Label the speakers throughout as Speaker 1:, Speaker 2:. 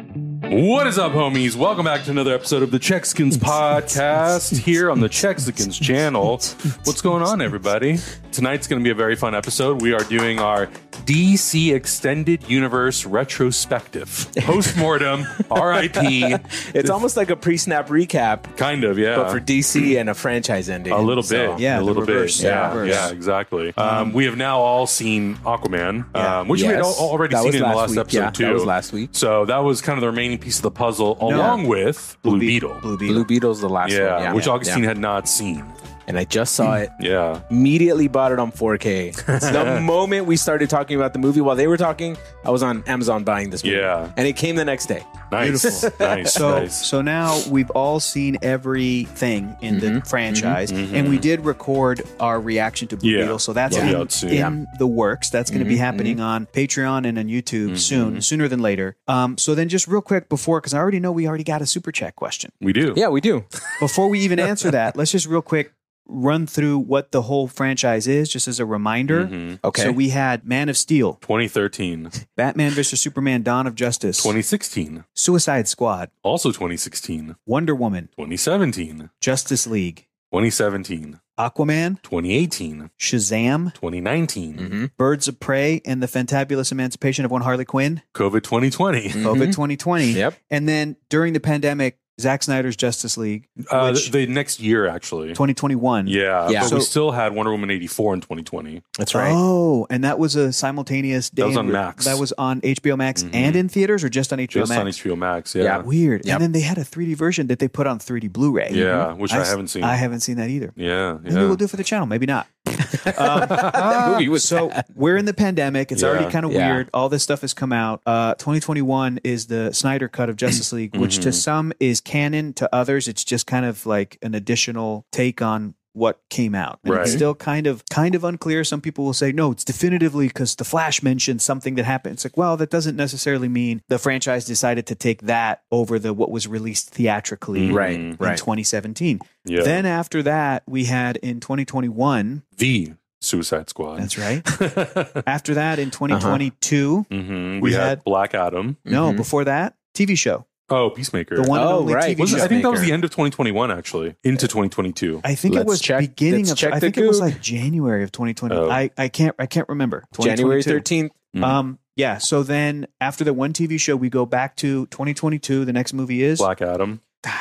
Speaker 1: What is up, homies? Welcome back to another episode of the Chexkins podcast here on the Chexkins channel. What's going on, everybody? Tonight's going to be a very fun episode. We are doing our DC Extended Universe retrospective, postmortem, RIP,
Speaker 2: It's almost like a pre-snap recap,
Speaker 1: kind of, yeah.
Speaker 2: but for DC and a franchise ending.
Speaker 1: Uh-huh. a little
Speaker 2: So-
Speaker 1: bit,
Speaker 3: yeah,
Speaker 1: a
Speaker 3: the
Speaker 1: little
Speaker 3: reverse,
Speaker 1: bit, yeah,
Speaker 3: yeah.
Speaker 1: yeah, exactly. Um, we have now all seen Aquaman,
Speaker 2: Yeah.
Speaker 1: um, which we had al-
Speaker 2: Yes.
Speaker 1: already
Speaker 2: That
Speaker 1: seen
Speaker 2: was
Speaker 1: in the
Speaker 2: last
Speaker 1: last
Speaker 2: week,
Speaker 1: episode
Speaker 2: yeah.
Speaker 1: too.
Speaker 2: That was last week.
Speaker 1: So that was kind of the remaining piece of the puzzle, along with Blue Beetle.
Speaker 3: Blue Beetle.
Speaker 2: Blue Beetle's the last
Speaker 1: yeah,
Speaker 2: one,
Speaker 1: which
Speaker 2: yeah.
Speaker 1: Augustine had not seen.
Speaker 2: and I just saw it.
Speaker 1: Yeah,
Speaker 2: Immediately bought it on 4K. the moment we started talking about the movie, while they were talking, I was on Amazon buying this movie.
Speaker 1: Yeah.
Speaker 2: and it came the next day.
Speaker 1: nice, nice,
Speaker 3: So,
Speaker 1: nice.
Speaker 3: so now we've all seen everything in the franchise, and we did record our reaction to Blue
Speaker 1: Mm-hmm. Yeah.
Speaker 3: Beetle, so that's
Speaker 1: Yeah.
Speaker 3: in,
Speaker 1: Yeah, it's soon.
Speaker 3: in the works. That's going to be happening on Patreon and on YouTube soon, sooner than later. Um, so then, just real quick before, because I already know we already got a super chat question.
Speaker 1: We do.
Speaker 2: Yeah, we do.
Speaker 3: Before we even answer that, let's just real quick run through what the whole franchise is, just as a reminder.
Speaker 2: Okay.
Speaker 3: So we had Man of Steel,
Speaker 1: 2013,
Speaker 3: Batman vs Superman: Dawn of Justice,
Speaker 1: 2016,
Speaker 3: Suicide Squad,
Speaker 1: also 2016,
Speaker 3: Wonder Woman,
Speaker 1: 2017,
Speaker 3: Justice League,
Speaker 1: 2017,
Speaker 3: Aquaman,
Speaker 1: 2018,
Speaker 3: Shazam,
Speaker 1: 2019,
Speaker 3: Mm-hmm.
Speaker 2: Hmm.
Speaker 3: Birds of Prey, and the Fantabulous Emancipation of One Harley Quinn,
Speaker 1: COVID 2020.
Speaker 3: COVID 2020.
Speaker 2: Mm-hmm. Yep.
Speaker 3: And then during the pandemic, Zack Snyder's Justice League,
Speaker 1: Uh,
Speaker 3: which
Speaker 1: the next year, actually.
Speaker 3: 2021.
Speaker 1: Yeah,
Speaker 2: Yeah.
Speaker 1: but we
Speaker 3: So-
Speaker 1: still had Wonder Woman 84 in 2020.
Speaker 2: That's right.
Speaker 3: Oh, and that was a simultaneous day.
Speaker 1: was
Speaker 3: in-
Speaker 1: on Max.
Speaker 3: That was on HBO Max
Speaker 2: Mm-hmm.
Speaker 1: Mhm.
Speaker 3: and in theaters, or just on HBO
Speaker 1: Just
Speaker 3: Max?
Speaker 1: on HBO Max, yeah.
Speaker 2: Yeah.
Speaker 3: Weird.
Speaker 2: Yep.
Speaker 3: And then they had a 3D version that they put on 3D Blu-ray.
Speaker 1: Yeah, which I
Speaker 3: s-
Speaker 1: haven't seen.
Speaker 3: I haven't seen that either.
Speaker 1: Yeah,
Speaker 3: Maybe
Speaker 1: yeah.
Speaker 3: we'll do it for the channel. Maybe not. Um,
Speaker 2: that movie was
Speaker 3: so we're in the pandemic. It's
Speaker 1: Yeah.
Speaker 3: already kind of
Speaker 2: Yeah.
Speaker 3: weird. All this stuff has come out. Uh, 2021 is the Snyder cut of Justice League, which
Speaker 2: Mm-hmm.
Speaker 3: to some is canon, to others it's just kind of like an additional take on what came out. And
Speaker 1: Right.
Speaker 3: It's still kind of kind of unclear. Some people will say no, it's definitively because the Flash mentioned something that happened. It's like well, that doesn't necessarily mean the franchise decided to take that over the what was released theatrically.
Speaker 2: Right,
Speaker 3: In
Speaker 2: right.
Speaker 3: 2017.
Speaker 1: Yeah.
Speaker 3: Then after that, we had in 2021.
Speaker 1: the Suicide Squad.
Speaker 3: That's right. After that, in 2022,
Speaker 1: hmm We,
Speaker 3: We
Speaker 1: had,
Speaker 3: had-
Speaker 1: Black Adam.
Speaker 3: no,
Speaker 2: Mhm.
Speaker 3: before that, TV show,
Speaker 1: Oh, Peacemaker.
Speaker 3: the one and
Speaker 2: Oh,
Speaker 3: only
Speaker 2: right.
Speaker 3: TV
Speaker 1: Was it-
Speaker 3: show.
Speaker 1: I think that was
Speaker 2: Peacemaker.
Speaker 1: the end of 2021, actually, into 2022.
Speaker 3: I think it
Speaker 2: Let's
Speaker 3: was
Speaker 2: check-
Speaker 3: beginning
Speaker 2: let's
Speaker 3: of.
Speaker 2: check
Speaker 3: I
Speaker 2: the
Speaker 3: think it was
Speaker 2: coup.
Speaker 3: like January of 2020.
Speaker 1: Oh.
Speaker 3: I, I can't I can't remember.
Speaker 2: January
Speaker 3: 2022.
Speaker 2: 13th.
Speaker 1: Mhm.
Speaker 3: Um, yeah. So then after the one TV show, we go back to 2022. The next movie is
Speaker 1: Black Adam.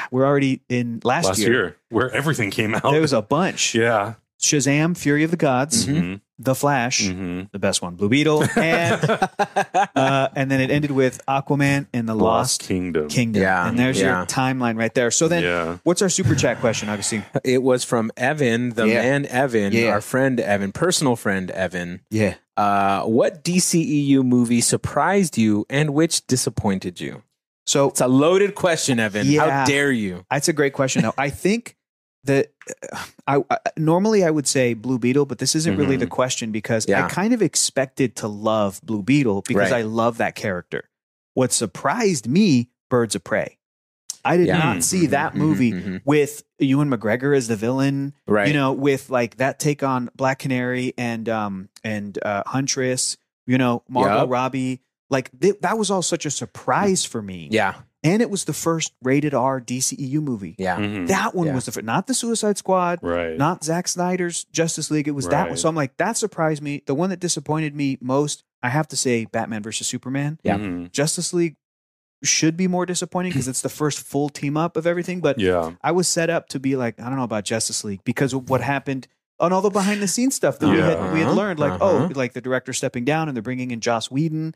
Speaker 3: we're already in last,
Speaker 1: Last year.
Speaker 3: year.
Speaker 1: where everything came out.
Speaker 3: There was Mm-hmm. a bunch.
Speaker 1: yeah.
Speaker 3: Shazam, Fury of the Gods,
Speaker 1: Mhm.
Speaker 3: The Flash,
Speaker 1: Mhm.
Speaker 3: the best one, Blue Beetle, and uh, and then it ended with Aquaman and the
Speaker 1: Lost
Speaker 3: Lost,
Speaker 1: Kingdom.
Speaker 3: Kingdom.
Speaker 2: Yeah,
Speaker 3: and there's
Speaker 2: yeah.
Speaker 3: your timeline right there. So then,
Speaker 1: Yeah.
Speaker 3: what's our super chat question, Augustine?
Speaker 2: It was from Evan, the
Speaker 3: Yeah.
Speaker 2: man Evan,
Speaker 3: Yeah.
Speaker 2: our friend Evan, personal friend Evan.
Speaker 3: Yeah.
Speaker 2: Uh, what DCEU movie surprised you and which disappointed you?
Speaker 3: So
Speaker 2: It's a loaded question, Evan. How
Speaker 3: Yeah.
Speaker 2: dare you?
Speaker 3: that's a great question. Now, I think that uh, I, I normally I would say Blue Beetle, but this isn't really
Speaker 1: Mhm.
Speaker 3: the question because
Speaker 2: Yeah.
Speaker 3: I kind of expected to love Blue Beetle because
Speaker 2: Right.
Speaker 3: I love that character. What surprised me, Birds of Prey. I did
Speaker 2: Yeah.
Speaker 3: not see that
Speaker 2: Mhm,
Speaker 3: movie
Speaker 1: Mm-hmm,
Speaker 2: mhm.
Speaker 3: with Ewan McGregor as the villain.
Speaker 2: Right.
Speaker 3: you know, with like that take on Black Canary and um and uh, Huntress, you know, Margot
Speaker 2: Yup.
Speaker 3: Robbie. Like th- that was all such a surprise for me.
Speaker 2: yeah.
Speaker 3: And it was the first rated R DCEU movie.
Speaker 2: Yeah.
Speaker 1: Mhm.
Speaker 3: That one
Speaker 2: Yeah.
Speaker 3: was the first, not the Suicide Squad,
Speaker 1: Right.
Speaker 3: not Zack Snyder's Justice League. It was that
Speaker 1: Right.
Speaker 3: one. So I'm like, that surprised me. The one that disappointed me most, I have to say, Batman versus Superman.
Speaker 2: Yeah.
Speaker 1: Mhm.
Speaker 3: Justice League should be more disappointing because it's the first full team up of everything. But
Speaker 1: Yeah.
Speaker 3: I was set up to be like, I don't know about Justice League because of what happened on all the behind the scenes stuff that we had we had
Speaker 2: Uh-huh,
Speaker 3: learned, like
Speaker 2: uh-huh.
Speaker 3: oh, like the director stepping down and they're bringing in Joss Whedon.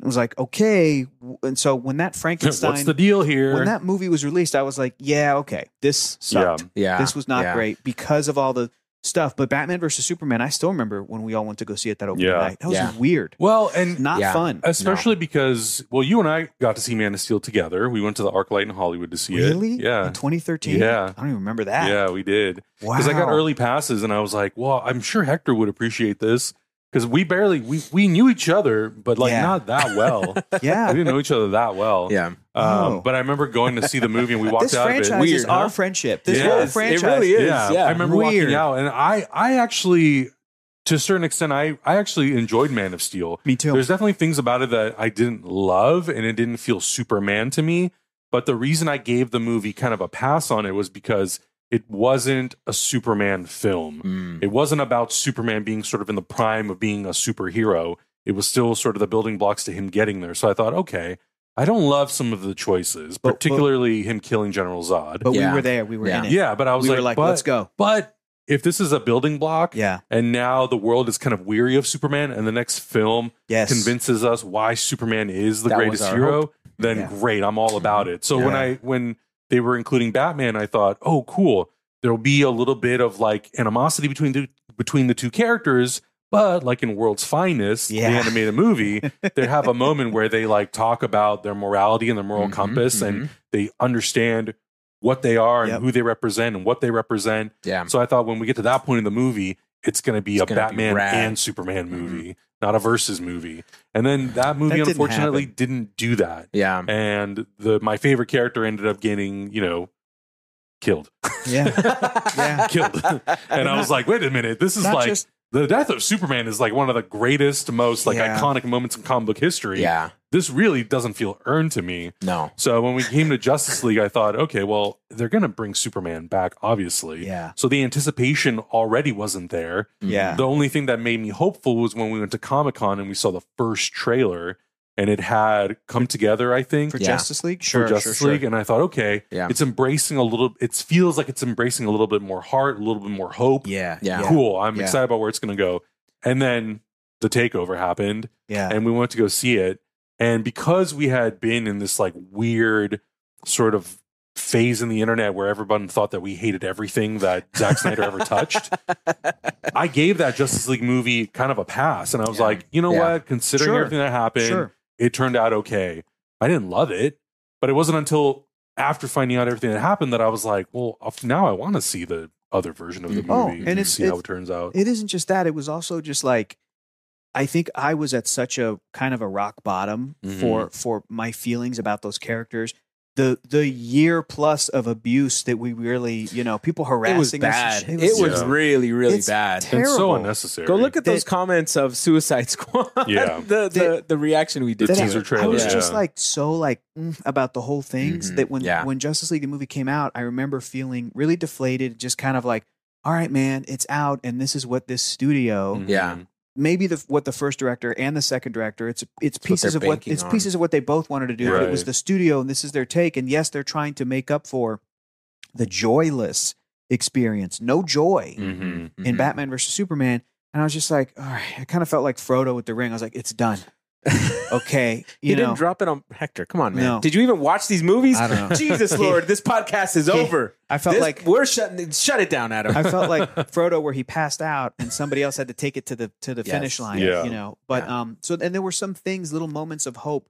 Speaker 3: It was like okay, and so when that
Speaker 1: What's
Speaker 3: Frankenstein,
Speaker 1: the deal here?
Speaker 3: when that movie was released, I was like, yeah, okay, this sucked.
Speaker 1: ah,
Speaker 2: Yeah.
Speaker 3: This was not
Speaker 2: Yeah.
Speaker 3: great because of all the stuff. But Batman versus Superman, I still remember when we all went to go see it that opening
Speaker 1: Yeah.
Speaker 3: night. That was
Speaker 2: Yeah.
Speaker 3: weird,
Speaker 1: well, and
Speaker 3: not
Speaker 2: Yeah.
Speaker 3: fun.
Speaker 1: especially because, well, you and I got to see Man of Steel together. We went to the ArcLight in Hollywood to see
Speaker 3: really,
Speaker 1: it. Yeah.
Speaker 3: in 2013,
Speaker 1: Yeah.
Speaker 3: I don't even remember that.
Speaker 1: Yeah, we did.
Speaker 3: wow,
Speaker 1: because I got early passes, and I was like, "Well, I'm sure Hector would appreciate this because we barely we we knew each other, but like
Speaker 3: Yeah.
Speaker 1: not that well. we
Speaker 3: yeah.
Speaker 1: didn't know each other that well.
Speaker 2: Yeah.
Speaker 1: Um,
Speaker 3: Oh.
Speaker 1: But I remember going to see the movie, and we walked
Speaker 3: this
Speaker 1: out
Speaker 3: franchise
Speaker 1: of it.
Speaker 3: is
Speaker 2: Weird, huh?
Speaker 3: our friendship. This
Speaker 1: Yes,
Speaker 3: whole
Speaker 1: it
Speaker 3: franchise.
Speaker 2: really is.
Speaker 1: Yeah,
Speaker 2: Yeah.
Speaker 1: I remember
Speaker 3: Weird.
Speaker 1: walking out, and I I actually to a certain extent, I, I actually enjoyed Man of Steel.
Speaker 3: Me too.
Speaker 1: There's definitely things about it that I didn't love and it didn't feel Superman to me. But the reason I gave the movie kind of a pass on it was because it wasn't a Superman film. It wasn't about Superman being sort of in the prime of being a superhero. It was still sort of the building blocks to him getting there. So I thought, okay, I don't love some of the choices,
Speaker 3: But- but-
Speaker 1: particularly him killing General Zod.
Speaker 3: But
Speaker 2: Yeah.
Speaker 3: we were there. We were
Speaker 2: Yeah.
Speaker 3: in it.
Speaker 1: yeah, but I was
Speaker 3: we
Speaker 1: like,
Speaker 3: were like,
Speaker 1: but,
Speaker 3: let's go.
Speaker 1: But if this is a building block,
Speaker 3: Yeah.
Speaker 1: and now the world is kind of weary of Superman, and the next film
Speaker 3: Yes.
Speaker 1: convinces us why Superman is the
Speaker 2: That was
Speaker 1: greatest
Speaker 2: our
Speaker 1: hero, then
Speaker 3: Yeah.
Speaker 1: great, I'm all about it. So when
Speaker 3: Yeah.
Speaker 1: I when they were including Batman, I thought, oh, cool. There'll be a little bit of like animosity between the between the two characters, but like in World's Finest,
Speaker 3: Yeah.
Speaker 1: the animated movie, they have a moment where they like talk about their morality and their moral
Speaker 2: Mhm,
Speaker 3: Mm-hmm,
Speaker 1: compass,
Speaker 2: mhm.
Speaker 1: and they understand what they are and
Speaker 3: Yep.
Speaker 1: who they represent and what they represent.
Speaker 2: Yeah.
Speaker 1: So I thought when we get to that point in the movie, it's going to be
Speaker 2: It's
Speaker 1: a
Speaker 2: gonna be
Speaker 1: Batman
Speaker 2: rad.
Speaker 1: and Superman movie, not a versus movie. And then that movie
Speaker 3: didn't
Speaker 1: unfortunately
Speaker 3: happen.
Speaker 1: didn't, do that.
Speaker 2: Yeah.
Speaker 1: And the my favorite character ended up getting, you know, killed.
Speaker 3: yeah. Yeah.
Speaker 1: Killed. and I was like, wait a minute, this is
Speaker 3: Not
Speaker 1: like
Speaker 3: just-
Speaker 1: the death of Superman is like one of the greatest, most like
Speaker 3: Yeah.
Speaker 1: iconic moments in comic book history.
Speaker 2: Yeah.
Speaker 1: This really doesn't feel earned to me.
Speaker 2: No.
Speaker 1: So when we came to Justice League, I thought, okay, well, they're going to bring Superman back, obviously.
Speaker 3: Yeah.
Speaker 1: So the anticipation already wasn't there.
Speaker 2: Mm-hmm.
Speaker 3: Yeah.
Speaker 1: The only thing that made me hopeful was when we went to Comic Con and we saw the first trailer and it had come together, I think,
Speaker 3: For
Speaker 1: for,
Speaker 2: Yeah.
Speaker 3: Justice League? Sure.
Speaker 1: Justice
Speaker 3: sure, sure.
Speaker 1: League. And I thought, okay,
Speaker 2: Yeah.
Speaker 1: it's embracing a little, it feels like it's embracing a little bit more heart, a little bit more hope.
Speaker 3: Yeah.
Speaker 2: Yeah.
Speaker 1: Cool. I'm
Speaker 3: Yeah.
Speaker 1: excited about where it's going to go. And then the takeover happened
Speaker 3: Yeah.
Speaker 1: and we went to go see it. And because we had been in this like weird sort of phase in the internet where everyone thought that we hated everything that Zack Snyder ever touched, I gave that Justice League movie kind of a pass. And I was
Speaker 2: Yeah.
Speaker 1: like, you know
Speaker 2: Yeah.
Speaker 1: what? Considering
Speaker 3: Sure.
Speaker 1: everything that happened,
Speaker 3: Sure.
Speaker 1: it turned out okay. I didn't love it, but it wasn't until after finding out everything that happened that I was like, well, of- now I want to see the other version of the movie
Speaker 3: Oh,
Speaker 1: and,
Speaker 3: and it's-
Speaker 1: see how
Speaker 3: it's-
Speaker 1: it turns out.
Speaker 3: It isn't just that. It was also just like, I think I was at such a kind of a rock bottom
Speaker 2: Mm-hmm.
Speaker 3: for for my feelings about those characters. The the year plus of abuse that we really, you know, people harassing
Speaker 2: It was
Speaker 3: us.
Speaker 2: bad.
Speaker 3: It
Speaker 2: It was
Speaker 1: Yeah.
Speaker 2: really, really
Speaker 3: It's
Speaker 2: bad.
Speaker 3: terrible.
Speaker 1: it's so unnecessary.
Speaker 2: Go look at those
Speaker 3: That-
Speaker 2: comments of Suicide Squad.
Speaker 1: Yeah.
Speaker 2: the, the the reaction we did.
Speaker 1: The
Speaker 2: to
Speaker 1: teaser
Speaker 2: it.
Speaker 1: trailer,
Speaker 3: I was
Speaker 1: yeah.
Speaker 3: just like so like mm, about the whole things
Speaker 2: Mhm.
Speaker 3: that when
Speaker 2: Yeah.
Speaker 3: when Justice League the movie came out, I remember feeling really deflated, just kind of like, all right, man, it's out, and this is what this studio,
Speaker 1: Mhm.
Speaker 2: Yeah.
Speaker 3: maybe the what the first director and the second director, it's
Speaker 2: That's
Speaker 3: it's
Speaker 2: what
Speaker 3: pieces
Speaker 2: they're
Speaker 3: of what
Speaker 2: banking
Speaker 3: it's
Speaker 2: on.
Speaker 3: pieces of what they both wanted to do. But it was
Speaker 1: Right.
Speaker 3: the studio, and this is their take. And yes, they're trying to make up for the joyless experience, no joy
Speaker 2: Mm-hmm,
Speaker 1: Mhm.
Speaker 3: in Batman versus Superman. And I was just like, all right, I kind of felt like Frodo with the ring. I was like, it's done. Okay,
Speaker 2: You
Speaker 3: you know.
Speaker 2: didn't drop it on Hector. Come on, man.
Speaker 3: No.
Speaker 2: Did you even watch these movies?
Speaker 3: I don't know.
Speaker 2: Jesus Lord, this podcast is over.
Speaker 3: I felt
Speaker 2: This-
Speaker 3: like
Speaker 2: we're shutting shut it down, Adam.
Speaker 3: I felt like Frodo where he passed out and somebody else had to take it to the to the
Speaker 2: Yes.
Speaker 3: finish line,
Speaker 1: Yeah.
Speaker 3: you know. But um so and there were some things, little moments of hope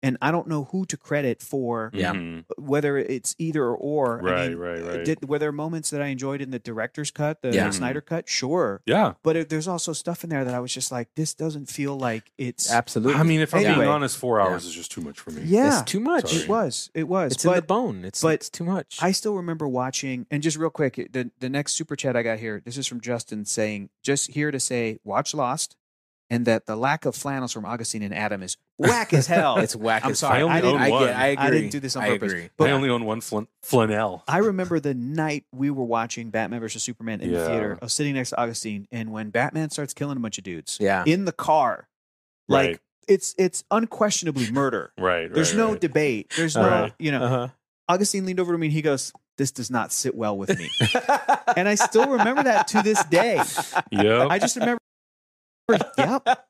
Speaker 3: and I don't know who to credit for
Speaker 2: Yeah.
Speaker 1: Mhm.
Speaker 3: whether it's either or. or. I
Speaker 1: Right,
Speaker 3: mean, uh,
Speaker 1: right, right.
Speaker 3: Did, were there moments that I enjoyed in the director's cut, the
Speaker 2: Yeah.
Speaker 3: Snyder cut? Sure,
Speaker 1: Yeah.
Speaker 3: but it, there's also stuff in there that I was just like, this doesn't feel like it's.
Speaker 2: Absolutely.
Speaker 1: I mean, if I'm
Speaker 3: Anyway.
Speaker 1: being honest, four hours is just too much for me.
Speaker 3: yeah,
Speaker 2: it's too much.
Speaker 1: Sorry.
Speaker 3: it was, it was.
Speaker 2: It's in the
Speaker 3: but
Speaker 2: bone. It's
Speaker 3: but
Speaker 2: it's too much.
Speaker 3: I still remember watching, and just real quick, the, the next super chat I got here, this is from Justin saying, just here to say, watch Lost, and that the lack of flannels from Augustine and Adam is whack as hell.
Speaker 2: it's whack.
Speaker 3: I'm
Speaker 2: as fuck.
Speaker 3: sorry,
Speaker 1: I only
Speaker 2: I, didn't-
Speaker 1: own
Speaker 2: I,
Speaker 1: one.
Speaker 2: Get, I agree.
Speaker 3: I didn't do this on
Speaker 2: I
Speaker 3: purpose.
Speaker 2: agree.
Speaker 3: But-
Speaker 1: I only own one flan- flannel.
Speaker 3: I remember the night we were watching Batman versus Superman in the
Speaker 1: Yeah.
Speaker 3: theater. I was sitting next to Augustine, and when Batman starts killing a bunch of dudes
Speaker 2: Yeah.
Speaker 3: in the car, like
Speaker 1: Right.
Speaker 3: it's it's unquestionably murder.
Speaker 1: Right.
Speaker 3: There's
Speaker 1: right,
Speaker 3: no
Speaker 1: right.
Speaker 3: debate. There's no,
Speaker 2: Right.
Speaker 3: you know.
Speaker 2: Uh-huh.
Speaker 3: Augustine leaned over to me and he goes, "This does not sit well with me,"
Speaker 2: Uh-huh.
Speaker 3: and I still remember that to this day.
Speaker 1: Yep.
Speaker 3: I just remember. Yep,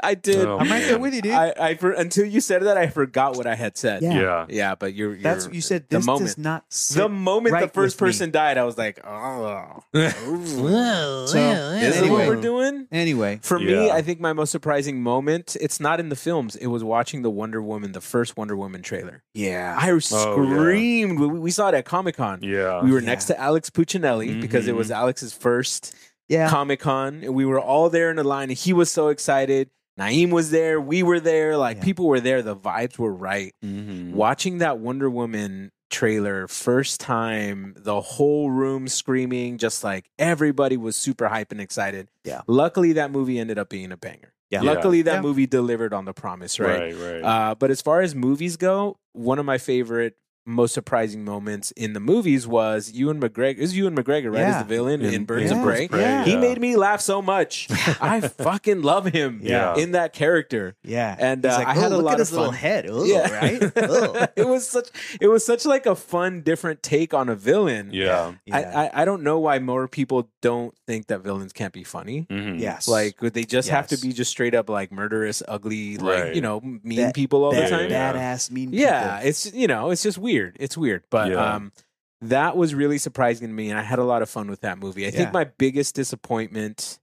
Speaker 2: I did.
Speaker 1: Oh,
Speaker 3: I'm right there
Speaker 1: man.
Speaker 3: with you, dude.
Speaker 2: I, I for, until you said that, I forgot what I had said.
Speaker 3: Yeah.
Speaker 1: yeah.
Speaker 2: Yeah, but you're, you're
Speaker 3: That's what you said.
Speaker 2: the
Speaker 3: This
Speaker 2: moment.
Speaker 3: does not sit.
Speaker 2: the moment
Speaker 3: right
Speaker 2: the first
Speaker 3: with me.
Speaker 2: person died, I was like, oh,
Speaker 3: So,
Speaker 2: this is what
Speaker 3: anyway.
Speaker 2: we're doing.
Speaker 3: anyway,
Speaker 2: For me,
Speaker 1: Yeah.
Speaker 2: I think my most surprising moment, it's not in the films. It was watching the Wonder Woman, the first Wonder Woman trailer.
Speaker 3: Oh, yeah,
Speaker 2: I screamed. We, we saw it at Comic Con.
Speaker 1: Yeah.
Speaker 2: We were
Speaker 3: Yeah. Mm-hmm.
Speaker 2: next to Alex Puccinelli because it was Alex's first
Speaker 3: yeah,
Speaker 2: Comic Con. and We were all there in a line, and he was so excited. Naeem was there. We were there. Like
Speaker 3: Yeah. Mm-hmm.
Speaker 2: Mm-hmm. people were there. The vibes were right. Watching that Wonder Woman trailer, first time, the whole room screaming, just like everybody was super hype and excited.
Speaker 3: Yeah.
Speaker 2: Luckily, that movie ended up being a banger.
Speaker 3: Yeah.
Speaker 1: Yeah.
Speaker 2: Luckily, that
Speaker 3: Yeah.
Speaker 2: movie delivered on the promise, right?
Speaker 1: right, right.
Speaker 2: Uh, but as far as movies go, one of my favorite, most surprising moments in the movies was Ewan McGregor. Is Ewan McGregor right? Is
Speaker 3: Yeah.
Speaker 2: the villain in, Birds
Speaker 3: yeah.
Speaker 2: of Prey?
Speaker 3: Yeah.
Speaker 2: He made me laugh so much. I fucking love him
Speaker 1: Yeah.
Speaker 2: in that character.
Speaker 3: Yeah.
Speaker 2: And,
Speaker 3: He's
Speaker 2: uh, I had
Speaker 3: "Oh,
Speaker 2: a
Speaker 3: look
Speaker 2: lot
Speaker 3: at
Speaker 2: of
Speaker 3: his little
Speaker 2: fun."
Speaker 3: head. Ooh, right? Ooh.
Speaker 2: it was such it was such like a fun, different take on a villain.
Speaker 1: yeah.
Speaker 3: Yeah.
Speaker 2: I, I, I don't know why more people don't think that villains can't be funny.
Speaker 1: Mhm.
Speaker 3: yes.
Speaker 2: Like would they just have to
Speaker 3: Yes.
Speaker 2: be just straight up like murderous, ugly,
Speaker 1: Right.
Speaker 2: like you know, mean
Speaker 3: That-
Speaker 2: people all the
Speaker 3: that
Speaker 2: time.
Speaker 1: yeah.
Speaker 3: badass mean
Speaker 2: Yeah,
Speaker 3: people.
Speaker 2: it's you know, it's just weird. It's weird, but
Speaker 1: Yeah.
Speaker 2: um, that was really surprising to me, and I had a lot of fun with that movie. I
Speaker 3: Yeah.
Speaker 2: think my biggest disappointment.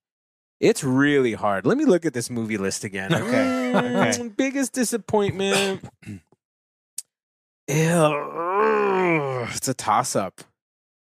Speaker 2: It's really hard. Let me look at this movie list again.
Speaker 3: Okay.
Speaker 2: Mm, Biggest disappointment. Ew, it's a toss up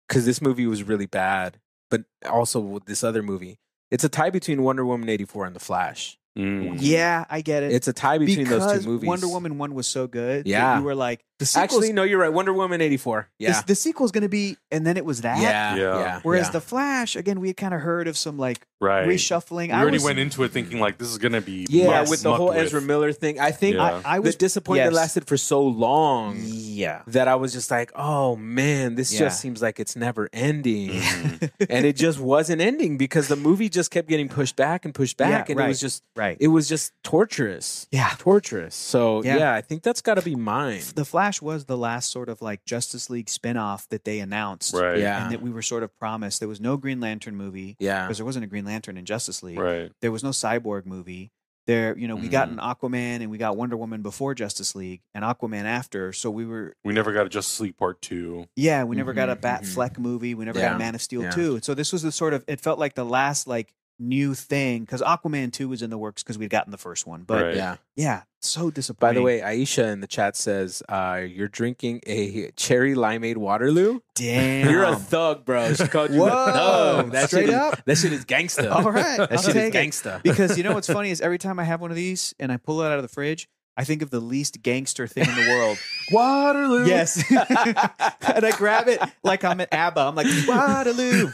Speaker 2: because this movie was really bad, but also with this other movie. It's a tie between Wonder Woman 84 and The Flash.
Speaker 1: Mm.
Speaker 3: Yeah, I get it.
Speaker 2: It's a tie between
Speaker 3: because
Speaker 2: those two movies.
Speaker 3: Wonder Woman one was so good. that
Speaker 2: Yeah.
Speaker 3: you were like the sequel's,
Speaker 2: Actually, no, you're right. Wonder Woman 84. Yeah.
Speaker 3: this- the sequel's going to be, and then it was that.
Speaker 2: Yeah.
Speaker 1: Yeah.
Speaker 3: Whereas the Flash, again, we had kind of heard of some like
Speaker 1: Right.
Speaker 3: reshuffling.
Speaker 1: we
Speaker 3: I
Speaker 1: already
Speaker 3: was,
Speaker 1: went into it thinking like this is gonna be
Speaker 2: yeah,
Speaker 1: mucked-
Speaker 2: with the
Speaker 1: mucked
Speaker 2: whole Ezra Miller thing, I think
Speaker 1: Yeah.
Speaker 3: I, I
Speaker 2: the
Speaker 3: was
Speaker 2: disappointment
Speaker 3: yes.
Speaker 2: lasted for so long
Speaker 3: yeah.
Speaker 2: that I was just like, "Oh man, this
Speaker 3: Yeah.
Speaker 2: just seems like it's never ending,"
Speaker 1: Mhm.
Speaker 2: and it just wasn't ending because the movie just kept getting pushed back and pushed
Speaker 3: Yeah,
Speaker 2: back, and it was
Speaker 3: right.
Speaker 2: just
Speaker 3: Right.
Speaker 2: it was just torturous,
Speaker 3: yeah.
Speaker 2: torturous. So yeah,
Speaker 3: Yeah.
Speaker 2: I think that's got to be mine.
Speaker 3: The Flash was the last sort of like Justice League spinoff that they announced
Speaker 1: right.
Speaker 2: Yeah,
Speaker 3: and that we were sort of promised. There was no Green Lantern movie
Speaker 2: yeah,
Speaker 3: because there wasn't a Green Lantern in Justice League.
Speaker 1: Right.
Speaker 3: There was no Cyborg movie. There, you know, we
Speaker 2: Mm-hmm.
Speaker 3: got an Aquaman and we got Wonder Woman before Justice League and Aquaman after. So we were,
Speaker 1: We never got a Justice League Part Two.
Speaker 3: yeah, we never got a
Speaker 2: Mhm,
Speaker 3: Bat
Speaker 2: mhm.
Speaker 3: Fleck movie. We never got
Speaker 2: Yeah,
Speaker 3: a Man of Steel
Speaker 2: yeah.
Speaker 3: 2. So this was the sort of, it felt like the last like new thing because Aquaman 2 was in the works because we'd gotten the first one. But
Speaker 1: Right.
Speaker 2: yeah.
Speaker 3: yeah, so
Speaker 2: By
Speaker 3: disappointing.
Speaker 2: the way, Aisha in the chat says uh, you're drinking a cherry limeade Waterloo.
Speaker 3: damn.
Speaker 2: You're a thug, bro. She called you a
Speaker 3: Whoa,
Speaker 2: thug. That
Speaker 3: straight
Speaker 2: shit is,
Speaker 3: up.
Speaker 2: That shit is gangster.
Speaker 3: All right.
Speaker 2: That
Speaker 3: I'll
Speaker 2: shit is
Speaker 3: take it.
Speaker 2: gangster.
Speaker 3: because you know what's funny is every time I have one of these and I pull it out of the fridge, I think of the least gangster thing in the world.
Speaker 1: Waterloo.
Speaker 3: yes. and I grab it like I'm at ABBA. I'm like, Waterloo.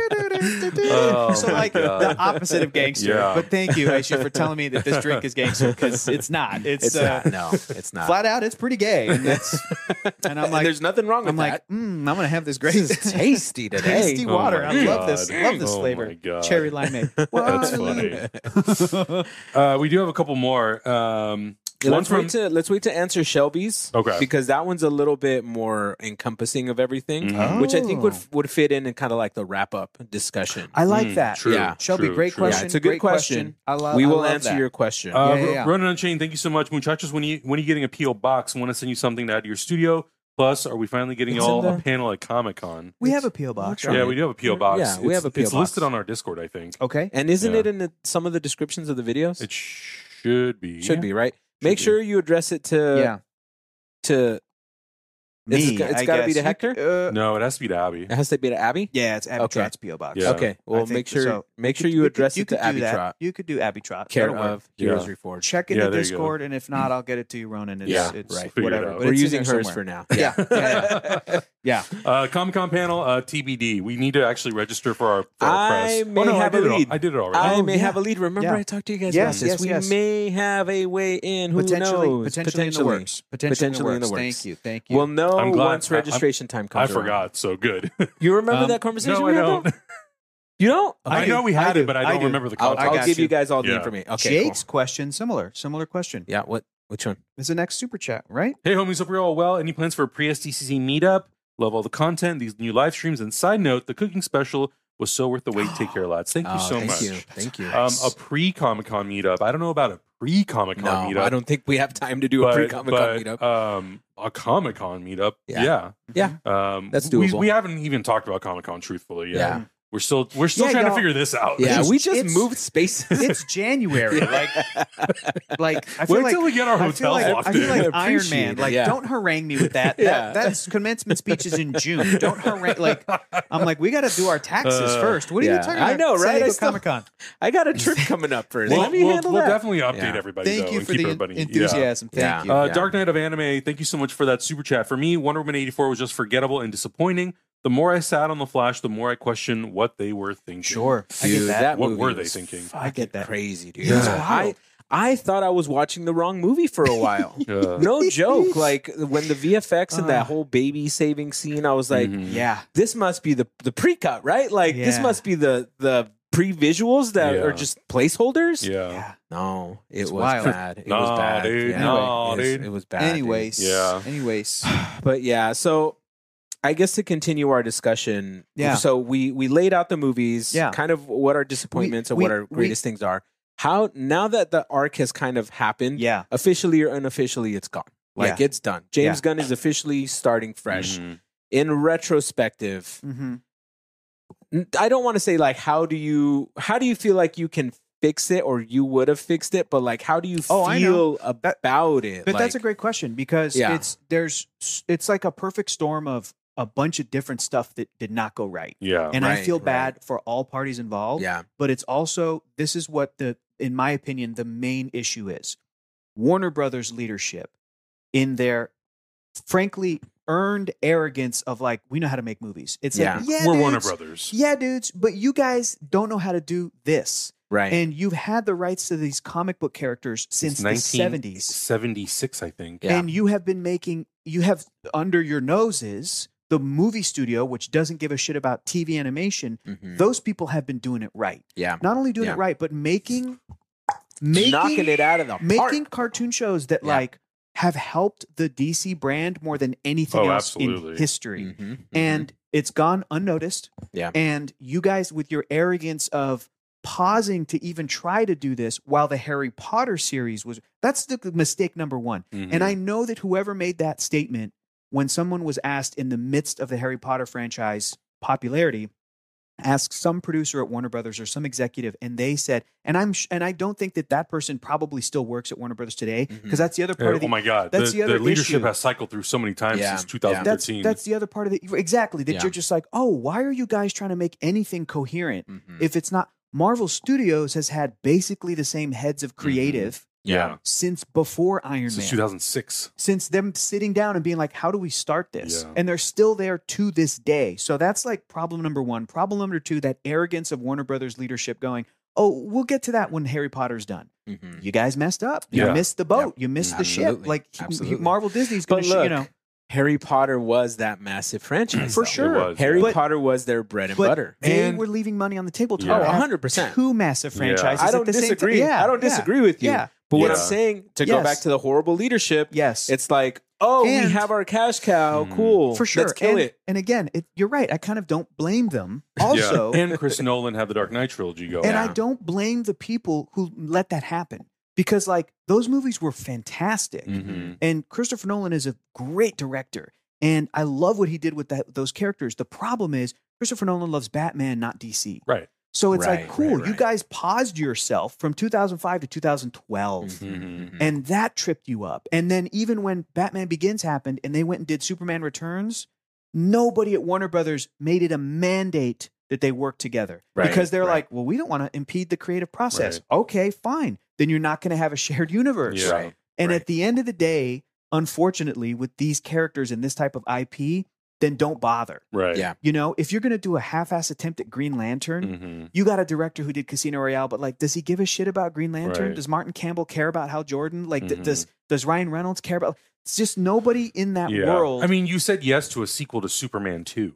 Speaker 1: Oh,
Speaker 3: so,
Speaker 1: my
Speaker 3: like,
Speaker 1: God.
Speaker 3: the opposite of gangster.
Speaker 1: Yeah.
Speaker 3: But thank you, Aisha, for telling me that this drink is gangster because it's not. It's,
Speaker 2: It's
Speaker 3: uh,
Speaker 2: not. No, it's not.
Speaker 3: flat out, it's pretty gay. And, that's, and I'm
Speaker 2: And
Speaker 3: like,
Speaker 2: there's nothing wrong with
Speaker 3: I'm like,
Speaker 2: that.
Speaker 3: mm, I'm going to have
Speaker 2: This
Speaker 3: this great.
Speaker 2: is tasty today.
Speaker 3: Tasty
Speaker 1: Oh
Speaker 3: water.
Speaker 1: my
Speaker 3: I love
Speaker 1: God.
Speaker 3: this. Love this
Speaker 1: Oh
Speaker 3: flavor.
Speaker 1: my God.
Speaker 3: Cherry limeade.
Speaker 1: That's funny. Uh, we do have a couple more. Um,
Speaker 2: Yeah,
Speaker 1: one
Speaker 2: let's
Speaker 1: from
Speaker 2: wait to let's wait to answer Shelby's.
Speaker 1: Okay.
Speaker 2: Because that one's a little bit more encompassing of everything,
Speaker 1: Mhm.
Speaker 2: which I think would
Speaker 3: Oh.
Speaker 2: would fit in in kind of like the wrap up discussion.
Speaker 3: I like
Speaker 1: Mm,
Speaker 3: that.
Speaker 1: True,
Speaker 2: Yeah.
Speaker 3: Shelby,
Speaker 1: true,
Speaker 3: great
Speaker 1: true.
Speaker 3: question.
Speaker 2: Yeah, it's a good
Speaker 3: great
Speaker 2: question.
Speaker 3: I love.
Speaker 2: we
Speaker 3: I
Speaker 2: will
Speaker 3: love
Speaker 2: answer
Speaker 3: that.
Speaker 2: your question.
Speaker 1: Uh,
Speaker 3: Yeah, yeah, yeah.
Speaker 1: Ronan Unchained, thank you so much, muchachos. When you when are you getting a PO box? Want to send you something to add to your studio? Plus, are we finally getting
Speaker 2: It's
Speaker 1: y'all
Speaker 2: in
Speaker 1: a
Speaker 2: the-
Speaker 1: panel at Comic Con?
Speaker 3: We have a peel box.
Speaker 2: Sure.
Speaker 1: Yeah,
Speaker 3: right?
Speaker 1: we do have a PO box.
Speaker 2: Yeah, we
Speaker 1: It's-
Speaker 2: have a P.O.
Speaker 1: It's
Speaker 2: box.
Speaker 1: listed on our Discord, I think.
Speaker 3: Okay.
Speaker 2: and isn't
Speaker 1: Yeah.
Speaker 2: it in the, some of the descriptions of the videos?
Speaker 1: It should be.
Speaker 2: should be right.
Speaker 1: Should
Speaker 2: Make
Speaker 1: be.
Speaker 2: sure you address it to
Speaker 3: yeah.
Speaker 2: to It's- it's
Speaker 3: I
Speaker 2: gotta be to
Speaker 3: guess.
Speaker 2: Hector?
Speaker 3: Uh,
Speaker 1: No, it has to be to Abby.
Speaker 2: it has to be to Abby.
Speaker 3: Yeah, it's Abby
Speaker 2: Okay.
Speaker 3: Trot's peel box.
Speaker 1: Yeah.
Speaker 2: Okay.
Speaker 3: I
Speaker 2: Well,
Speaker 3: think
Speaker 2: make sure
Speaker 3: so.
Speaker 2: make
Speaker 3: You
Speaker 2: sure
Speaker 3: could-
Speaker 2: you
Speaker 3: could-
Speaker 2: address
Speaker 3: you
Speaker 2: it to
Speaker 3: could do
Speaker 2: Abby
Speaker 3: that.
Speaker 2: Trot,
Speaker 3: You could do Abby Trot.
Speaker 2: care
Speaker 3: That'll work.
Speaker 2: of
Speaker 1: Yeah.
Speaker 2: Heroes Reforged.
Speaker 3: Check in
Speaker 1: Yeah,
Speaker 3: the
Speaker 1: there you go.
Speaker 3: Discord, and if not, I'll get it to you, Ronan. It's,
Speaker 2: Yeah,
Speaker 3: it's
Speaker 2: right.
Speaker 1: Figure it
Speaker 3: whatever.
Speaker 1: out.
Speaker 3: But
Speaker 2: We're
Speaker 3: it's in
Speaker 2: using
Speaker 3: there
Speaker 2: hers for
Speaker 3: somewhere.
Speaker 2: now.
Speaker 3: Yeah, yeah, yeah. yeah.
Speaker 1: Uh, Comic Con panel, uh, TBD. We need to actually register for our, for our
Speaker 2: I
Speaker 1: press.
Speaker 2: may
Speaker 1: oh, no,
Speaker 2: have
Speaker 1: I did
Speaker 2: a
Speaker 1: it al-
Speaker 2: lead.
Speaker 1: I did it already.
Speaker 2: I
Speaker 3: Oh,
Speaker 2: may
Speaker 3: yeah.
Speaker 2: have a lead. Remember,
Speaker 3: Yeah.
Speaker 2: I talked to you guys
Speaker 3: Yes,
Speaker 2: about this.
Speaker 3: yes,
Speaker 2: we
Speaker 3: yes.
Speaker 2: may have a way in. Who
Speaker 3: Potentially,
Speaker 2: knows?
Speaker 3: potentially, in the works. Potentially,
Speaker 2: Potentially in the works.
Speaker 3: Thank you. Thank you.
Speaker 2: We'll know
Speaker 1: I'm glad-
Speaker 2: once
Speaker 1: I- I'm-
Speaker 2: registration time
Speaker 1: I
Speaker 2: comes. around.
Speaker 1: forgot, so good.
Speaker 2: You remember
Speaker 3: Um,
Speaker 2: that conversation?
Speaker 1: no,
Speaker 2: we
Speaker 1: I
Speaker 2: had, though?
Speaker 1: don't.
Speaker 2: You don't.
Speaker 1: I, know we had
Speaker 3: I
Speaker 1: it,
Speaker 3: do.
Speaker 1: but I
Speaker 3: I
Speaker 1: don't
Speaker 3: do.
Speaker 1: remember the
Speaker 2: I'll,
Speaker 1: context.
Speaker 3: I
Speaker 2: I'll
Speaker 3: got
Speaker 2: give you
Speaker 3: you.
Speaker 2: guys all the
Speaker 1: Yeah.
Speaker 2: information. Okay. cool.
Speaker 3: Jake's question, similar, similar question.
Speaker 2: Yeah. What? Which one?
Speaker 3: It's the next super chat, right?
Speaker 1: Hey, homies, hope you're all well. Any plans for a pre SDCC meetup? Love all the content, these new live streams. And side note, the cooking special was so worth the wait. Take care, lads. Thank you
Speaker 2: Oh,
Speaker 1: so
Speaker 2: thank
Speaker 1: much.
Speaker 2: You. Thank you.
Speaker 1: Um, a pre Comic Con meetup. I don't know about a pre Comic
Speaker 2: no,
Speaker 1: Con meetup.
Speaker 2: I don't think we have time to do a
Speaker 1: but-
Speaker 2: pre Comic Con
Speaker 1: but,
Speaker 2: meetup.
Speaker 1: Um, a Comic Con meetup.
Speaker 2: Yeah.
Speaker 1: Yeah.
Speaker 2: Yeah.
Speaker 1: Um,
Speaker 2: That's
Speaker 1: we-
Speaker 2: doable.
Speaker 1: We, haven't even talked about Comic Con truthfully yet.
Speaker 2: Yeah.
Speaker 1: We're still we're still
Speaker 3: Yeah,
Speaker 1: trying to
Speaker 3: y'all-
Speaker 1: figure this out.
Speaker 2: Yeah,
Speaker 3: It's-
Speaker 2: we just
Speaker 3: it's-
Speaker 2: moved spaces.
Speaker 3: It's January. Like, like I feel
Speaker 1: Wait
Speaker 3: like
Speaker 1: till we get our
Speaker 3: I
Speaker 1: hotel
Speaker 3: feel like,
Speaker 1: locked
Speaker 3: I feel
Speaker 1: in.
Speaker 3: like
Speaker 2: in.
Speaker 3: Iron
Speaker 2: Appreciate
Speaker 3: Man.
Speaker 2: it,
Speaker 3: Like,
Speaker 2: yeah.
Speaker 3: don't harangue me with that.
Speaker 2: Yeah.
Speaker 3: that that's commencement speech is in June. Don't harangue. Like, I'm like, we got to do our taxes
Speaker 1: Uh,
Speaker 3: first. What are
Speaker 2: yeah.
Speaker 3: you talking
Speaker 2: I
Speaker 3: about?
Speaker 2: know, right? I still-
Speaker 3: Comic Con.
Speaker 2: I got a trip coming up first.
Speaker 1: We'll,
Speaker 2: Let me
Speaker 1: we'll-
Speaker 2: handle
Speaker 1: we'll
Speaker 2: that.
Speaker 1: definitely update
Speaker 2: Yeah.
Speaker 1: everybody
Speaker 3: Thank
Speaker 1: though
Speaker 3: you
Speaker 1: and
Speaker 3: for
Speaker 1: keep
Speaker 3: the
Speaker 1: everybody yeah.
Speaker 3: enthusiasm.
Speaker 2: Yeah.
Speaker 3: Thank you.
Speaker 1: Uh,
Speaker 2: Yeah.
Speaker 1: Dark Knight of Anime, thank you so much for that super chat. For me, Wonder Woman 84 was just forgettable and disappointing. The more I sat on The Flash, the more I questioned what they were thinking.
Speaker 3: Sure. I get
Speaker 2: Dude,
Speaker 3: that.
Speaker 2: that
Speaker 1: What
Speaker 2: movie
Speaker 1: were they
Speaker 2: was
Speaker 1: thinking?
Speaker 3: I get that.
Speaker 2: Crazy, dude.
Speaker 3: Yeah.
Speaker 2: I I thought I was watching the wrong movie for a while.
Speaker 1: Uh,
Speaker 2: no joke. Like when the VFX and
Speaker 3: Uh.
Speaker 2: that whole baby saving scene, I was like,
Speaker 1: mhm.
Speaker 3: Yeah.
Speaker 2: this must be the the pre cut, right? Like this
Speaker 3: Yeah.
Speaker 2: must be the the pre visuals that
Speaker 1: Yeah.
Speaker 2: are just placeholders.
Speaker 1: Yeah.
Speaker 3: Yeah.
Speaker 2: No, it
Speaker 3: It's
Speaker 2: was
Speaker 3: wild.
Speaker 2: bad. It
Speaker 1: Nah,
Speaker 2: was bad.
Speaker 1: dude.
Speaker 2: Yeah.
Speaker 1: Nah,
Speaker 2: it, was,
Speaker 1: dude.
Speaker 2: it was bad. dude.
Speaker 3: Anyways.
Speaker 1: Yeah.
Speaker 3: Anyways.
Speaker 2: but yeah, so I guess to continue our discussion,
Speaker 3: Yeah.
Speaker 2: So we we laid out the movies,
Speaker 3: Yeah.
Speaker 2: kind of what our disappointments
Speaker 3: We-
Speaker 2: and what
Speaker 3: we-
Speaker 2: our greatest things are. How now that the arc has kind of happened,
Speaker 3: Yeah.
Speaker 2: officially or unofficially, it's gone. Like it's done. James Gunn is officially starting fresh.
Speaker 1: Mhm.
Speaker 2: In retrospective,
Speaker 3: Mm-hmm.
Speaker 2: n- I don't want to say like how do you how do you feel like you can fix it or you would have fixed it, but like how do you
Speaker 3: Oh, I know.
Speaker 2: feel about it?
Speaker 3: But that's a
Speaker 2: Like,
Speaker 3: great question because
Speaker 2: Yeah.
Speaker 3: it's there's it's like a perfect storm of a bunch of different stuff that did not go right.
Speaker 1: Yeah.
Speaker 3: And I
Speaker 2: Right,
Speaker 3: feel
Speaker 2: right.
Speaker 3: bad for all parties involved,
Speaker 2: yeah,
Speaker 3: but it's also this is what the in my opinion the main issue is. Warner Brothers leadership in their frankly earned arrogance of like we know how to make movies. It's
Speaker 2: Yeah.
Speaker 3: like yeah,
Speaker 1: We're
Speaker 3: dudes,
Speaker 1: Warner Brothers.
Speaker 3: Yeah, dudes, but you guys don't know how to do this.
Speaker 2: right.
Speaker 3: And you've had the rights to these comic book characters since the 70s.
Speaker 1: 76, I think.
Speaker 2: Yeah.
Speaker 3: and you have been making you have under your noses the movie studio which doesn't give a shit about tv animation
Speaker 2: Mhm.
Speaker 3: those people have been doing it right
Speaker 2: yeah,
Speaker 3: not only doing
Speaker 2: Yeah.
Speaker 3: it right but making making
Speaker 2: knocking it out of the park.
Speaker 3: making cartoon shows that
Speaker 2: Yeah.
Speaker 3: like have helped the dc brand more than anything
Speaker 1: Oh,
Speaker 3: else in
Speaker 1: absolutely.
Speaker 3: history
Speaker 1: Mm-hmm.
Speaker 2: Mhm, mhm.
Speaker 3: and it's gone unnoticed.
Speaker 2: Yeah.
Speaker 3: And you guys, with your arrogance of pausing to even try to do this while the Harry Potter series was, that's the mistake number one.
Speaker 1: Mm-hmm.
Speaker 3: And I know that whoever made that statement, when someone was asked in the midst of the Harry Potter franchise popularity, asked some producer at Warner Brothers or some executive, and they said, and I'm, sh- and I don't think that that person probably still works at Warner Brothers today because
Speaker 2: Mhm.
Speaker 3: that's the other part
Speaker 1: Yeah,
Speaker 3: of the
Speaker 1: oh my God.
Speaker 3: that's
Speaker 1: the,
Speaker 3: the other
Speaker 1: leadership
Speaker 3: issue.
Speaker 1: has cycled through so many times
Speaker 2: Yeah.
Speaker 1: since
Speaker 2: Yeah.
Speaker 1: 2013.
Speaker 3: that's that's the other part of it exactly that
Speaker 2: Yeah.
Speaker 3: you're just like oh why are you guys trying to make anything coherent
Speaker 1: Mm-hmm.
Speaker 2: Mhm.
Speaker 3: if it's not marvel studios has had basically the same heads of creative
Speaker 1: yeah.
Speaker 3: since before iron
Speaker 1: Since
Speaker 3: man
Speaker 1: 2006.
Speaker 3: since them sitting down and being like how do we start this
Speaker 1: Yeah.
Speaker 3: and they're still there to this day so that's like problem number one problem number two that arrogance of warner brothers leadership going oh we'll get to that when harry potter's done
Speaker 1: Mm-hmm.
Speaker 2: Mhm.
Speaker 3: you guys messed up
Speaker 1: Yeah.
Speaker 3: you missed the boat you missed the ship
Speaker 2: Absolutely.
Speaker 3: like he- he-
Speaker 2: Absolutely.
Speaker 3: marvel disney's gonna
Speaker 2: But
Speaker 3: sh-
Speaker 2: look,
Speaker 3: you know
Speaker 2: Harry Potter was that massive franchise
Speaker 3: For
Speaker 2: though.
Speaker 3: sure.
Speaker 1: It was,
Speaker 2: Harry
Speaker 1: yeah.
Speaker 3: But-
Speaker 2: Potter was their bread and
Speaker 3: but
Speaker 2: butter.
Speaker 3: they
Speaker 1: And-
Speaker 3: were leaving money on the table to
Speaker 1: Yeah.
Speaker 2: Oh,
Speaker 1: Oh,
Speaker 3: have
Speaker 2: 100%.
Speaker 3: two massive
Speaker 1: Yeah.
Speaker 3: franchises.
Speaker 2: I
Speaker 3: at
Speaker 2: don't
Speaker 3: the same ti-
Speaker 2: disagree.
Speaker 3: Yeah,
Speaker 2: I don't
Speaker 3: yeah,
Speaker 2: disagree with you.
Speaker 3: Yeah.
Speaker 2: But what I'm
Speaker 1: Yeah.
Speaker 2: saying, to go
Speaker 3: Yes.
Speaker 2: back to the horrible leadership,
Speaker 3: Yes.
Speaker 2: it's like, oh,
Speaker 3: And-
Speaker 2: we have our cash cow.
Speaker 1: Mhm.
Speaker 2: Cool.
Speaker 3: for sure.
Speaker 2: Let's kill
Speaker 3: and,
Speaker 2: it.
Speaker 3: and again, it, you're right. I kind of don't blame them. Also,
Speaker 1: Yeah. And Chris Nolan had the Dark Knight trilogy go.
Speaker 3: and
Speaker 2: Oh, Yeah.
Speaker 3: I don't blame the people who let that happen because like those movies were fantastic.
Speaker 2: Mm-hmm.
Speaker 1: Mhm.
Speaker 3: And Christopher Nolan is a great director. And I love what he did with that, those characters. The problem is Christopher Nolan loves Batman, not DC.
Speaker 1: Right.
Speaker 3: So it's
Speaker 2: Right,
Speaker 3: like, cool,
Speaker 2: right,
Speaker 3: you
Speaker 2: right.
Speaker 3: guys paused yourself from 2005 to 2012.
Speaker 1: Mhm.
Speaker 3: and that tripped you up. And then even when Batman Begins happened and they went and did Superman Returns, nobody at Warner Brothers made it a mandate that they work together
Speaker 2: Right,
Speaker 3: because they're
Speaker 2: right.
Speaker 3: like, well, we don't want to impede the creative process. Okay, fine. Then you're not going to have a shared universe.
Speaker 1: Yeah.
Speaker 2: Right.
Speaker 3: And
Speaker 2: right.
Speaker 3: at the end of the day, unfortunately, with these characters and this type of IP, then don't bother.
Speaker 1: Right.
Speaker 2: Yeah.
Speaker 3: You know, if you're going to do a half-ass attempt at Green Lantern,
Speaker 1: Mhm.
Speaker 3: you got a director who did Casino Royale, but like, does he give a shit about Green Lantern?
Speaker 1: Right.
Speaker 3: Does Martin Campbell care about Hal Jordan? Like, th-
Speaker 1: Mhm.
Speaker 3: does does Ryan Reynolds care about? It's just nobody in that
Speaker 1: Yeah.
Speaker 3: world.
Speaker 1: I mean, you said yes to a sequel to Superman 2.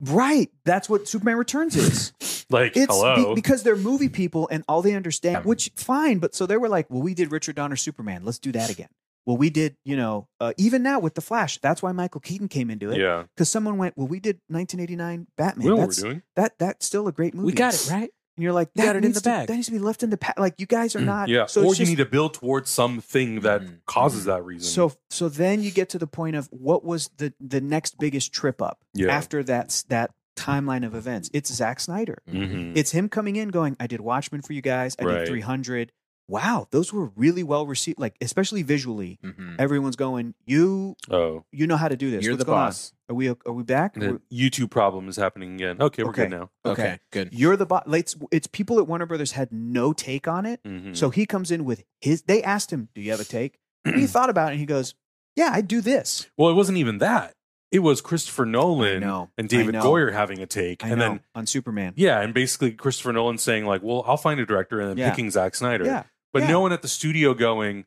Speaker 3: right? That's what Superman Returns is.
Speaker 1: Like,
Speaker 3: It's
Speaker 1: hello.
Speaker 3: be- because they're movie people and all they understand, which fine. But so they were like, well, we did Richard Donner Superman. Let's do that again. Well, we did, you know, uh, even now with the Flash. That's why Michael Keaton came into it
Speaker 1: yeah.
Speaker 3: because someone went, well, we did 1989 Batman.
Speaker 1: We know what we're
Speaker 3: that's
Speaker 1: doing.
Speaker 3: that that's still a great movie.
Speaker 2: we got it, right?
Speaker 3: And you're like,
Speaker 2: You
Speaker 3: that
Speaker 2: got it in
Speaker 3: needs
Speaker 2: the
Speaker 3: to-
Speaker 2: bag.
Speaker 3: That needs to be left in the pack. Like you guys are not.
Speaker 1: Yeah.
Speaker 3: So
Speaker 1: or
Speaker 3: it's
Speaker 1: you
Speaker 3: just, Mm-hmm.
Speaker 1: need to build towards something that
Speaker 2: Mhm.
Speaker 1: causes that reason.
Speaker 3: So so then you get to the point of what was the the next biggest trip up
Speaker 1: Yeah.
Speaker 3: after that that timeline of events. It's Zack Snyder.
Speaker 1: Mhm.
Speaker 3: It's him coming in going, I did Watchmen for you guys. I
Speaker 1: Right.
Speaker 3: did 300. Wow, those were really well received. Like, especially visually,
Speaker 1: Mm-hmm.
Speaker 2: Mhm.
Speaker 1: Mm.
Speaker 3: everyone's going, you
Speaker 1: Oh,
Speaker 3: you know how to do this.
Speaker 2: You're
Speaker 3: What's
Speaker 2: the
Speaker 3: going on?
Speaker 2: boss.
Speaker 3: Are we are we back?
Speaker 1: the
Speaker 3: We're-
Speaker 1: YouTube problem is happening again. Okay, we're good
Speaker 3: Okay.
Speaker 1: now.
Speaker 2: Okay. good.
Speaker 3: You're the boss. It's, it's people at Warner Brothers had no take on it.
Speaker 1: Mhm.
Speaker 3: So he comes in with his. They asked him, "Do you have a take?" he thought about it and he goes, "Yeah, I do this."
Speaker 1: well, it wasn't even that. It was Christopher
Speaker 3: I
Speaker 1: Nolan
Speaker 3: know.
Speaker 1: and
Speaker 3: I
Speaker 1: David
Speaker 3: know.
Speaker 1: Goyer having a take,
Speaker 3: I
Speaker 1: and
Speaker 3: know,
Speaker 1: then
Speaker 3: on Superman.
Speaker 1: yeah, and basically Christopher Nolan saying like, "Well, I'll find a director," and then
Speaker 3: Yeah.
Speaker 1: picking Zack Snyder.
Speaker 3: Yeah,
Speaker 1: But
Speaker 3: yeah.
Speaker 1: no one at the studio going,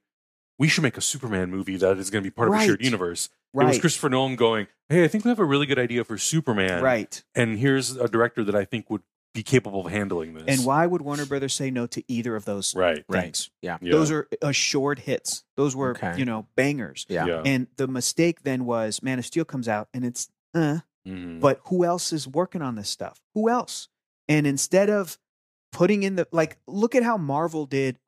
Speaker 1: "We should make a Superman movie that is going to be part of a
Speaker 3: Right.
Speaker 1: shared universe." It was
Speaker 3: right,
Speaker 1: Christopher Nolan going, "Hey, I think we have a really good idea for Superman,
Speaker 3: right.
Speaker 1: And here's a director that I think would be capable of handling this."
Speaker 3: And why would Warner Brothers say no to either of those?
Speaker 1: Right.
Speaker 2: Right.
Speaker 3: Things?
Speaker 2: Yeah.
Speaker 1: Yeah.
Speaker 3: Those are assured hits. Those were
Speaker 2: Okay.
Speaker 3: you know bangers.
Speaker 2: Yeah.
Speaker 3: And the mistake then was Man of Steel comes out and it's uh,
Speaker 1: Mhm.
Speaker 3: but who else is working on this stuff? Who else? And instead of putting in the like, look at how Marvel did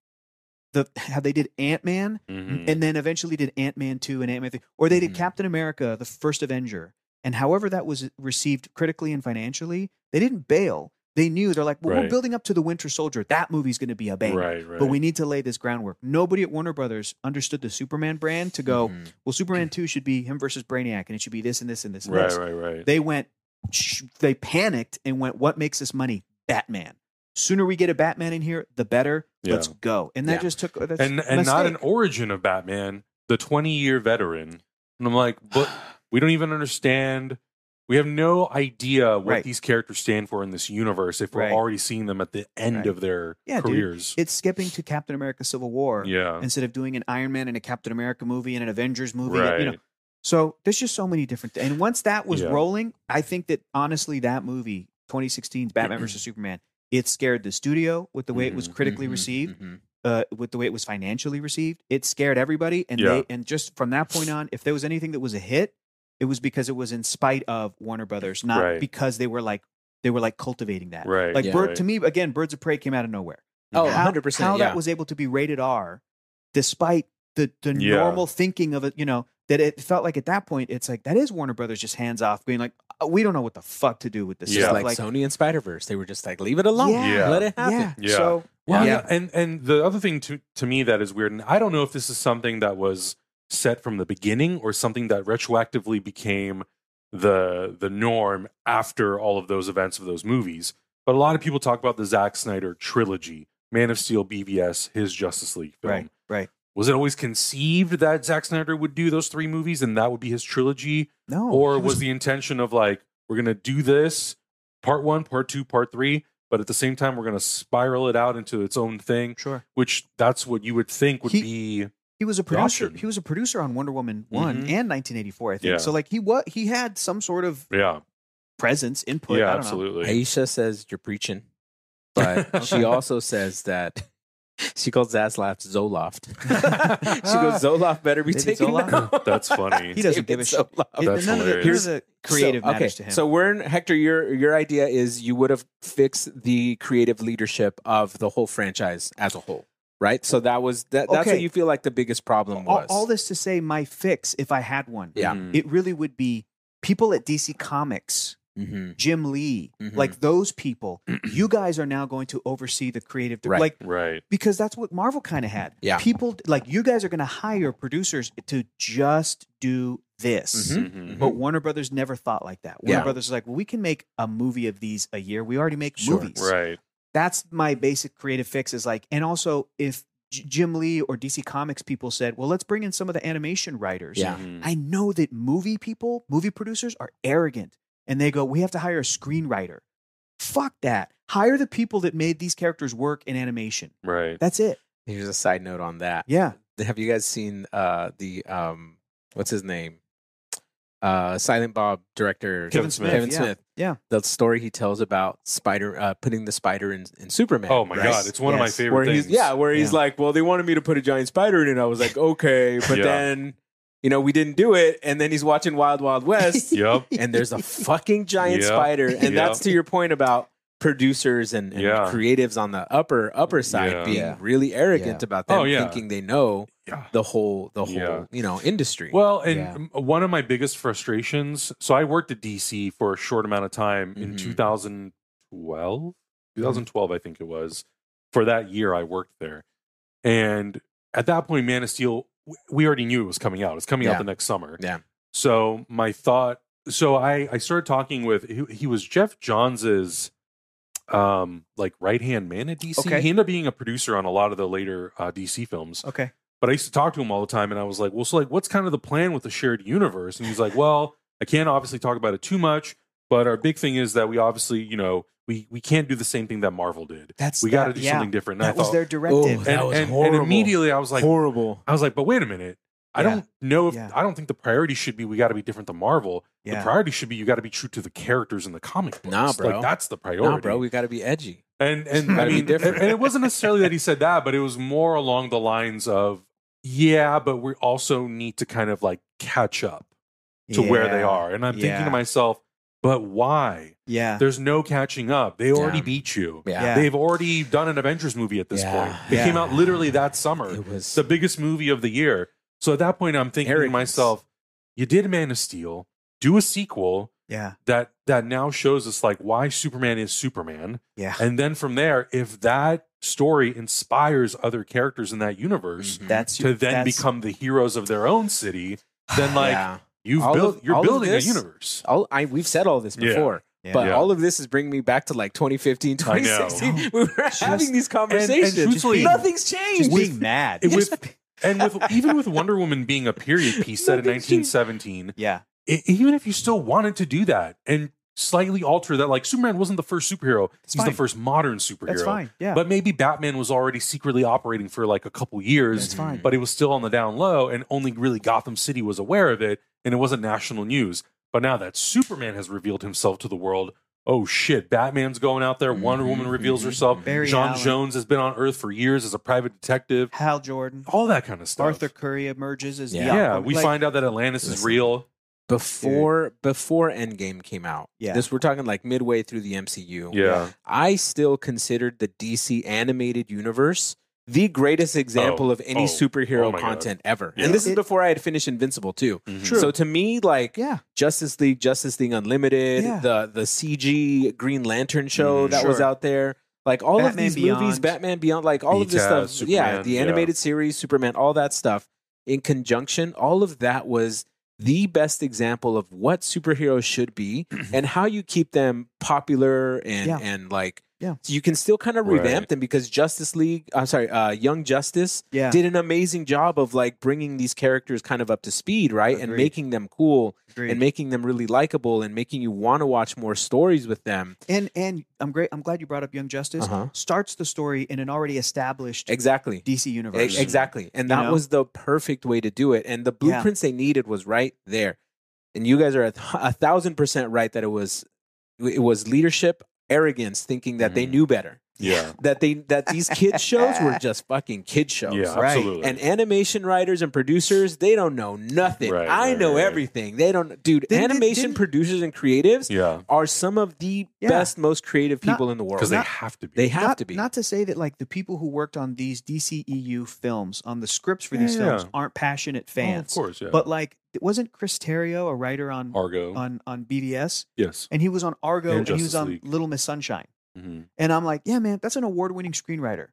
Speaker 3: the how they did Ant Man
Speaker 1: Mhm.
Speaker 3: and then eventually did Ant Man two and Ant Man three, or they did
Speaker 1: Mm-hmm.
Speaker 2: Mhm.
Speaker 3: Captain America, the first Avenger, and however that was received critically and financially, they didn't bail. They knew they're like, well,
Speaker 1: Right.
Speaker 3: we're building up to the Winter Soldier. That movie's going to be a bang.
Speaker 1: right, right.
Speaker 3: But we need to lay this groundwork. Nobody at Warner Brothers understood the Superman brand to go,
Speaker 1: Mm-hmm.
Speaker 2: Mhm.
Speaker 3: well, Superman 2 should be him versus Brainiac, and it should be this and this and this and
Speaker 1: right,
Speaker 3: this.
Speaker 1: right, right.
Speaker 3: They went, sh- they panicked and went, what makes us money? Batman. Sooner we get a Batman in here, the better.
Speaker 1: Yeah.
Speaker 3: Let's go. And that
Speaker 2: Yeah.
Speaker 3: just took, that's
Speaker 1: and and not an
Speaker 3: mistake.
Speaker 1: origin of Batman, the 20 year veteran. And I'm like, but we don't even understand. We have no idea what
Speaker 3: Right.
Speaker 1: these characters stand for in this universe if we're
Speaker 3: Right.
Speaker 1: already seeing them at the end
Speaker 3: Right.
Speaker 1: of their
Speaker 3: Yeah, dude.
Speaker 1: careers.
Speaker 3: It's skipping to Captain America Civil War
Speaker 1: yeah,
Speaker 3: instead of doing an Iron Man and a Captain America movie and an Avengers movie.
Speaker 1: right.
Speaker 3: that, you know. So there's just so many different things. And once that was
Speaker 1: Yeah.
Speaker 3: rolling, I think that honestly, that movie, 2016's Batman vs. Superman, it scared the studio with the way it was
Speaker 1: Mhm,
Speaker 3: critically
Speaker 2: Mhm,
Speaker 3: received.
Speaker 2: mhm.
Speaker 3: uh, with the way it was financially received, it scared everybody. And
Speaker 1: Yeah.
Speaker 3: they and just from that point on, if there was anything that was a hit, it was because it was in spite of Warner Brothers, not
Speaker 1: Right.
Speaker 3: because they were like they were like cultivating that.
Speaker 1: right.
Speaker 3: Like
Speaker 2: Yeah.
Speaker 3: Bird
Speaker 1: right.
Speaker 3: to me again, Birds of Prey came out of nowhere.
Speaker 2: Oh,
Speaker 3: how,
Speaker 2: 100%.
Speaker 3: how
Speaker 2: yeah.
Speaker 3: that was able to be rated R, despite the the
Speaker 1: Yeah.
Speaker 3: normal thinking of it, you know, that it felt like at that point it's like that is Warner Brothers just hands off, being like "Uh, we don't know what the fuck to do with this.
Speaker 1: Yeah.
Speaker 2: Just
Speaker 3: stuff."
Speaker 2: like, Sony and Spider Verse. They were just like, leave it alone.
Speaker 3: Yeah.
Speaker 1: Yeah.
Speaker 2: Let it happen.
Speaker 3: yeah,
Speaker 1: Yeah.
Speaker 3: So
Speaker 1: Well,
Speaker 2: Yeah.
Speaker 1: yeah. and and the other thing to to me that is weird, and I don't know if this is something that was set from the beginning or something that retroactively became the the norm after all of those events of those movies. But a lot of people talk about the Zack Snyder trilogy, Man of Steel, BVS, his Justice League film.
Speaker 3: right, right.
Speaker 1: Was it always conceived that Zack Snyder would do those three movies and that would be his trilogy,
Speaker 3: No,
Speaker 1: or
Speaker 3: it
Speaker 1: was the intention of like we're gonna do this part one, part two, part three, but at the same time we're gonna spiral it out into its own thing?
Speaker 3: sure.
Speaker 1: which that's what you would think would
Speaker 3: He-
Speaker 1: be
Speaker 3: He was a producer.
Speaker 1: option.
Speaker 3: He was a producer on Wonder Woman one
Speaker 1: Mhm.
Speaker 3: and 1984, I think.
Speaker 1: Yeah.
Speaker 3: So like he was he had some sort of
Speaker 1: yeah
Speaker 3: presence input. I
Speaker 1: yeah
Speaker 3: don't
Speaker 1: absolutely
Speaker 2: Aisha says you're preaching, but she also says that she calls Zaslav Zoloft. she goes, Zoloft better be
Speaker 3: David
Speaker 2: taken
Speaker 3: Zoloft?
Speaker 2: down."
Speaker 1: that's funny
Speaker 3: He doesn't give
Speaker 2: David
Speaker 3: a shit.
Speaker 2: Zoloft.
Speaker 3: Know. It-
Speaker 1: That's
Speaker 3: none of the,
Speaker 1: hilarious.
Speaker 3: here's a creative
Speaker 2: So-
Speaker 3: matters to him.
Speaker 2: So we're in, Hector. Your your idea is you would have fixed the creative leadership of the whole franchise as a whole, right? So that was that. That's what
Speaker 3: Okay.
Speaker 2: you feel like the biggest problem
Speaker 3: all,
Speaker 2: was.
Speaker 3: all this to say, my fix, if I had one,
Speaker 2: Yeah.
Speaker 1: Mm.
Speaker 3: it really would be people at DC Comics,
Speaker 2: hmm
Speaker 3: Jim Lee,
Speaker 2: Mhm.
Speaker 3: like those people. you guys are now going to oversee the creative,
Speaker 2: Right.
Speaker 3: like
Speaker 1: right
Speaker 3: because that's what Marvel kind of had.
Speaker 2: Yeah.
Speaker 3: people like you guys are going to hire producers to just do this.
Speaker 2: Mhm.
Speaker 1: Mhm.
Speaker 3: But Warner Brothers never thought like that. Warner
Speaker 2: Yeah.
Speaker 3: Brothers is like, well, we can make a movie of these a year. We already make
Speaker 2: Sure.
Speaker 3: movies.
Speaker 1: right
Speaker 3: That's my basic creative fix is like, and also if J- Jim Lee or DC Comics people said, well, let's bring in some of the animation writers.
Speaker 2: Yeah.
Speaker 1: Mhm.
Speaker 3: I know that movie people, movie producers are arrogant and they go, we have to hire a screenwriter. Fuck that. Hire the people that made these characters work in animation.
Speaker 1: right
Speaker 3: That's it.
Speaker 2: Here's a side note on that.
Speaker 3: Yeah.
Speaker 2: Have you guys seen uh the um what's his name? Uh Silent Bob director
Speaker 1: Kevin Smith,
Speaker 2: Kevin
Speaker 3: yeah.
Speaker 2: Smith.
Speaker 3: Yeah.
Speaker 2: The story he tells about spider uh putting the spider in, in Superman.
Speaker 1: oh my
Speaker 2: right?
Speaker 1: god it's one of my
Speaker 3: Yes.
Speaker 1: favorite
Speaker 2: Where
Speaker 1: things
Speaker 2: he's yeah, where he's
Speaker 3: Yeah.
Speaker 2: like, Well, they wanted me to put a giant spider in it. I was like, Okay, but
Speaker 1: Yeah.
Speaker 2: then you know, we didn't do it, and then he's watching Wild Wild West
Speaker 1: yep
Speaker 2: and there's a fucking giant
Speaker 1: Yep.
Speaker 2: spider. And
Speaker 1: Yep.
Speaker 2: that's to your point about producers and, and
Speaker 1: Yeah.
Speaker 2: creatives on the upper upper side
Speaker 1: Yeah.
Speaker 2: being
Speaker 3: Yeah.
Speaker 2: really arrogant
Speaker 3: Yeah.
Speaker 2: about them,
Speaker 1: Oh, yeah.
Speaker 2: thinking they know
Speaker 1: Yeah.
Speaker 2: the whole the whole
Speaker 1: Yeah.
Speaker 2: you know industry.
Speaker 1: Well, and
Speaker 3: Yeah.
Speaker 1: m- one of my biggest frustrations. So I worked at DC for a short amount of time in
Speaker 2: Mhm.
Speaker 1: 2012, 2012, I think it was. For that year, I worked there, and at that point, Man of Steel, w- we already knew it was coming out. It's coming out
Speaker 2: Yeah.
Speaker 1: the next summer.
Speaker 2: Yeah.
Speaker 1: So my thought. So I I started talking with he, he was Jeff Johns's um like right hand man at DC.
Speaker 3: Okay.
Speaker 1: He ended up being a producer on a lot of the later uh, DC films
Speaker 3: Okay.
Speaker 1: but I used to talk to him all the time, and I was like, "Well, so like, what's kind of the plan with the shared universe?" And he's like, "Well, I can't obviously talk about it too much, but our big thing is that we obviously, you know, we we can't do the same thing that Marvel did.
Speaker 3: That's
Speaker 1: We got to
Speaker 3: that-
Speaker 1: do
Speaker 3: yeah.
Speaker 1: something different." And
Speaker 3: That
Speaker 1: I
Speaker 3: was
Speaker 1: thought,
Speaker 3: their directive.
Speaker 2: Oh,
Speaker 1: and,
Speaker 2: that was
Speaker 1: and, and
Speaker 2: horrible.
Speaker 1: immediately I was like,
Speaker 2: horrible.
Speaker 1: I was like, "But wait a minute." I
Speaker 3: Yeah.
Speaker 1: don't know if
Speaker 3: Yeah.
Speaker 1: I don't think the priority should be we got to be different than Marvel. The
Speaker 3: yeah.
Speaker 1: priority should be you got to be true to the characters in the comic books.
Speaker 2: Nah, bro.
Speaker 1: Like that's the priority.
Speaker 2: No, bro, we got to be edgy.
Speaker 1: And and I
Speaker 2: Gotta be
Speaker 1: mean,
Speaker 2: different.
Speaker 1: and it wasn't necessarily that he said that, but it was more along the lines of, yeah, but we also need to kind of like catch up to where they
Speaker 3: Yeah.
Speaker 1: are. And I'm thinking
Speaker 3: Yeah.
Speaker 1: to myself, but why?
Speaker 3: Yeah.
Speaker 1: There's no catching up. They already
Speaker 2: Yeah.
Speaker 1: beat you.
Speaker 3: Yeah.
Speaker 1: They've already done an Avengers movie at this
Speaker 2: Yeah.
Speaker 1: point. It
Speaker 3: Yeah.
Speaker 1: came out literally that summer.
Speaker 2: It was
Speaker 1: It's the biggest movie of the year. So at that point, I'm thinking
Speaker 2: Arrogance.
Speaker 1: to myself, you did Man of Steel, do a sequel
Speaker 3: yeah.
Speaker 1: that that now shows us like why Superman is Superman.
Speaker 3: Yeah.
Speaker 1: And then from there, if that story inspires other characters in that universe
Speaker 2: Mhm.
Speaker 3: That's
Speaker 1: to then
Speaker 3: that's-
Speaker 1: become the heroes of their own city, then like
Speaker 2: Yeah.
Speaker 1: you've
Speaker 2: All
Speaker 1: built
Speaker 2: of- all
Speaker 1: you're
Speaker 2: of
Speaker 1: building a
Speaker 2: this-
Speaker 1: universe.
Speaker 2: All, I, we've said all this
Speaker 1: Yeah.
Speaker 2: before,
Speaker 3: Yeah.
Speaker 2: but
Speaker 1: Yeah.
Speaker 2: all of this is bringing me back to like 2015,
Speaker 1: I know.
Speaker 2: 2016. We were having these
Speaker 1: and
Speaker 2: conversations.
Speaker 1: truthfully-
Speaker 2: Nothing's changed.
Speaker 3: just being mad.
Speaker 1: It was- and with even with Wonder Woman being a period piece set in
Speaker 2: Nothing changed.
Speaker 1: 1917,
Speaker 3: yeah.
Speaker 1: i even if you still wanted to do that and slightly alter that, like Superman wasn't the first superhero; he's
Speaker 3: fine.
Speaker 1: the first modern superhero.
Speaker 3: That's fine. Yeah.
Speaker 1: But maybe Batman was already secretly operating for like a couple years
Speaker 3: That's fine.
Speaker 1: but it was still on the down low, and only really Gotham City was aware of it, and it wasn't national news. But now that Superman has revealed himself to the world, oh shit, Batman's going out there. Wonder
Speaker 2: Mhm,
Speaker 1: Woman reveals
Speaker 2: mhm.
Speaker 1: herself.
Speaker 3: Mm-hmm. Barry
Speaker 1: John
Speaker 3: Allen.
Speaker 1: Jones has been on Earth for years as a private detective.
Speaker 3: Hal Jordan,
Speaker 1: All that kind of stuff.
Speaker 3: Arthur Curry emerges as the
Speaker 1: Yeah,
Speaker 2: Yeah.
Speaker 3: Aquaman.
Speaker 1: we
Speaker 3: Like,
Speaker 1: find out that Atlantis is
Speaker 2: Listen.
Speaker 1: real.
Speaker 2: before before Endgame came out.
Speaker 3: Yeah.
Speaker 2: This we're talking like midway through the MCU.
Speaker 1: Yeah,
Speaker 2: I still considered the DC animated universe the greatest example of any
Speaker 1: oh, oh
Speaker 2: superhero
Speaker 1: my God.
Speaker 2: content ever.
Speaker 1: Yeah.
Speaker 2: And this is
Speaker 3: It-
Speaker 2: before I had finished Invincible too.
Speaker 3: True.
Speaker 2: So to me, like
Speaker 3: yeah,
Speaker 2: Justice League, Justice League Unlimited,
Speaker 3: Yeah.
Speaker 2: the the CG Green Lantern show
Speaker 1: Mhm.
Speaker 2: that was
Speaker 3: Sure.
Speaker 2: out there, like all of
Speaker 3: Batman
Speaker 2: these movies,
Speaker 3: Beyond.
Speaker 2: Batman Beyond, like all of this
Speaker 1: BTAS,
Speaker 2: stuff, yeah,
Speaker 1: Superman,
Speaker 2: the
Speaker 1: yeah.
Speaker 2: animated series, Superman, all that stuff, in conjunction, all of that was the best example of what superheroes should be and how you keep them popular and
Speaker 3: Yeah.
Speaker 2: and like
Speaker 3: Yeah.
Speaker 2: so you can still kind of revamp
Speaker 1: Right.
Speaker 2: them because Justice League, I'm sorry, uh, Young Justice
Speaker 3: yeah.
Speaker 2: did an amazing job of like bringing these characters kind of up to speed, right, and
Speaker 3: Agreed.
Speaker 2: making them cool
Speaker 3: Agreed.
Speaker 2: and making them really likable and making you want to watch more stories with them.
Speaker 3: and and I'm great. I'm glad you brought up Young Justice.
Speaker 2: Uh-huh.
Speaker 3: Starts the story in an already established
Speaker 2: Exactly.
Speaker 3: DC
Speaker 2: E-
Speaker 3: universe.
Speaker 2: Exactly. And
Speaker 3: You
Speaker 2: that
Speaker 3: know?
Speaker 2: was the perfect way to do it. And the blueprints they needed was right there. And you guys are a, th- a thousand percent right that it was it was leadership arrogance thinking that
Speaker 3: Mm-hmm.
Speaker 2: they
Speaker 1: Mhm.
Speaker 2: knew better
Speaker 1: Yeah,
Speaker 2: that they that these kids shows were just fucking kid shows
Speaker 1: yeah,
Speaker 3: Right.
Speaker 1: absolutely.
Speaker 2: and animation writers and producers they don't know nothing
Speaker 1: Right,
Speaker 2: i
Speaker 1: right,
Speaker 2: know
Speaker 1: right.
Speaker 2: everything they don't dude
Speaker 3: Didn't-
Speaker 2: animation
Speaker 3: didn't-
Speaker 2: producers and creatives
Speaker 1: yeah,
Speaker 2: are some of the
Speaker 3: Yeah.
Speaker 2: best, most creative
Speaker 3: Not-
Speaker 2: people in the world.
Speaker 1: because they
Speaker 3: Not- Oh,
Speaker 1: have to be.
Speaker 2: They have
Speaker 3: not,
Speaker 2: to be.
Speaker 3: Not to say that like the people who worked on these DCEU films, on the scripts for these
Speaker 1: Yeah, yeah.
Speaker 3: films, aren't passionate
Speaker 1: Oh,
Speaker 3: fans.
Speaker 1: of course, yeah.
Speaker 3: But like, it wasn't Chris Terrio a writer on
Speaker 1: Argo,
Speaker 3: on on BVS?
Speaker 1: yes,
Speaker 3: And he was on Argo,
Speaker 1: And
Speaker 3: and, he
Speaker 1: Justice
Speaker 3: was on
Speaker 1: League.
Speaker 3: Little Miss Sunshine.
Speaker 1: hmm
Speaker 3: And I'm like, yeah, man, that's an award winning screenwriter.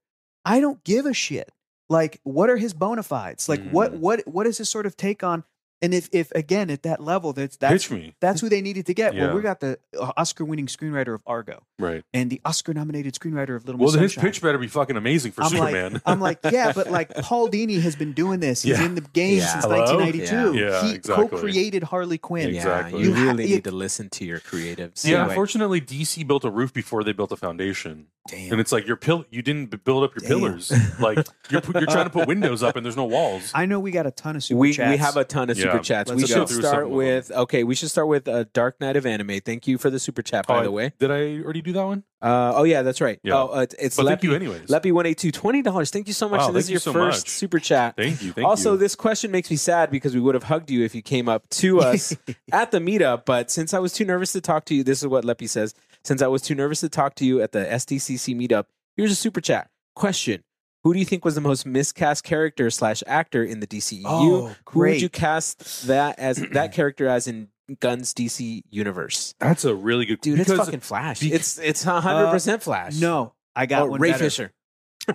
Speaker 3: I don't give a shit. Like, what are his bona fides? Like, what
Speaker 1: Mm.
Speaker 3: what what is his sort of take on? And if if again at that level, that's that's
Speaker 1: pitch me,
Speaker 3: that's who they needed to get.
Speaker 1: Yeah.
Speaker 3: Well, we got the Oscar winning screenwriter of Argo
Speaker 1: right?
Speaker 3: and the Oscar nominated screenwriter of Little
Speaker 1: Well,
Speaker 3: Miss
Speaker 1: then his
Speaker 3: Sunshine.
Speaker 1: pitch better be fucking amazing for
Speaker 3: I'm
Speaker 1: Superman.
Speaker 3: like, I'm like, yeah, but like Paul Dini has been doing this. He's
Speaker 1: Yeah.
Speaker 3: in the game
Speaker 2: Yeah.
Speaker 3: since
Speaker 1: Hello?
Speaker 3: 1992.
Speaker 1: Yeah. Yeah,
Speaker 3: he
Speaker 1: exactly.
Speaker 3: co-created Harley Quinn.
Speaker 1: Yeah. Exactly.
Speaker 2: You
Speaker 3: You ha-
Speaker 2: really
Speaker 3: you-
Speaker 2: need to listen to your creatives.
Speaker 1: yeah,
Speaker 2: Anyway.
Speaker 1: unfortunately, DC built a roof before they built a foundation.
Speaker 2: Damn.
Speaker 1: and it's like your pill you didn't b- build up your
Speaker 3: Damn.
Speaker 1: pillars like you're, pu- you're trying to put windows up and there's no walls
Speaker 3: I know we got a ton of super
Speaker 2: we,
Speaker 3: chats.
Speaker 2: we have a ton of
Speaker 1: Yeah.
Speaker 2: super chats.
Speaker 3: Let's
Speaker 2: we
Speaker 3: go
Speaker 2: should
Speaker 1: through
Speaker 2: start
Speaker 1: some of them.
Speaker 2: with okay. We should start with uh, Dark Knight of Anime. Thank you for the super chat, by
Speaker 1: Oh,
Speaker 2: the way.
Speaker 1: did i already do that one
Speaker 2: Uh, oh yeah, that's right.
Speaker 1: Yeah.
Speaker 2: Oh, uh, it's
Speaker 1: but thank
Speaker 2: Leppy
Speaker 1: you anyways
Speaker 2: Leppy one eight two twenty dollars. Thank you so much.
Speaker 1: Wow,
Speaker 2: and this is
Speaker 1: thank
Speaker 2: your
Speaker 1: you so
Speaker 2: first
Speaker 1: much.
Speaker 2: super chat.
Speaker 1: thank you thank
Speaker 2: also,
Speaker 1: you
Speaker 2: this question makes me sad because we would have hugged you if you came up to us at the meetup. But since I was too nervous to talk to you, this is what Leppy says. Since I was too nervous to talk to you at the SDCC meetup, here's a super chat. Question Who do you think was the most miscast character slash actor in the DCEU?
Speaker 1: Oh,
Speaker 2: Who would you cast that as that character as in Guns DC universe?
Speaker 1: That's a really good
Speaker 2: Dude, it's
Speaker 1: because-
Speaker 2: fucking Flash.
Speaker 1: bec-
Speaker 2: it's it's hundred percent Flash.
Speaker 3: No, I got
Speaker 2: Oh,
Speaker 3: one
Speaker 2: Ray
Speaker 3: better.
Speaker 2: Fisher.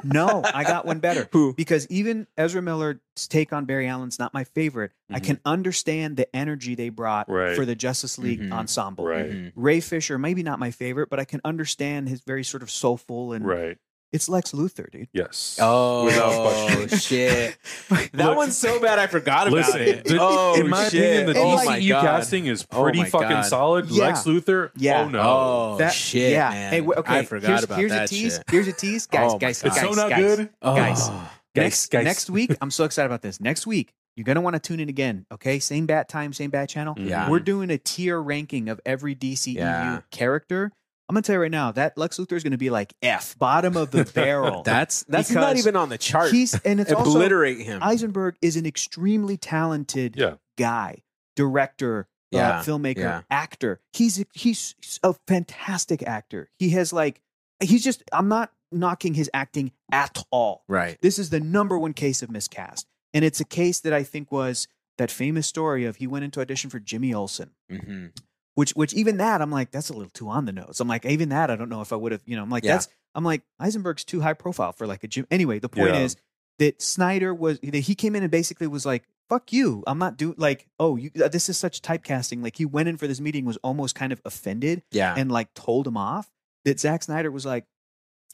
Speaker 3: No, I got one better.
Speaker 2: Who?
Speaker 3: Because even Ezra Miller's take on Barry Allen's not my favorite. I
Speaker 2: Mhm.
Speaker 3: can understand the energy they brought
Speaker 1: Mm-hmm. Right. Mm-hmm.
Speaker 3: for the Justice League
Speaker 2: Mhm.
Speaker 3: ensemble.
Speaker 1: Right.
Speaker 2: Mhm.
Speaker 3: Ray Fisher, maybe not my favorite, but I can understand his very sort of soulful and
Speaker 1: Right.
Speaker 3: it's Lex Luthor, dude.
Speaker 1: Yes.
Speaker 2: Oh
Speaker 1: Without question.
Speaker 2: shit! that
Speaker 1: Look-
Speaker 2: one's so bad I forgot about
Speaker 1: Listen,
Speaker 2: it.
Speaker 1: the-
Speaker 2: oh
Speaker 1: in my
Speaker 2: shit.
Speaker 1: opinion, the E
Speaker 3: Oh
Speaker 2: my
Speaker 1: DCU
Speaker 2: God.
Speaker 1: casting is
Speaker 2: Oh
Speaker 1: pretty
Speaker 2: my
Speaker 1: fucking
Speaker 2: God.
Speaker 1: solid.
Speaker 3: Yeah.
Speaker 1: Lex Luthor.
Speaker 3: Yeah.
Speaker 1: Oh no.
Speaker 2: Oh
Speaker 3: That-
Speaker 2: shit!
Speaker 3: yeah.
Speaker 2: Man.
Speaker 3: Hey, wait, okay.
Speaker 2: I forgot
Speaker 3: here's,
Speaker 2: about
Speaker 3: here's
Speaker 2: that
Speaker 3: a tease.
Speaker 2: shit.
Speaker 3: Here's a tease, guys,
Speaker 2: Oh my
Speaker 3: guys,
Speaker 2: God.
Speaker 1: it's
Speaker 3: guys,
Speaker 1: so not
Speaker 3: guys.
Speaker 1: good.
Speaker 3: Guys.
Speaker 2: Oh.
Speaker 3: next, next week, I'm so excited about this. Next week, you're gonna want to tune in again. Okay, same bat time, same bat channel.
Speaker 1: Mm-hmm.
Speaker 2: Yeah.
Speaker 3: We're doing a tier ranking of every DCEU
Speaker 2: Um, Yeah.
Speaker 3: character. I'm gonna tell you right now that Lex Luthor is gonna be like F, bottom of the barrel.
Speaker 2: That's Oh, that's
Speaker 3: Because
Speaker 2: not even on the chart.
Speaker 3: He's and it's also
Speaker 2: Obliterate him.
Speaker 3: Eisenberg is an extremely talented
Speaker 1: Yeah.
Speaker 3: guy, director,
Speaker 2: Yeah,
Speaker 3: uh, filmmaker,
Speaker 2: yeah.
Speaker 3: actor. He's he's a fantastic actor. He has like he's just I'm not knocking his acting at all.
Speaker 2: right.
Speaker 3: This is the number one case of miscast, and it's a case that I think was that famous story of he went into audition for Jimmy Olsen.
Speaker 2: hmm
Speaker 3: Which, which even that I'm like that's a little too on the nose. I'm like even that I don't know if I would have you know I'm like
Speaker 2: Yeah.
Speaker 3: that's I'm like Eisenberg's too high profile for like a Jim. Anyway, the point
Speaker 1: Yeah.
Speaker 3: is that Snyder was that he came in and basically was like, "Fuck you, I'm not doing like oh you this is such typecasting." Like he went in for this meeting was almost kind of offended
Speaker 2: Yeah.
Speaker 3: and like told him off. That Zack Snyder was like,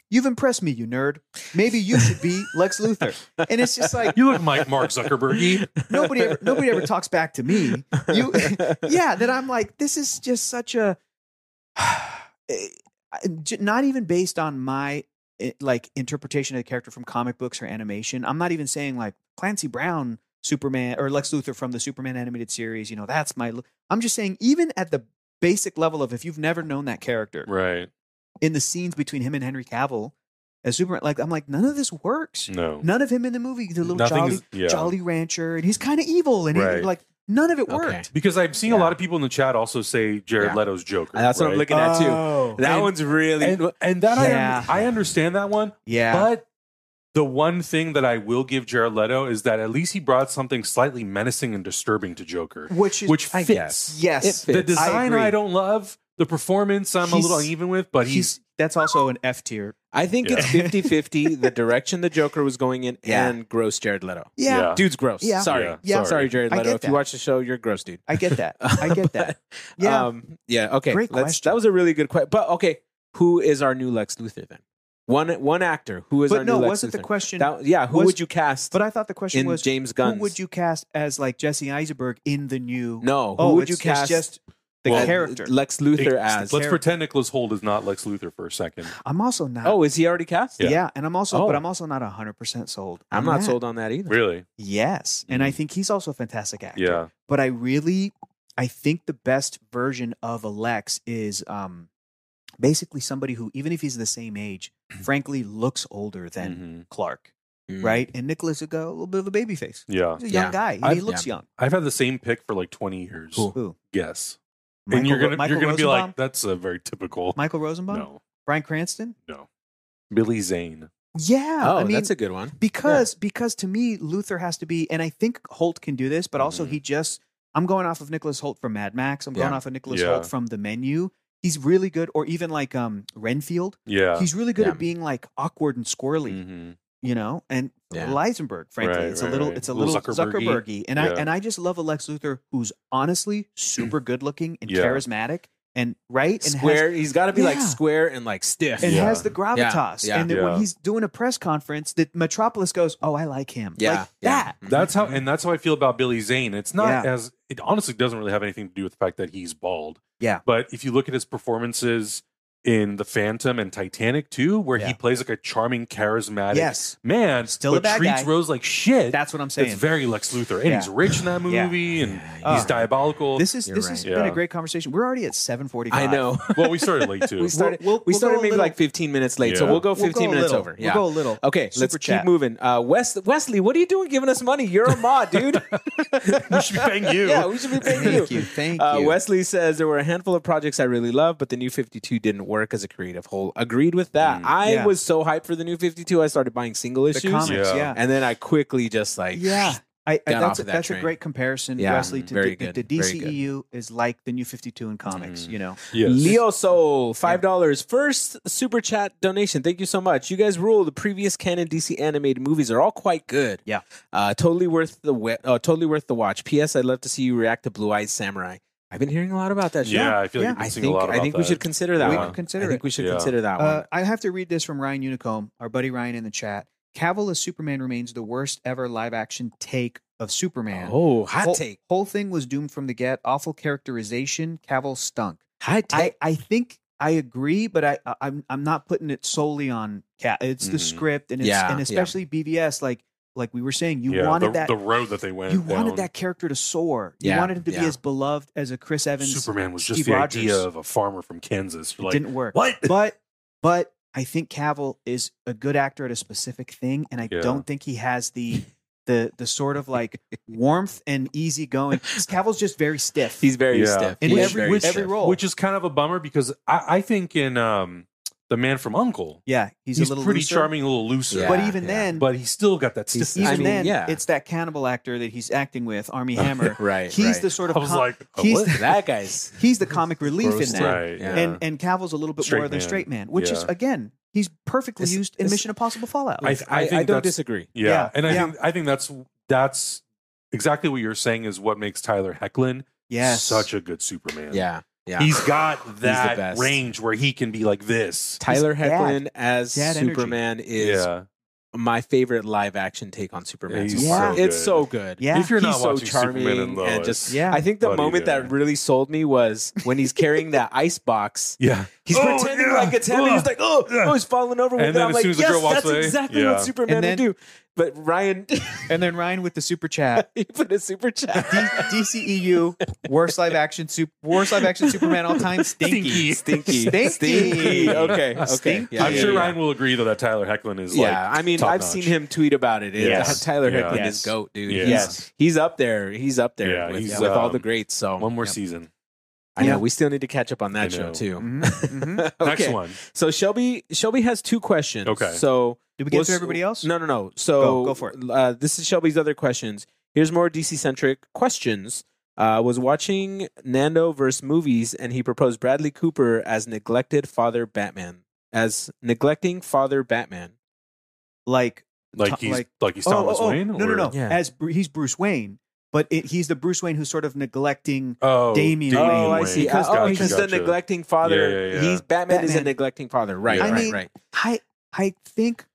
Speaker 3: "You've impressed me, you nerd. Maybe you should be Lex Luthor." And it's just like
Speaker 1: You look like Mark Zuckerberg.
Speaker 3: nobody ever nobody ever talks back to me. You- Yeah, that I'm like this is just such a eh, not even based on my eh, like interpretation of the character from comic books or animation. I'm not even saying like Clancy Brown Superman or Lex Luthor from the Superman animated series, you know, that's my l- I'm just saying even at the basic level of if you've never known that character
Speaker 1: right.
Speaker 3: in the scenes between him and Henry Cavill as Superman. Like I'm like, none of this works.
Speaker 1: No.
Speaker 3: None of him in the movie. The little
Speaker 1: Nothing
Speaker 3: jolly,
Speaker 1: is- yeah.
Speaker 3: jolly rancher, and he's kind of evil, and he-
Speaker 1: Right.
Speaker 3: like none of it
Speaker 2: Okay.
Speaker 3: worked.
Speaker 1: Because I've seen a
Speaker 2: Yeah.
Speaker 1: lot of people in the chat also say Jared
Speaker 2: Yeah.
Speaker 1: Leto's Joker.
Speaker 2: That's what I'm
Speaker 1: right?
Speaker 2: looking at too.
Speaker 3: Oh.
Speaker 2: That
Speaker 1: And-
Speaker 2: one's really
Speaker 1: And, and that I
Speaker 3: Yeah.
Speaker 1: I understand that one,
Speaker 3: Yeah,
Speaker 1: but the one thing that I will give Jared Leto is that at least he brought something slightly menacing and disturbing to Joker,
Speaker 3: which is
Speaker 1: which
Speaker 3: I-
Speaker 1: fits.
Speaker 2: guess.
Speaker 3: yes,
Speaker 2: It fits.
Speaker 1: The design
Speaker 3: agree.
Speaker 1: I, don't love. The performance I'm a little
Speaker 3: He's-
Speaker 1: uneven with, but he's,
Speaker 3: he's that's also an F tier.
Speaker 2: I think
Speaker 1: Yeah.
Speaker 2: it's 50 50 the direction the Joker was going in
Speaker 3: Yeah.
Speaker 2: and gross Jared Leto.
Speaker 3: Yeah,
Speaker 1: Yeah.
Speaker 2: Dude's gross.
Speaker 3: Yeah.
Speaker 2: Sorry.
Speaker 1: Yeah.
Speaker 2: Yeah.
Speaker 1: Sorry.
Speaker 2: Sorry, Jared
Speaker 3: I
Speaker 2: Leto.
Speaker 3: get
Speaker 2: If you
Speaker 3: that.
Speaker 2: watch the show, you're a gross, dude.
Speaker 3: I get that. I get that. Yeah,
Speaker 2: Um, yeah. Okay.
Speaker 3: Great
Speaker 2: let's-
Speaker 3: question.
Speaker 2: That was a really good question. But okay, who is our new Lex Luthor then? One one actor. Who is our
Speaker 3: but
Speaker 2: new
Speaker 3: no,
Speaker 2: Lex
Speaker 3: wasn't
Speaker 2: Luthor?
Speaker 3: the question?
Speaker 2: That- yeah. Who
Speaker 3: was-
Speaker 2: would you cast?
Speaker 3: but I thought the question
Speaker 2: in
Speaker 3: was
Speaker 2: James
Speaker 3: who
Speaker 2: Gunn's.
Speaker 3: would you cast as like Jesse Eisenberg in the new?
Speaker 2: No. Who
Speaker 3: oh,
Speaker 2: would you
Speaker 3: it's- it's
Speaker 2: cast?
Speaker 3: just the
Speaker 1: Well,
Speaker 2: as
Speaker 3: character.
Speaker 2: Lex Luthor
Speaker 1: Let's
Speaker 2: as.
Speaker 3: Let's-
Speaker 1: pretend Nicholas Holt is not Lex Luthor for a second.
Speaker 3: I'm also not.
Speaker 2: oh, is he already cast?
Speaker 3: yeah. and I'm also, but
Speaker 2: Oh.
Speaker 3: I'm also not 100 percent sold.
Speaker 2: I'm
Speaker 3: on
Speaker 2: not
Speaker 3: that.
Speaker 2: sold Mm. on that either.
Speaker 1: Really?
Speaker 3: Yes, and I think he's also a fantastic actor.
Speaker 1: Yeah.
Speaker 3: but I really, I think the best version of Alex is um, basically somebody who, even if he's the same age, frankly looks older than
Speaker 1: Mhm.
Speaker 3: Clark,
Speaker 2: Mm.
Speaker 3: right? And Nicholas has got a little bit of a baby face.
Speaker 1: Mm-hmm. Yeah.
Speaker 3: He's a young
Speaker 2: Yeah.
Speaker 3: guy. He
Speaker 1: I've-
Speaker 3: looks young.
Speaker 1: I've had the same pick for like 20 years.
Speaker 2: Who?
Speaker 3: Who?
Speaker 1: Yes.
Speaker 3: Michael
Speaker 1: and you're
Speaker 3: Ro-
Speaker 1: gonna
Speaker 3: Michael
Speaker 1: you're gonna be
Speaker 3: Rosenbaum?
Speaker 1: like, that's a very typical.
Speaker 3: Michael Rosenbaum,
Speaker 1: No,
Speaker 3: Brian Cranston.
Speaker 1: no. Billy Zane.
Speaker 3: Yeah,
Speaker 2: Oh,
Speaker 3: I mean,
Speaker 2: that's a good one.
Speaker 3: because because to me Luther has to be, and I think Holt can do this, but also
Speaker 1: Mhm.
Speaker 3: he just I'm going off of Nicholas Holt from Mad Max. I'm going
Speaker 2: Yeah.
Speaker 3: off of Nicholas
Speaker 1: Yeah.
Speaker 3: Holt from The Menu. He's really good, or even like um Renfield.
Speaker 1: Yeah.
Speaker 3: He's Mm-hmm, really good
Speaker 2: Yeah.
Speaker 3: at being like awkward and squirrely,
Speaker 1: Mhm.
Speaker 3: you know. And
Speaker 2: Yeah.
Speaker 3: Leisenberg, frankly,
Speaker 1: Right,
Speaker 3: it's a
Speaker 1: right,
Speaker 3: little
Speaker 1: right.
Speaker 3: it's a
Speaker 1: Little
Speaker 3: little
Speaker 1: Zuckerberg-y.
Speaker 3: Zuckerbergy, and I
Speaker 1: Yeah.
Speaker 3: and I just love Alex Luthor, who's honestly super good looking and
Speaker 1: Yeah.
Speaker 3: charismatic and right and has-
Speaker 2: Square. he's got to be like
Speaker 3: Yeah.
Speaker 2: square and like stiff.
Speaker 3: and
Speaker 1: Yeah.
Speaker 3: has the gravitas.
Speaker 2: yeah,
Speaker 3: and that
Speaker 1: yeah.
Speaker 3: when he's doing a press conference, that Metropolis goes, "Oh, I like him."
Speaker 2: yeah.
Speaker 3: like
Speaker 2: yeah.
Speaker 3: that.
Speaker 2: Mhm.
Speaker 1: That's how, and that's how I feel about Billy Zane. It's not
Speaker 3: mm-hmm. Yeah.
Speaker 1: as it honestly doesn't really have anything to do with the fact that he's bald.
Speaker 3: Yeah.
Speaker 1: But if you look at his performances in The Phantom and Titanic too, where he
Speaker 3: Yeah.
Speaker 1: plays like a charming, charismatic
Speaker 3: Yes.
Speaker 1: man,
Speaker 3: Still a
Speaker 1: but
Speaker 3: bad
Speaker 1: treats
Speaker 3: guy.
Speaker 1: Rose like shit.
Speaker 3: That's what I'm saying.
Speaker 1: it's very Lex Luthor, and
Speaker 3: Yeah.
Speaker 1: he's rich in that
Speaker 3: Yeah.
Speaker 1: movie, and
Speaker 3: yeah.
Speaker 1: he's
Speaker 3: Oh.
Speaker 1: diabolical.
Speaker 3: this is
Speaker 2: You're
Speaker 3: this
Speaker 2: right.
Speaker 3: has been
Speaker 1: Yeah.
Speaker 3: a great conversation. We're already at 7:45.
Speaker 2: I know.
Speaker 1: well, we started late too.
Speaker 2: we started.
Speaker 3: We'll- we'll
Speaker 2: we
Speaker 3: go
Speaker 2: started
Speaker 3: a
Speaker 2: maybe
Speaker 3: little-
Speaker 2: like 15 minutes late, so
Speaker 1: Yeah.
Speaker 2: we'll go
Speaker 3: We'll
Speaker 2: 15
Speaker 3: go a
Speaker 2: minutes
Speaker 3: little.
Speaker 2: over.
Speaker 3: We'll go a little.
Speaker 2: Okay,
Speaker 3: Super
Speaker 2: let's
Speaker 3: chat.
Speaker 2: keep moving. Uh, Wes, Wesley, what are you doing giving us money? You're a ma, dude.
Speaker 1: we should be paying you.
Speaker 2: yeah, we should be paying
Speaker 3: Thank you. Thank
Speaker 2: Uh,
Speaker 3: you.
Speaker 2: Wesley says there were a handful of projects I really love, but the New 52 didn't work as a creative whole. Agreed with that. I
Speaker 3: Mm, Yeah.
Speaker 2: was so hyped for the New 52, I started buying single
Speaker 3: the
Speaker 2: issues,
Speaker 3: comics,
Speaker 1: Yeah.
Speaker 3: yeah. Yeah.
Speaker 2: and then I quickly just like
Speaker 3: I, I,
Speaker 2: Got off
Speaker 3: that's a,
Speaker 2: of that
Speaker 3: that's
Speaker 2: train.
Speaker 3: a great comparison,
Speaker 2: Yeah.
Speaker 3: Wesley.
Speaker 2: Mm,
Speaker 3: To
Speaker 2: very
Speaker 3: the,
Speaker 2: good,
Speaker 3: the
Speaker 2: very good. Mm-hmm.
Speaker 3: DCEU is like the new 52 in comics, you know?
Speaker 1: Yes.
Speaker 2: Leo Soul, five dollars. First super chat donation. Thank you so much. You guys rule. The previous canon DC animated movies are all quite good.
Speaker 3: Yeah.
Speaker 2: uh, totally worth the wa- uh, totally worth the watch. P.S. I'd love to see you react to Blue Eyed Samurai. I've been hearing a lot about that. show.
Speaker 1: yeah, I feel like
Speaker 3: Yeah.
Speaker 1: you've been
Speaker 2: I
Speaker 1: seeing
Speaker 2: think
Speaker 1: a lot
Speaker 2: I
Speaker 1: about
Speaker 2: think
Speaker 1: that.
Speaker 2: we should consider that
Speaker 3: We
Speaker 2: one.
Speaker 3: could consider
Speaker 2: I think
Speaker 3: it.
Speaker 2: we should
Speaker 1: Yeah.
Speaker 2: consider that one.
Speaker 3: Uh, I have to read this from Ryan Unicomb, our buddy Ryan in the chat. Cavill as Superman remains the worst ever live action take of Superman.
Speaker 2: Oh, hot
Speaker 3: whole,
Speaker 2: take.
Speaker 3: Whole thing was doomed from the get. Awful characterization. Cavill stunk.
Speaker 2: Hot
Speaker 3: I, I think I agree, but I, I I'm I'm not putting it solely on cat. It's the
Speaker 1: Mhm.
Speaker 3: script and it's
Speaker 2: Mm-hmm. Yeah,
Speaker 3: and
Speaker 2: yeah.
Speaker 3: especially BVS. Like like we were saying, you
Speaker 1: yeah,
Speaker 3: wanted
Speaker 1: the,
Speaker 3: that
Speaker 1: the road that they went.
Speaker 3: you
Speaker 1: down.
Speaker 3: wanted that character to soar. You
Speaker 2: Yeah,
Speaker 3: wanted him to
Speaker 2: yeah.
Speaker 3: be as beloved as a Chris Evans.
Speaker 1: Superman was just
Speaker 3: Steve
Speaker 1: the
Speaker 3: Rogers.
Speaker 1: idea of a farmer from Kansas. You're
Speaker 3: It
Speaker 1: like,
Speaker 3: didn't work.
Speaker 1: what?
Speaker 3: But but I think Cavill is a good actor at a specific thing, and I
Speaker 1: Yeah.
Speaker 3: don't think he has the the the sort of like warmth and easy going. Cavill's just very stiff.
Speaker 2: He's very
Speaker 1: Yeah.
Speaker 2: stiff.
Speaker 3: in
Speaker 2: He's
Speaker 1: which-
Speaker 3: every
Speaker 2: very
Speaker 3: which,
Speaker 2: stiff.
Speaker 3: every role.
Speaker 1: Which is kind of a bummer because I, I think in um, the Man from Uncle,
Speaker 3: yeah, he's, a little
Speaker 1: pretty
Speaker 3: looser.
Speaker 1: charming, a little looser.
Speaker 2: Yeah.
Speaker 3: But even then,
Speaker 1: but he's still got that
Speaker 2: He's-
Speaker 1: stiffness.
Speaker 3: even
Speaker 2: I mean,
Speaker 3: then,
Speaker 2: yeah.
Speaker 3: it's that cannibal actor that he's acting with, Army Hammer.
Speaker 2: right.
Speaker 3: he's
Speaker 2: right.
Speaker 3: the sort of
Speaker 1: I was
Speaker 3: com-
Speaker 1: like, oh,
Speaker 3: he's
Speaker 1: what?
Speaker 3: the-
Speaker 2: that guy's
Speaker 3: he's the comic relief in
Speaker 2: Gross
Speaker 3: that.
Speaker 1: right. Yeah.
Speaker 2: Yeah.
Speaker 3: And and Cavill's a little bit
Speaker 1: Straight
Speaker 3: more than
Speaker 1: man.
Speaker 3: straight man, which is
Speaker 1: Yeah.
Speaker 3: again he's perfectly
Speaker 2: It's-
Speaker 3: used in
Speaker 2: it's-
Speaker 3: Mission Impossible Fallout.
Speaker 1: I-
Speaker 2: I,
Speaker 1: think
Speaker 2: I don't
Speaker 1: that's-
Speaker 2: disagree.
Speaker 1: yeah.
Speaker 3: yeah,
Speaker 1: and I
Speaker 3: yeah.
Speaker 1: think I think that's that's exactly what you're saying is what makes Tyler Hecklin such a good Superman.
Speaker 2: Yeah. Yeah.
Speaker 1: He's got that
Speaker 2: best.
Speaker 1: range where he can be like this.
Speaker 2: Tyler
Speaker 3: dad.
Speaker 2: Hecklin as
Speaker 3: Dad energy.
Speaker 2: Superman is
Speaker 1: yeah.
Speaker 2: my favorite live action take on Superman.
Speaker 1: he's
Speaker 3: Yeah.
Speaker 1: so
Speaker 2: It's
Speaker 1: good.
Speaker 2: so good.
Speaker 3: Yeah.
Speaker 1: If you're
Speaker 2: he's
Speaker 1: not
Speaker 2: so
Speaker 1: watching
Speaker 2: charming
Speaker 1: Superman and Lois,
Speaker 2: and just
Speaker 3: Yeah.
Speaker 2: I think the
Speaker 1: Buddy,
Speaker 2: moment
Speaker 1: yeah.
Speaker 2: that really sold me was when he's carrying that ice box.
Speaker 1: yeah,
Speaker 2: He's
Speaker 1: Oh,
Speaker 2: pretending
Speaker 1: yeah.
Speaker 2: like it's heavy. He's
Speaker 1: Ugh.
Speaker 2: like, oh,
Speaker 1: Yeah.
Speaker 2: oh, he's falling over. with
Speaker 1: And
Speaker 2: it.
Speaker 1: then
Speaker 2: I'm
Speaker 1: as
Speaker 2: like,
Speaker 1: soon as the
Speaker 2: yes,
Speaker 1: girl walks
Speaker 2: that's
Speaker 1: away,
Speaker 2: exactly
Speaker 1: yeah.
Speaker 2: what Superman
Speaker 3: And then-
Speaker 2: would do. But Ryan,
Speaker 3: And then Ryan with the super chat.
Speaker 2: he put a super chat.
Speaker 3: D- DCEU, worst live action super, worst live action Superman all time, Stinky.
Speaker 2: Stinky.
Speaker 3: Stinky.
Speaker 2: Stinky. Okay. Okay.
Speaker 3: Stinky.
Speaker 2: Yeah,
Speaker 1: I'm
Speaker 2: yeah,
Speaker 1: sure
Speaker 2: yeah.
Speaker 1: Ryan will agree though that Tyler Hecklin is
Speaker 2: yeah,
Speaker 1: like
Speaker 2: I mean,
Speaker 1: top
Speaker 2: I've
Speaker 1: notch.
Speaker 2: seen him tweet about it.
Speaker 1: Yes.
Speaker 2: Yeah, Tyler
Speaker 1: Yeah.
Speaker 2: Hecklin
Speaker 3: Yes.
Speaker 2: is goat, dude.
Speaker 1: Yes.
Speaker 2: He's, he's up there. He's up there
Speaker 1: Yeah,
Speaker 2: with,
Speaker 1: he's,
Speaker 2: with all
Speaker 1: um,
Speaker 2: the greats. So
Speaker 1: one more
Speaker 2: Yeah.
Speaker 1: season.
Speaker 2: I know
Speaker 3: Yeah.
Speaker 2: we still need to catch up on
Speaker 1: I
Speaker 2: that show
Speaker 1: know.
Speaker 2: too.
Speaker 3: Mhm, mhm.
Speaker 2: okay.
Speaker 1: Next one.
Speaker 2: So Shelby, Shelby has two questions.
Speaker 1: Okay.
Speaker 2: So
Speaker 3: Did we get
Speaker 2: Well,
Speaker 3: to everybody else?
Speaker 2: no, no, no. So
Speaker 3: Go- go for it.
Speaker 2: Uh, this is Shelby's other questions. Here's more DC centric questions. Uh, was watching Nando versus movies, and he proposed Bradley Cooper as neglected father Batman, as neglecting father Batman.
Speaker 3: Like,
Speaker 1: Like
Speaker 3: Tom-
Speaker 1: he's like,
Speaker 3: like-
Speaker 1: he's
Speaker 3: oh,
Speaker 1: Thomas
Speaker 3: oh, oh,
Speaker 1: Wayne.
Speaker 3: No, no,
Speaker 1: or-
Speaker 3: no.
Speaker 2: Yeah.
Speaker 3: As Bru- he's Bruce Wayne, but it, he's the Bruce Wayne who's sort of neglecting.
Speaker 1: Oh,
Speaker 3: Damian Damian
Speaker 2: Oh, I
Speaker 3: Wayne.
Speaker 2: see.
Speaker 3: Because-
Speaker 2: oh,
Speaker 1: Gotcha,
Speaker 2: he's the
Speaker 1: gotcha.
Speaker 2: neglecting father.
Speaker 1: Yeah, yeah, yeah.
Speaker 2: He's Batman, is a
Speaker 3: Batman.
Speaker 2: neglecting father. Right,
Speaker 1: Yeah.
Speaker 3: I
Speaker 2: right,
Speaker 3: mean,
Speaker 2: right.
Speaker 3: I, I think,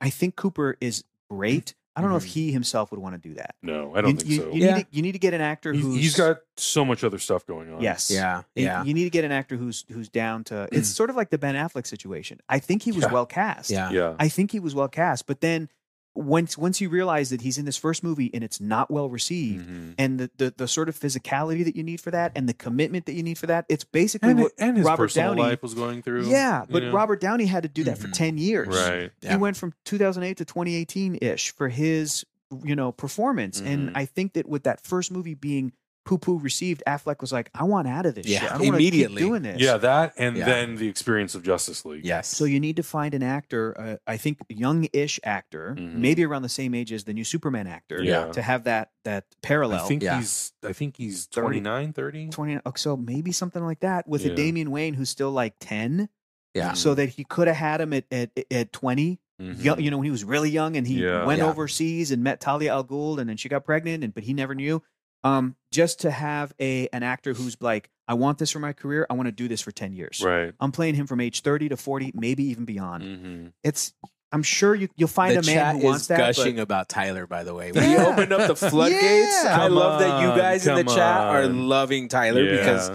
Speaker 3: I think Cooper is great. I don't know if
Speaker 2: Mhm.
Speaker 3: he himself would want to do that.
Speaker 1: No, Mm-hmm. I don't
Speaker 3: you,
Speaker 1: think
Speaker 3: you-
Speaker 1: so.
Speaker 3: You,
Speaker 2: Yeah.
Speaker 3: need to, you need to get an actor
Speaker 1: He's-
Speaker 3: who's
Speaker 1: he's got so much other stuff going on.
Speaker 3: yes,
Speaker 2: Yeah,
Speaker 3: You-
Speaker 2: yeah,
Speaker 3: You, need to get an actor who's who's down to. It's sort of like the Ben Affleck situation. I think he was
Speaker 1: Yeah.
Speaker 3: well cast.
Speaker 2: yeah.
Speaker 1: Yeah.
Speaker 3: I think he was well cast, but then once once you realize that he's in this first movie and it's not well received,
Speaker 1: Mhm.
Speaker 3: and the, the the sort of physicality that you need for that, and the commitment that you need for that, it's basically
Speaker 1: And,
Speaker 3: what,
Speaker 1: and his
Speaker 3: Robert
Speaker 1: personal
Speaker 3: Downey-
Speaker 1: life was going through.
Speaker 3: yeah.
Speaker 1: you
Speaker 3: But
Speaker 1: know?
Speaker 3: Robert Downey had to do that
Speaker 1: Mm-hmm.
Speaker 3: for
Speaker 2: Mhm.
Speaker 3: ten years.
Speaker 1: Right.
Speaker 2: Yeah.
Speaker 3: He went from 2008 to 2018 ish for his you know performance,
Speaker 1: Mhm.
Speaker 2: Mm-hmm.
Speaker 3: and I think that with that first movie being poo poo received, Affleck was like, I want out of this.
Speaker 2: Yeah,
Speaker 3: shit. I don't wanna keep
Speaker 2: immediately.
Speaker 3: doing this.
Speaker 1: Yeah, that and
Speaker 2: Yeah.
Speaker 1: then the experience of Justice League.
Speaker 2: Yes.
Speaker 3: So you need to find an actor, uh, I think young-ish actor,
Speaker 1: Mhm.
Speaker 2: Mm-hmm.
Speaker 3: maybe around the same age as the new Superman actor,
Speaker 1: Yeah.
Speaker 3: to have that that
Speaker 1: I
Speaker 3: parallel.
Speaker 1: think
Speaker 2: Yeah.
Speaker 1: he's I think he's
Speaker 3: 30.
Speaker 1: 29, 30.
Speaker 3: 20, oh, so maybe something like that with
Speaker 1: Yeah.
Speaker 3: a Damian Wayne who's still like 10,
Speaker 2: Yeah.
Speaker 3: so that he could have had him at at, at 20,
Speaker 1: Mhm.
Speaker 3: yo- you know, when he was really young and he
Speaker 1: Yeah.
Speaker 3: went
Speaker 2: Mm-hmm. Yeah.
Speaker 3: overseas and met Talia al Ghul and then she got pregnant and but he never knew. Um, just to have a an actor who's like, I want this for my career, I want to do this for 10 years.
Speaker 1: Right.
Speaker 3: I'm playing him from age 30 to 40, maybe even beyond.
Speaker 1: hmm
Speaker 2: Mm-hmm.
Speaker 3: it's I'm sure you you'll find
Speaker 2: the
Speaker 3: a man
Speaker 2: chat
Speaker 3: who
Speaker 2: is
Speaker 3: wants that.
Speaker 2: gushing about Tyler, by the way. We
Speaker 3: Yeah.
Speaker 2: opened up the floodgates. I
Speaker 1: Come
Speaker 2: love that you
Speaker 1: on,
Speaker 2: guys in the
Speaker 1: come
Speaker 2: chat are
Speaker 1: on.
Speaker 2: loving Tyler because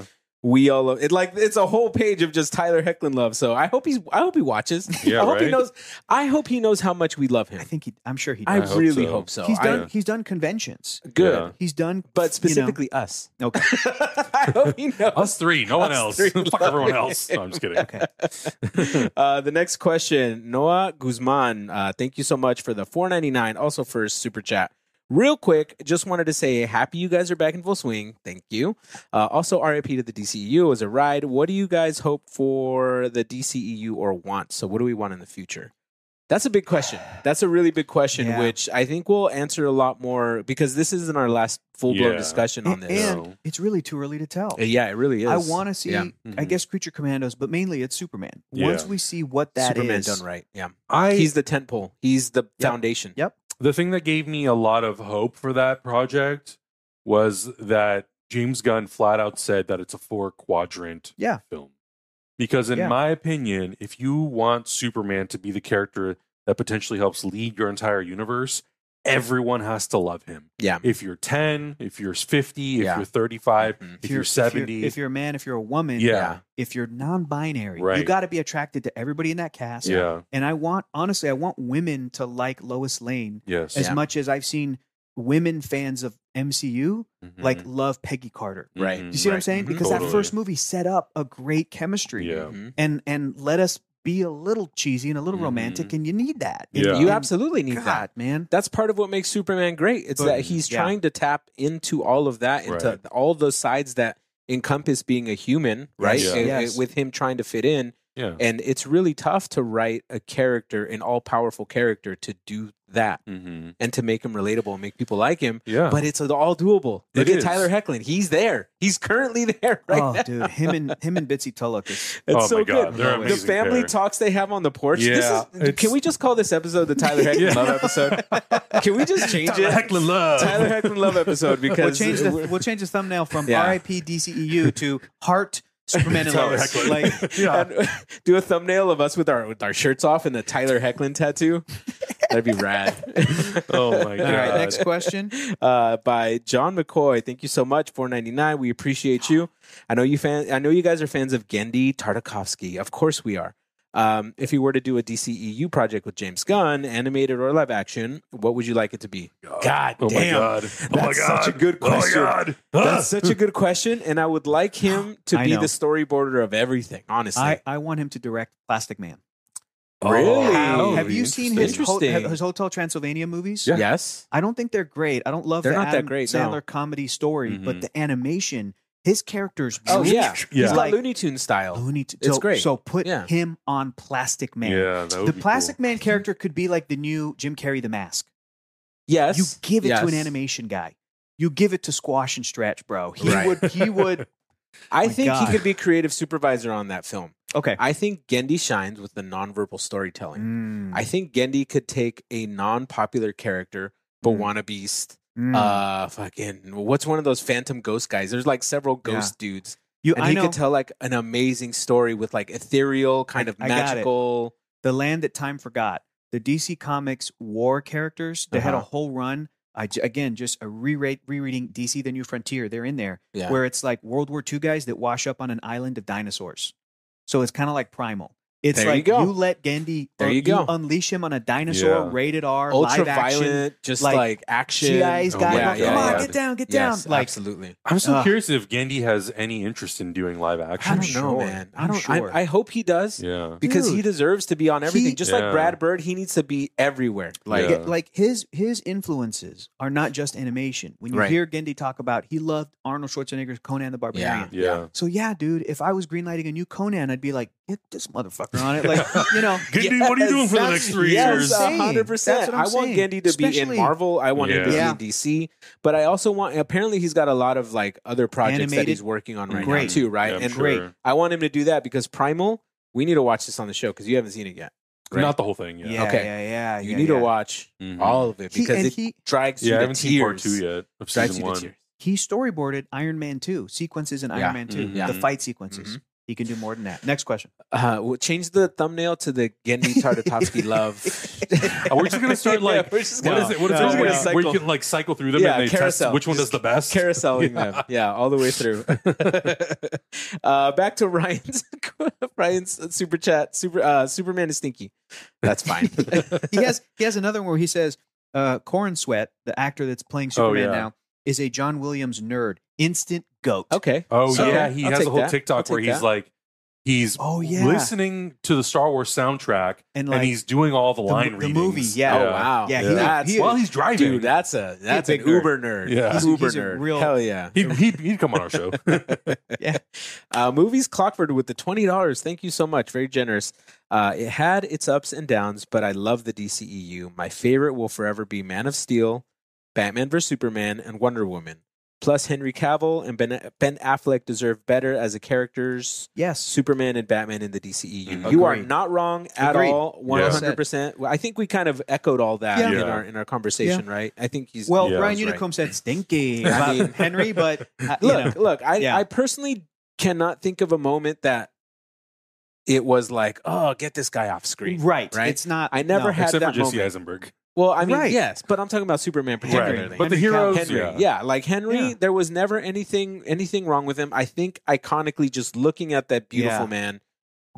Speaker 2: we all love it. Like it's a whole page of just Tyler Hecklin love. So I hope he's I hope he watches.
Speaker 1: Yeah,
Speaker 2: I hope he
Speaker 1: right?
Speaker 2: knows. I hope he knows how much we love him.
Speaker 3: I think he, I'm sure he
Speaker 2: I,
Speaker 3: does.
Speaker 1: hope
Speaker 2: really
Speaker 1: so.
Speaker 2: hope so.
Speaker 3: he's
Speaker 2: I- uh,
Speaker 3: done. He's done conventions.
Speaker 2: good,
Speaker 1: Yeah.
Speaker 3: He's done, you know-
Speaker 2: but specifically us.
Speaker 3: okay.
Speaker 2: I hope he knows.
Speaker 1: Us three, no one
Speaker 2: Us
Speaker 1: else.
Speaker 2: three
Speaker 1: Fuck
Speaker 2: love
Speaker 1: everyone
Speaker 2: it.
Speaker 1: else. No, I'm just kidding.
Speaker 3: Okay.
Speaker 2: Uh, the next question, Noah Guzman. Uh, thank you so much for the four ninety nine. Also for super chat. Real quick, just wanted to say happy you guys are back in full swing. Thank you. Uh, also, RIP to the DCEU as a ride. What do you guys hope for the DCEU or want? So, what do we want in the future? That's a big question. That's a really big question,
Speaker 3: Yeah.
Speaker 2: which I think we'll answer a lot more because this isn't our last full blown
Speaker 1: Yeah.
Speaker 2: discussion on
Speaker 3: And-
Speaker 2: this.
Speaker 3: and it's really too early to tell.
Speaker 2: Uh, yeah, it really is.
Speaker 3: I want to see.
Speaker 2: Yeah.
Speaker 3: I
Speaker 1: Mhm.
Speaker 3: guess Creature Commandos, but mainly it's Superman.
Speaker 1: Yeah.
Speaker 3: Once we see what that is,
Speaker 2: Superman done right. Yeah,
Speaker 1: I
Speaker 2: he's the tent pole. He's the
Speaker 3: Yep.
Speaker 2: foundation.
Speaker 3: Yep.
Speaker 1: the thing that gave me a lot of hope for that project was that James Gunn flat out said that it's a four quadrant
Speaker 3: Yeah.
Speaker 1: film. Because in
Speaker 3: Yeah.
Speaker 1: my opinion, if you want Superman to be the character that potentially helps lead your entire universe, everyone has to love him.
Speaker 2: Yeah.
Speaker 1: If you're 10, if you're 50, if
Speaker 2: Yeah.
Speaker 1: you're 35,
Speaker 2: Mhm.
Speaker 1: if, you're, 70,
Speaker 3: if you're, a man, if you're a woman,
Speaker 1: yeah.
Speaker 3: if you're non-binary, you
Speaker 1: Right.
Speaker 3: got to be attracted to everybody in that cast.
Speaker 1: Yeah.
Speaker 3: And I want, honestly, I want women to like Lois Lane
Speaker 1: Yes.
Speaker 3: as
Speaker 2: Yeah.
Speaker 3: much as I've seen women fans of MCU
Speaker 1: Mhm.
Speaker 3: like love Peggy Carter.
Speaker 2: Right.
Speaker 1: Mhm.
Speaker 3: You see what I'm
Speaker 2: Right.
Speaker 3: saying?
Speaker 2: Mhm.
Speaker 3: Because that
Speaker 1: Totally.
Speaker 3: first movie set up a great chemistry.
Speaker 1: Yeah.
Speaker 2: Mhm.
Speaker 3: And and let us be a little cheesy and a little
Speaker 1: Mhm.
Speaker 3: romantic, and you need that.
Speaker 1: Yeah.
Speaker 3: And-
Speaker 2: You
Speaker 3: and
Speaker 2: absolutely need
Speaker 3: Um, God,
Speaker 2: that.
Speaker 3: man.
Speaker 2: That's part of what makes Superman great. It's
Speaker 3: But-
Speaker 2: that he's
Speaker 3: yeah.
Speaker 2: trying to tap into all of that, into
Speaker 1: Right.
Speaker 2: all those sides that encompass being a human, right?
Speaker 1: Yeah.
Speaker 2: And-
Speaker 3: Yes.
Speaker 2: and with him trying to fit in.
Speaker 1: Yeah.
Speaker 2: And it's really tough to write a character, an all powerful character, to do that
Speaker 1: hmm
Speaker 2: and to make him relatable and make people like him.
Speaker 1: Yeah.
Speaker 2: But it's all doable. Look
Speaker 1: It
Speaker 2: at
Speaker 1: is.
Speaker 2: Tyler Hecklin. He's there. He's currently there right
Speaker 3: oh,
Speaker 2: now.
Speaker 3: dude, him and him and Bitsy Tulloch is
Speaker 2: It's
Speaker 1: Oh my
Speaker 2: so
Speaker 1: God,
Speaker 2: good.
Speaker 3: they're an
Speaker 2: the
Speaker 1: amazing
Speaker 2: family
Speaker 1: pair.
Speaker 2: talks they have on the porch.
Speaker 1: Yeah,
Speaker 2: this is,
Speaker 1: it's-
Speaker 2: can we just call this episode the Tyler Hecklin
Speaker 1: Yeah.
Speaker 2: Love episode? Can we just change it?
Speaker 1: Hecklin love.
Speaker 2: Tyler Hecklin Love episode
Speaker 3: We'll
Speaker 2: because
Speaker 3: change the we'll change the thumbnail from
Speaker 2: Yeah.
Speaker 3: RIP DCEU E to Heart Superman and
Speaker 1: Tyler
Speaker 3: Lois.
Speaker 1: Hecklin.
Speaker 3: Like
Speaker 1: yeah.
Speaker 2: and do a thumbnail of us with our with our shirts off and the Tyler Hecklin tattoo. That'd be rad.
Speaker 1: Oh my god.
Speaker 3: all right, next question.
Speaker 2: uh, by John McCoy. Thank you so much. Four ninety nine. We appreciate you. I know you fan. I know you guys are fans of Gendy Tartakovsky. Of course we are. Um, if you were to do a DCEU project with James Gunn, animated or live action, what would you like it to be? God
Speaker 1: Oh my
Speaker 2: damn.
Speaker 1: god. oh my
Speaker 2: That's
Speaker 1: god.
Speaker 2: such a good question.
Speaker 1: Oh my god.
Speaker 2: That's such a good question, and I would like him to
Speaker 3: I
Speaker 2: be
Speaker 3: know.
Speaker 2: the storyboarder of everything. Honestly,
Speaker 3: I, I want him to direct Plastic Man.
Speaker 2: Really?
Speaker 1: Oh, Wow.
Speaker 3: Have you seen his
Speaker 1: Interesting.
Speaker 3: ho-
Speaker 2: Oh, Interesting.
Speaker 3: his Hotel Transylvania movies?
Speaker 1: Yeah.
Speaker 2: yes,
Speaker 3: I don't think they're great. I don't love
Speaker 2: They're
Speaker 3: the
Speaker 2: not that
Speaker 3: Adam
Speaker 2: great, no. Mm-hmm.
Speaker 3: Sandler comedy story,
Speaker 1: Mhm.
Speaker 3: but the animation, his characters.
Speaker 2: Oh,
Speaker 3: really-
Speaker 2: yeah.
Speaker 1: Yeah.
Speaker 2: he's got
Speaker 3: Like-
Speaker 2: Looney Tune style.
Speaker 3: Looney Tunes.
Speaker 2: It's
Speaker 3: so,
Speaker 2: great.
Speaker 3: So put
Speaker 2: Yeah.
Speaker 3: him on Plastic Man.
Speaker 1: Yeah, that would
Speaker 3: The
Speaker 1: be
Speaker 3: Plastic
Speaker 1: cool.
Speaker 3: Man character could be like the new Jim Carrey the Mask.
Speaker 2: Yes,
Speaker 3: You give it to an
Speaker 2: Yes.
Speaker 3: animation guy. You give it to Squash and Stretch, bro. He
Speaker 2: Right.
Speaker 3: would. He would.
Speaker 2: I
Speaker 3: Oh my
Speaker 2: think
Speaker 3: God.
Speaker 2: he could be creative supervisor on that film.
Speaker 3: Okay.
Speaker 2: I think Gendy shines with the nonverbal storytelling.
Speaker 3: Mm,
Speaker 2: I think Gendy could take a non-popular character, but
Speaker 3: Mm.
Speaker 2: want a beast.
Speaker 3: mm.
Speaker 2: Uh, fucking, what's one of those phantom ghost guys? There's like several ghost dudes,
Speaker 3: you,
Speaker 2: and
Speaker 3: I
Speaker 2: he
Speaker 3: know
Speaker 2: could tell like an amazing story with like ethereal kind
Speaker 3: I-
Speaker 2: of
Speaker 3: I got it.
Speaker 2: magical.
Speaker 3: the land that time forgot. The DC Comics war characters. They had a
Speaker 2: Uh-huh.
Speaker 3: whole run. I j- again just a re-rate, rereading DC: The New Frontier. They're in there.
Speaker 2: Yeah,
Speaker 3: where it's like World War II guys that wash up on an island of dinosaurs. So it's kind of like primal. It's
Speaker 2: There you
Speaker 3: like you,
Speaker 2: go.
Speaker 3: let Gandhi uh,
Speaker 2: There you go.
Speaker 3: unleash him on a dinosaur,
Speaker 1: Yeah.
Speaker 3: rated R,
Speaker 2: ultra
Speaker 3: live action.
Speaker 2: violent, just
Speaker 3: like,
Speaker 2: like, action.
Speaker 3: GIs
Speaker 1: Oh
Speaker 3: got
Speaker 1: my
Speaker 3: him.
Speaker 1: God.
Speaker 3: Come on,
Speaker 1: Yeah.
Speaker 3: get down, get down.
Speaker 2: Yes,
Speaker 3: like
Speaker 2: absolutely.
Speaker 1: I'm so
Speaker 3: Ugh.
Speaker 1: curious if Gendy has any interest in doing live
Speaker 2: I
Speaker 1: action.
Speaker 3: I'm
Speaker 2: don't know,
Speaker 3: sure.
Speaker 2: man. I
Speaker 3: I'm
Speaker 2: don't.
Speaker 3: sure.
Speaker 2: I, I hope he does.
Speaker 1: Yeah.
Speaker 2: because he
Speaker 3: Dude.
Speaker 2: deserves to be on everything.
Speaker 3: He-
Speaker 2: Just
Speaker 1: Yeah.
Speaker 2: like Brad Bird, he needs to be everywhere. Like
Speaker 3: like,
Speaker 1: Yeah.
Speaker 3: it- like his his influences are not just animation. When you
Speaker 2: Right.
Speaker 3: hear Gandhi talk about he loved Arnold Schwarzenegger's Conan the Barbarian.
Speaker 1: Yeah.
Speaker 3: So yeah, dude, if I was greenlighting a new Conan, I'd be like, get this motherfucker on it. Like, you know,
Speaker 1: Gendy, what are you doing for the
Speaker 3: that's-
Speaker 1: next three
Speaker 3: yes,
Speaker 1: years?
Speaker 3: uh,
Speaker 2: Yes, hundred
Speaker 3: That's
Speaker 2: percent.
Speaker 3: what
Speaker 2: I
Speaker 3: I'm
Speaker 2: want
Speaker 3: saying.
Speaker 2: Gendy to be
Speaker 3: Especially-
Speaker 2: in Marvel. I want him to
Speaker 3: Yeah.
Speaker 2: be in DC. But I also want. Apparently, he's got a lot of like other projects that
Speaker 3: Animated.
Speaker 2: he's working on right
Speaker 3: Great.
Speaker 2: now too. Right,
Speaker 1: Yeah, I'm
Speaker 2: and
Speaker 1: sure.
Speaker 2: I want him to do that because Primal. We need to watch this on the show because you haven't seen it yet. Right.
Speaker 1: Not the whole thing
Speaker 3: yeah,
Speaker 1: yet.
Speaker 3: yeah,
Speaker 2: Okay.
Speaker 3: yeah, yeah.
Speaker 2: you
Speaker 3: yeah,
Speaker 2: need
Speaker 3: yeah.
Speaker 2: to watch
Speaker 1: Mhm.
Speaker 2: all of it
Speaker 3: He-
Speaker 2: because
Speaker 3: and
Speaker 2: it
Speaker 3: he-
Speaker 2: drags you
Speaker 1: Yeah, I
Speaker 2: to
Speaker 1: haven't
Speaker 2: tears.
Speaker 1: seen part two yet of
Speaker 2: Drags
Speaker 1: season
Speaker 2: you to
Speaker 1: one.
Speaker 2: tears.
Speaker 3: he storyboarded Iron Man 2 sequences in
Speaker 2: Yeah. Mm-hmm.
Speaker 3: Iron Man 2,
Speaker 1: Mhm.
Speaker 3: the fight sequences.
Speaker 2: Mhm.
Speaker 3: He can do more than that. Next question.
Speaker 2: Uh, we'll change the thumbnail to the Gendy Tartakovsky love.
Speaker 1: Oh, we're just gonna start like
Speaker 2: we're just
Speaker 1: what
Speaker 2: gonna-
Speaker 1: is it? What is it?
Speaker 2: no, we're
Speaker 1: Where,
Speaker 2: gonna
Speaker 1: where you
Speaker 2: cycle-
Speaker 1: can like cycle through them
Speaker 2: Yeah,
Speaker 1: and they
Speaker 2: carousel.
Speaker 1: test which one does the best.
Speaker 2: Carouseling them, yeah, all the way through. uh, back to Ryan's Ryan's super chat. Super uh, Superman is stinky. That's fine.
Speaker 3: He has he has another one where he says, uh, Corin Sweat, the actor that's playing
Speaker 2: Oh,
Speaker 3: Superman
Speaker 1: yeah.
Speaker 3: now, is a John Williams nerd. Instant goat.
Speaker 2: okay.
Speaker 1: Oh
Speaker 2: So,
Speaker 1: yeah, he
Speaker 2: I'll
Speaker 1: has
Speaker 2: take
Speaker 1: a whole
Speaker 2: that. I'll
Speaker 1: TikTok
Speaker 2: take
Speaker 1: where he's
Speaker 2: that.
Speaker 1: like he's
Speaker 3: Oh yeah.
Speaker 1: listening to the Star Wars soundtrack
Speaker 3: and
Speaker 1: and he's doing all the
Speaker 3: the-
Speaker 1: line
Speaker 3: the
Speaker 1: readings.
Speaker 3: movie, yeah.
Speaker 2: Oh wow.
Speaker 3: Yeah, he-
Speaker 2: That's,
Speaker 3: he-
Speaker 1: While he's driving,
Speaker 2: dude, that's a that's an
Speaker 3: big nerd.
Speaker 2: Uber nerd.
Speaker 1: Yeah.
Speaker 3: He's a-
Speaker 2: Uber
Speaker 3: he's a
Speaker 2: nerd.
Speaker 3: real-
Speaker 2: Hell yeah.
Speaker 1: he, he he'd come on our show.
Speaker 2: Uh, movies Clockford with the twenty dollars. Thank you so much. Very generous. Uh, it had its ups and downs, but I love the DCEU. My favorite will forever be Man of Steel, Batman vs Superman, and Wonder Woman. Plus, Henry Cavill and Ben, ben Affleck deserve better as a characters.
Speaker 3: yes.
Speaker 2: Superman and Batman in the DCEU.
Speaker 1: Mhm.
Speaker 2: You are
Speaker 3: Mm, Agreed.
Speaker 2: not wrong at
Speaker 3: Agreed.
Speaker 2: all. One
Speaker 1: Yeah.
Speaker 2: hundred percent. I think we kind of echoed all that
Speaker 3: Yeah.
Speaker 2: in
Speaker 1: Yeah.
Speaker 2: our in our conversation, right? I think he's
Speaker 3: Well,
Speaker 1: Yeah,
Speaker 3: Ryan
Speaker 2: that's right.
Speaker 3: Unicombe said stinky
Speaker 2: I
Speaker 3: about
Speaker 2: mean-
Speaker 3: Henry, but uh, you
Speaker 2: look,
Speaker 3: know,
Speaker 2: look, I,
Speaker 3: Yeah.
Speaker 2: I personally cannot think of a moment that it was like, oh, get this guy off screen.
Speaker 3: right,
Speaker 2: Right?
Speaker 3: It's not.
Speaker 2: I never
Speaker 3: no.
Speaker 2: had
Speaker 1: Except for
Speaker 2: that
Speaker 1: Jesse
Speaker 2: moment.
Speaker 1: Eisenberg,
Speaker 2: Well, I mean,
Speaker 3: Right.
Speaker 2: yes, but I'm talking about Superman particularly.
Speaker 1: right?
Speaker 3: Henry.
Speaker 1: But the
Speaker 3: Henry
Speaker 1: heroes,
Speaker 2: Henry, yeah.
Speaker 1: yeah.
Speaker 2: like Henry,
Speaker 3: Yeah.
Speaker 2: there was never anything anything wrong with him. I think iconically, just looking at that beautiful
Speaker 3: Yeah.
Speaker 2: man,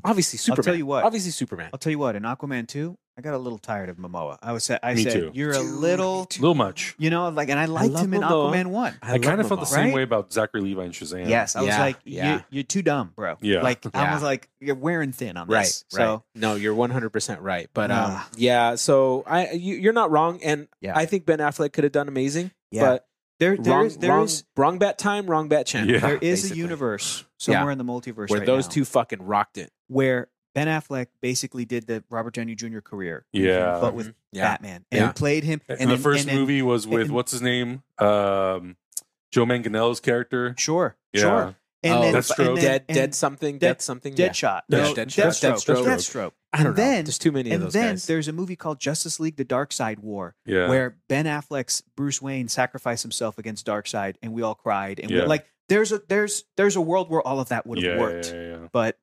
Speaker 2: obviously Superman.
Speaker 3: tell you what.
Speaker 2: obviously Superman.
Speaker 3: I'll tell you what. In Aquaman two, I got a little tired of Momoa. I was sa- I
Speaker 1: Me
Speaker 3: said
Speaker 1: too.
Speaker 3: you're a little,
Speaker 1: little much.
Speaker 3: you know, like, and I liked
Speaker 2: love
Speaker 3: him in
Speaker 2: Momoa.
Speaker 3: Aquaman one.
Speaker 1: I, kind of felt
Speaker 2: love
Speaker 1: the
Speaker 2: Momoa.
Speaker 1: same
Speaker 3: Right?
Speaker 1: way about Zachary Levi and Shazam.
Speaker 3: Yes, I was
Speaker 2: Yeah,
Speaker 3: like,
Speaker 2: yeah.
Speaker 3: You, you're too dumb, bro.
Speaker 1: Yeah.
Speaker 3: like I
Speaker 2: Yeah.
Speaker 3: was like, you're wearing thin on
Speaker 2: Right,
Speaker 3: this.
Speaker 2: right.
Speaker 3: So
Speaker 2: No, you're 100% right. But um,
Speaker 3: Ah.
Speaker 2: yeah, so I you, you're not wrong and
Speaker 3: Yeah.
Speaker 2: I think Ben Affleck could have done amazing,
Speaker 3: yeah,
Speaker 2: but
Speaker 3: there, there
Speaker 2: wrong,
Speaker 3: is, there
Speaker 2: wrong,
Speaker 3: is-
Speaker 2: wrong bat time, wrong bat channel.
Speaker 1: Yeah.
Speaker 3: there is
Speaker 2: basically.
Speaker 3: a universe somewhere in the multiverse
Speaker 2: where
Speaker 3: right
Speaker 2: those
Speaker 3: now
Speaker 2: two fucking rocked it.
Speaker 3: where Ben Affleck basically did the Robert Downey Jr. career,
Speaker 1: Yeah.
Speaker 3: but with
Speaker 2: Yeah,
Speaker 3: Batman, and
Speaker 2: Yeah.
Speaker 3: played him.
Speaker 1: And,
Speaker 3: then-
Speaker 1: the first
Speaker 3: and then-
Speaker 1: movie was with
Speaker 3: and-
Speaker 1: what's his name, um, Joe Manganiello's character.
Speaker 3: sure,
Speaker 1: Yeah.
Speaker 3: sure, and
Speaker 2: Oh,
Speaker 3: then
Speaker 1: Deathstroke.
Speaker 3: and then-
Speaker 2: dead,
Speaker 3: and
Speaker 2: dead something,
Speaker 3: Dead-
Speaker 2: dead something. yeah.
Speaker 3: Deadshot,
Speaker 1: Yeah.
Speaker 3: no,
Speaker 2: Deadshot.
Speaker 3: Deathstroke,
Speaker 2: Deathstroke.
Speaker 3: Deathstroke,
Speaker 2: I don't
Speaker 3: and
Speaker 2: know.
Speaker 3: then-
Speaker 2: There's too many of
Speaker 3: and
Speaker 2: those
Speaker 3: then
Speaker 2: guys.
Speaker 3: there's a movie called Justice League: The Dark Side War,
Speaker 1: Yeah.
Speaker 3: where Ben Affleck's Bruce Wayne sacrificed himself against Darkseid, and we all cried. And
Speaker 1: Yeah.
Speaker 3: we, like, there's a there's there's a world where all of that would have
Speaker 1: yeah,
Speaker 3: worked,
Speaker 1: yeah, yeah, yeah.
Speaker 3: but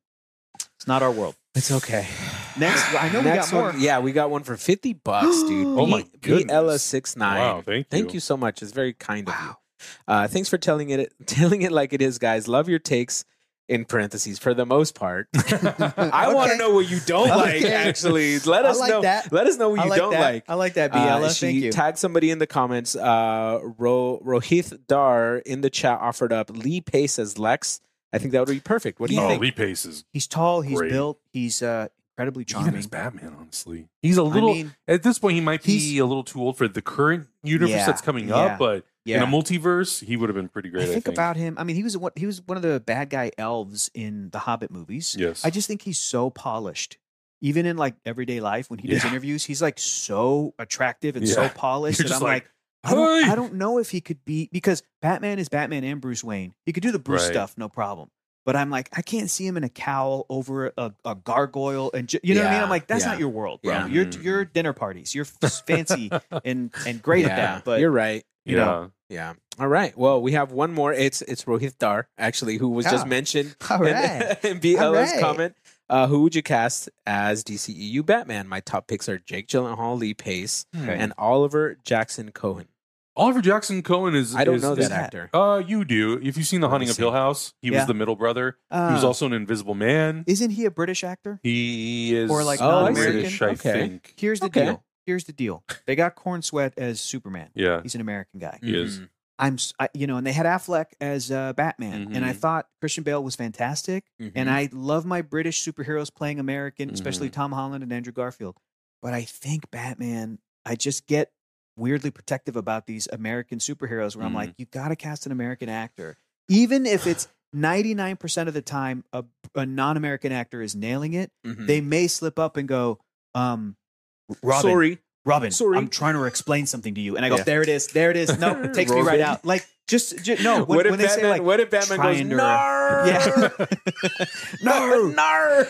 Speaker 3: it's not our world.
Speaker 2: It's okay.
Speaker 3: Next, I know
Speaker 2: Next
Speaker 3: we got
Speaker 2: one-
Speaker 3: more.
Speaker 2: Yeah, we got one for 50 bucks, dude.
Speaker 1: Oh my goodness.
Speaker 2: Ella 69.
Speaker 1: Wow, thank you.
Speaker 2: Thank you so much. It's very kind of you.
Speaker 3: Wow.
Speaker 2: Uh, thanks for telling it telling it like it is, guys. Love your takes in parentheses for the most part. I want to
Speaker 3: Okay.
Speaker 2: know what you don't like.
Speaker 3: Okay.
Speaker 2: Actually, let
Speaker 3: I
Speaker 2: us
Speaker 3: like
Speaker 2: know.
Speaker 3: that.
Speaker 2: Let us know what
Speaker 3: I
Speaker 2: you
Speaker 3: like
Speaker 2: don't
Speaker 3: that.
Speaker 2: like.
Speaker 3: I like that,
Speaker 2: Uh,
Speaker 3: Biela.
Speaker 2: she
Speaker 3: Thank you.
Speaker 2: tagged somebody in the comments. Uh, Ro- Rohith Dar in the chat offered up Lee Pace as Lex. I think that would be perfect. What do you
Speaker 1: oh,
Speaker 2: think?
Speaker 1: Lee Pace is
Speaker 3: he's tall. He's
Speaker 1: Great.
Speaker 3: built. He's uh, incredibly
Speaker 1: even
Speaker 3: charming.
Speaker 1: as Batman. Honestly, he's a little.
Speaker 3: I mean,
Speaker 1: at this point, he might be
Speaker 3: he's-
Speaker 1: a little too old for the current universe
Speaker 3: Yeah,
Speaker 1: that's coming
Speaker 3: yeah,
Speaker 1: up. But
Speaker 3: yeah.
Speaker 1: in a multiverse, he would have been pretty
Speaker 3: I
Speaker 1: great. I
Speaker 3: think about him. I mean, he was one, he was one of the bad guy elves in the Hobbit movies.
Speaker 1: yes.
Speaker 3: I just think he's so polished. Even in like everyday life, when he does
Speaker 1: Yeah.
Speaker 3: interviews, he's like so attractive and so
Speaker 1: Yeah.
Speaker 3: polished.
Speaker 1: You're
Speaker 3: And
Speaker 1: just
Speaker 3: I'm like, I,
Speaker 1: "Hey!"
Speaker 3: don't, I don't know if he could be because Batman is Batman and Bruce Wayne. He could do the Bruce
Speaker 1: Right.
Speaker 3: stuff, no problem. But I'm like, I can't see him in a cowl over a, a gargoyle, and ju- you know what I mean.
Speaker 2: Yeah,
Speaker 3: I'm like, that's
Speaker 2: yeah.
Speaker 3: not your world, bro.
Speaker 2: Yeah.
Speaker 3: Your
Speaker 1: Mm.
Speaker 3: your dinner parties, you're f- fancy and and great
Speaker 2: Yeah,
Speaker 3: at that. But
Speaker 2: you're right.
Speaker 3: you
Speaker 1: yeah.
Speaker 3: know.
Speaker 2: Yeah. All right. Well, we have one more. It's it's Rohith Dar actually, who was just
Speaker 3: Oh.
Speaker 2: mentioned
Speaker 3: all
Speaker 2: in,
Speaker 3: right,
Speaker 2: in BL's
Speaker 3: All right.
Speaker 2: comment. Uh, who would you cast as DCEU Batman? My top picks are Jake Gyllenhaal, Lee Pace,
Speaker 3: Okay.
Speaker 2: and Oliver Jackson Cohen.
Speaker 1: Oliver Jackson Cohen is.
Speaker 2: I don't
Speaker 1: is-
Speaker 2: know
Speaker 1: is-
Speaker 2: that actor.
Speaker 1: Uh, you do. If you've seen The
Speaker 2: Let me
Speaker 1: Haunting of
Speaker 2: see.
Speaker 1: Hill House, he
Speaker 3: Yeah.
Speaker 1: was the middle brother. he was
Speaker 3: Uh,
Speaker 1: also an Invisible Man.
Speaker 3: isn't he a British actor?
Speaker 1: He is
Speaker 3: Or, like,
Speaker 2: Oh, I see.
Speaker 1: British, I
Speaker 2: Okay.
Speaker 1: think.
Speaker 3: Here's the
Speaker 2: Okay.
Speaker 3: deal. Here's the deal. They got Corn Sweat as Superman.
Speaker 1: Yeah.
Speaker 3: He's an American guy.
Speaker 1: He is.
Speaker 2: Mhm.
Speaker 3: I'm, s- I, you know, and they had Affleck as uh, Batman, and I
Speaker 1: Mhm.
Speaker 3: thought Christian Bale was fantastic, and
Speaker 2: Mhm.
Speaker 3: I love my British superheroes playing American, especially
Speaker 1: Mhm.
Speaker 3: Tom Holland and Andrew Garfield. But I think Batman, I just get weirdly protective about these American superheroes, where I'm like, you got to cast an American actor, even if it's 99 percent of the time a, a non-American actor is nailing it.
Speaker 2: Mhm.
Speaker 3: They may slip up and go, um, Robin,
Speaker 2: Mm-hmm. sorry.
Speaker 3: Robin,
Speaker 2: Sorry.
Speaker 3: I'm trying to explain something to you. And I go,
Speaker 2: Yeah.
Speaker 3: there it is, there it is. No, it takes me right
Speaker 2: Robin.
Speaker 3: out. Like, Just, ju- no. When,
Speaker 2: what if
Speaker 3: when they
Speaker 2: Batman?
Speaker 3: say like,
Speaker 2: what if Batman goes?
Speaker 3: triangular-
Speaker 2: Nar!
Speaker 3: yeah,
Speaker 2: no, nar.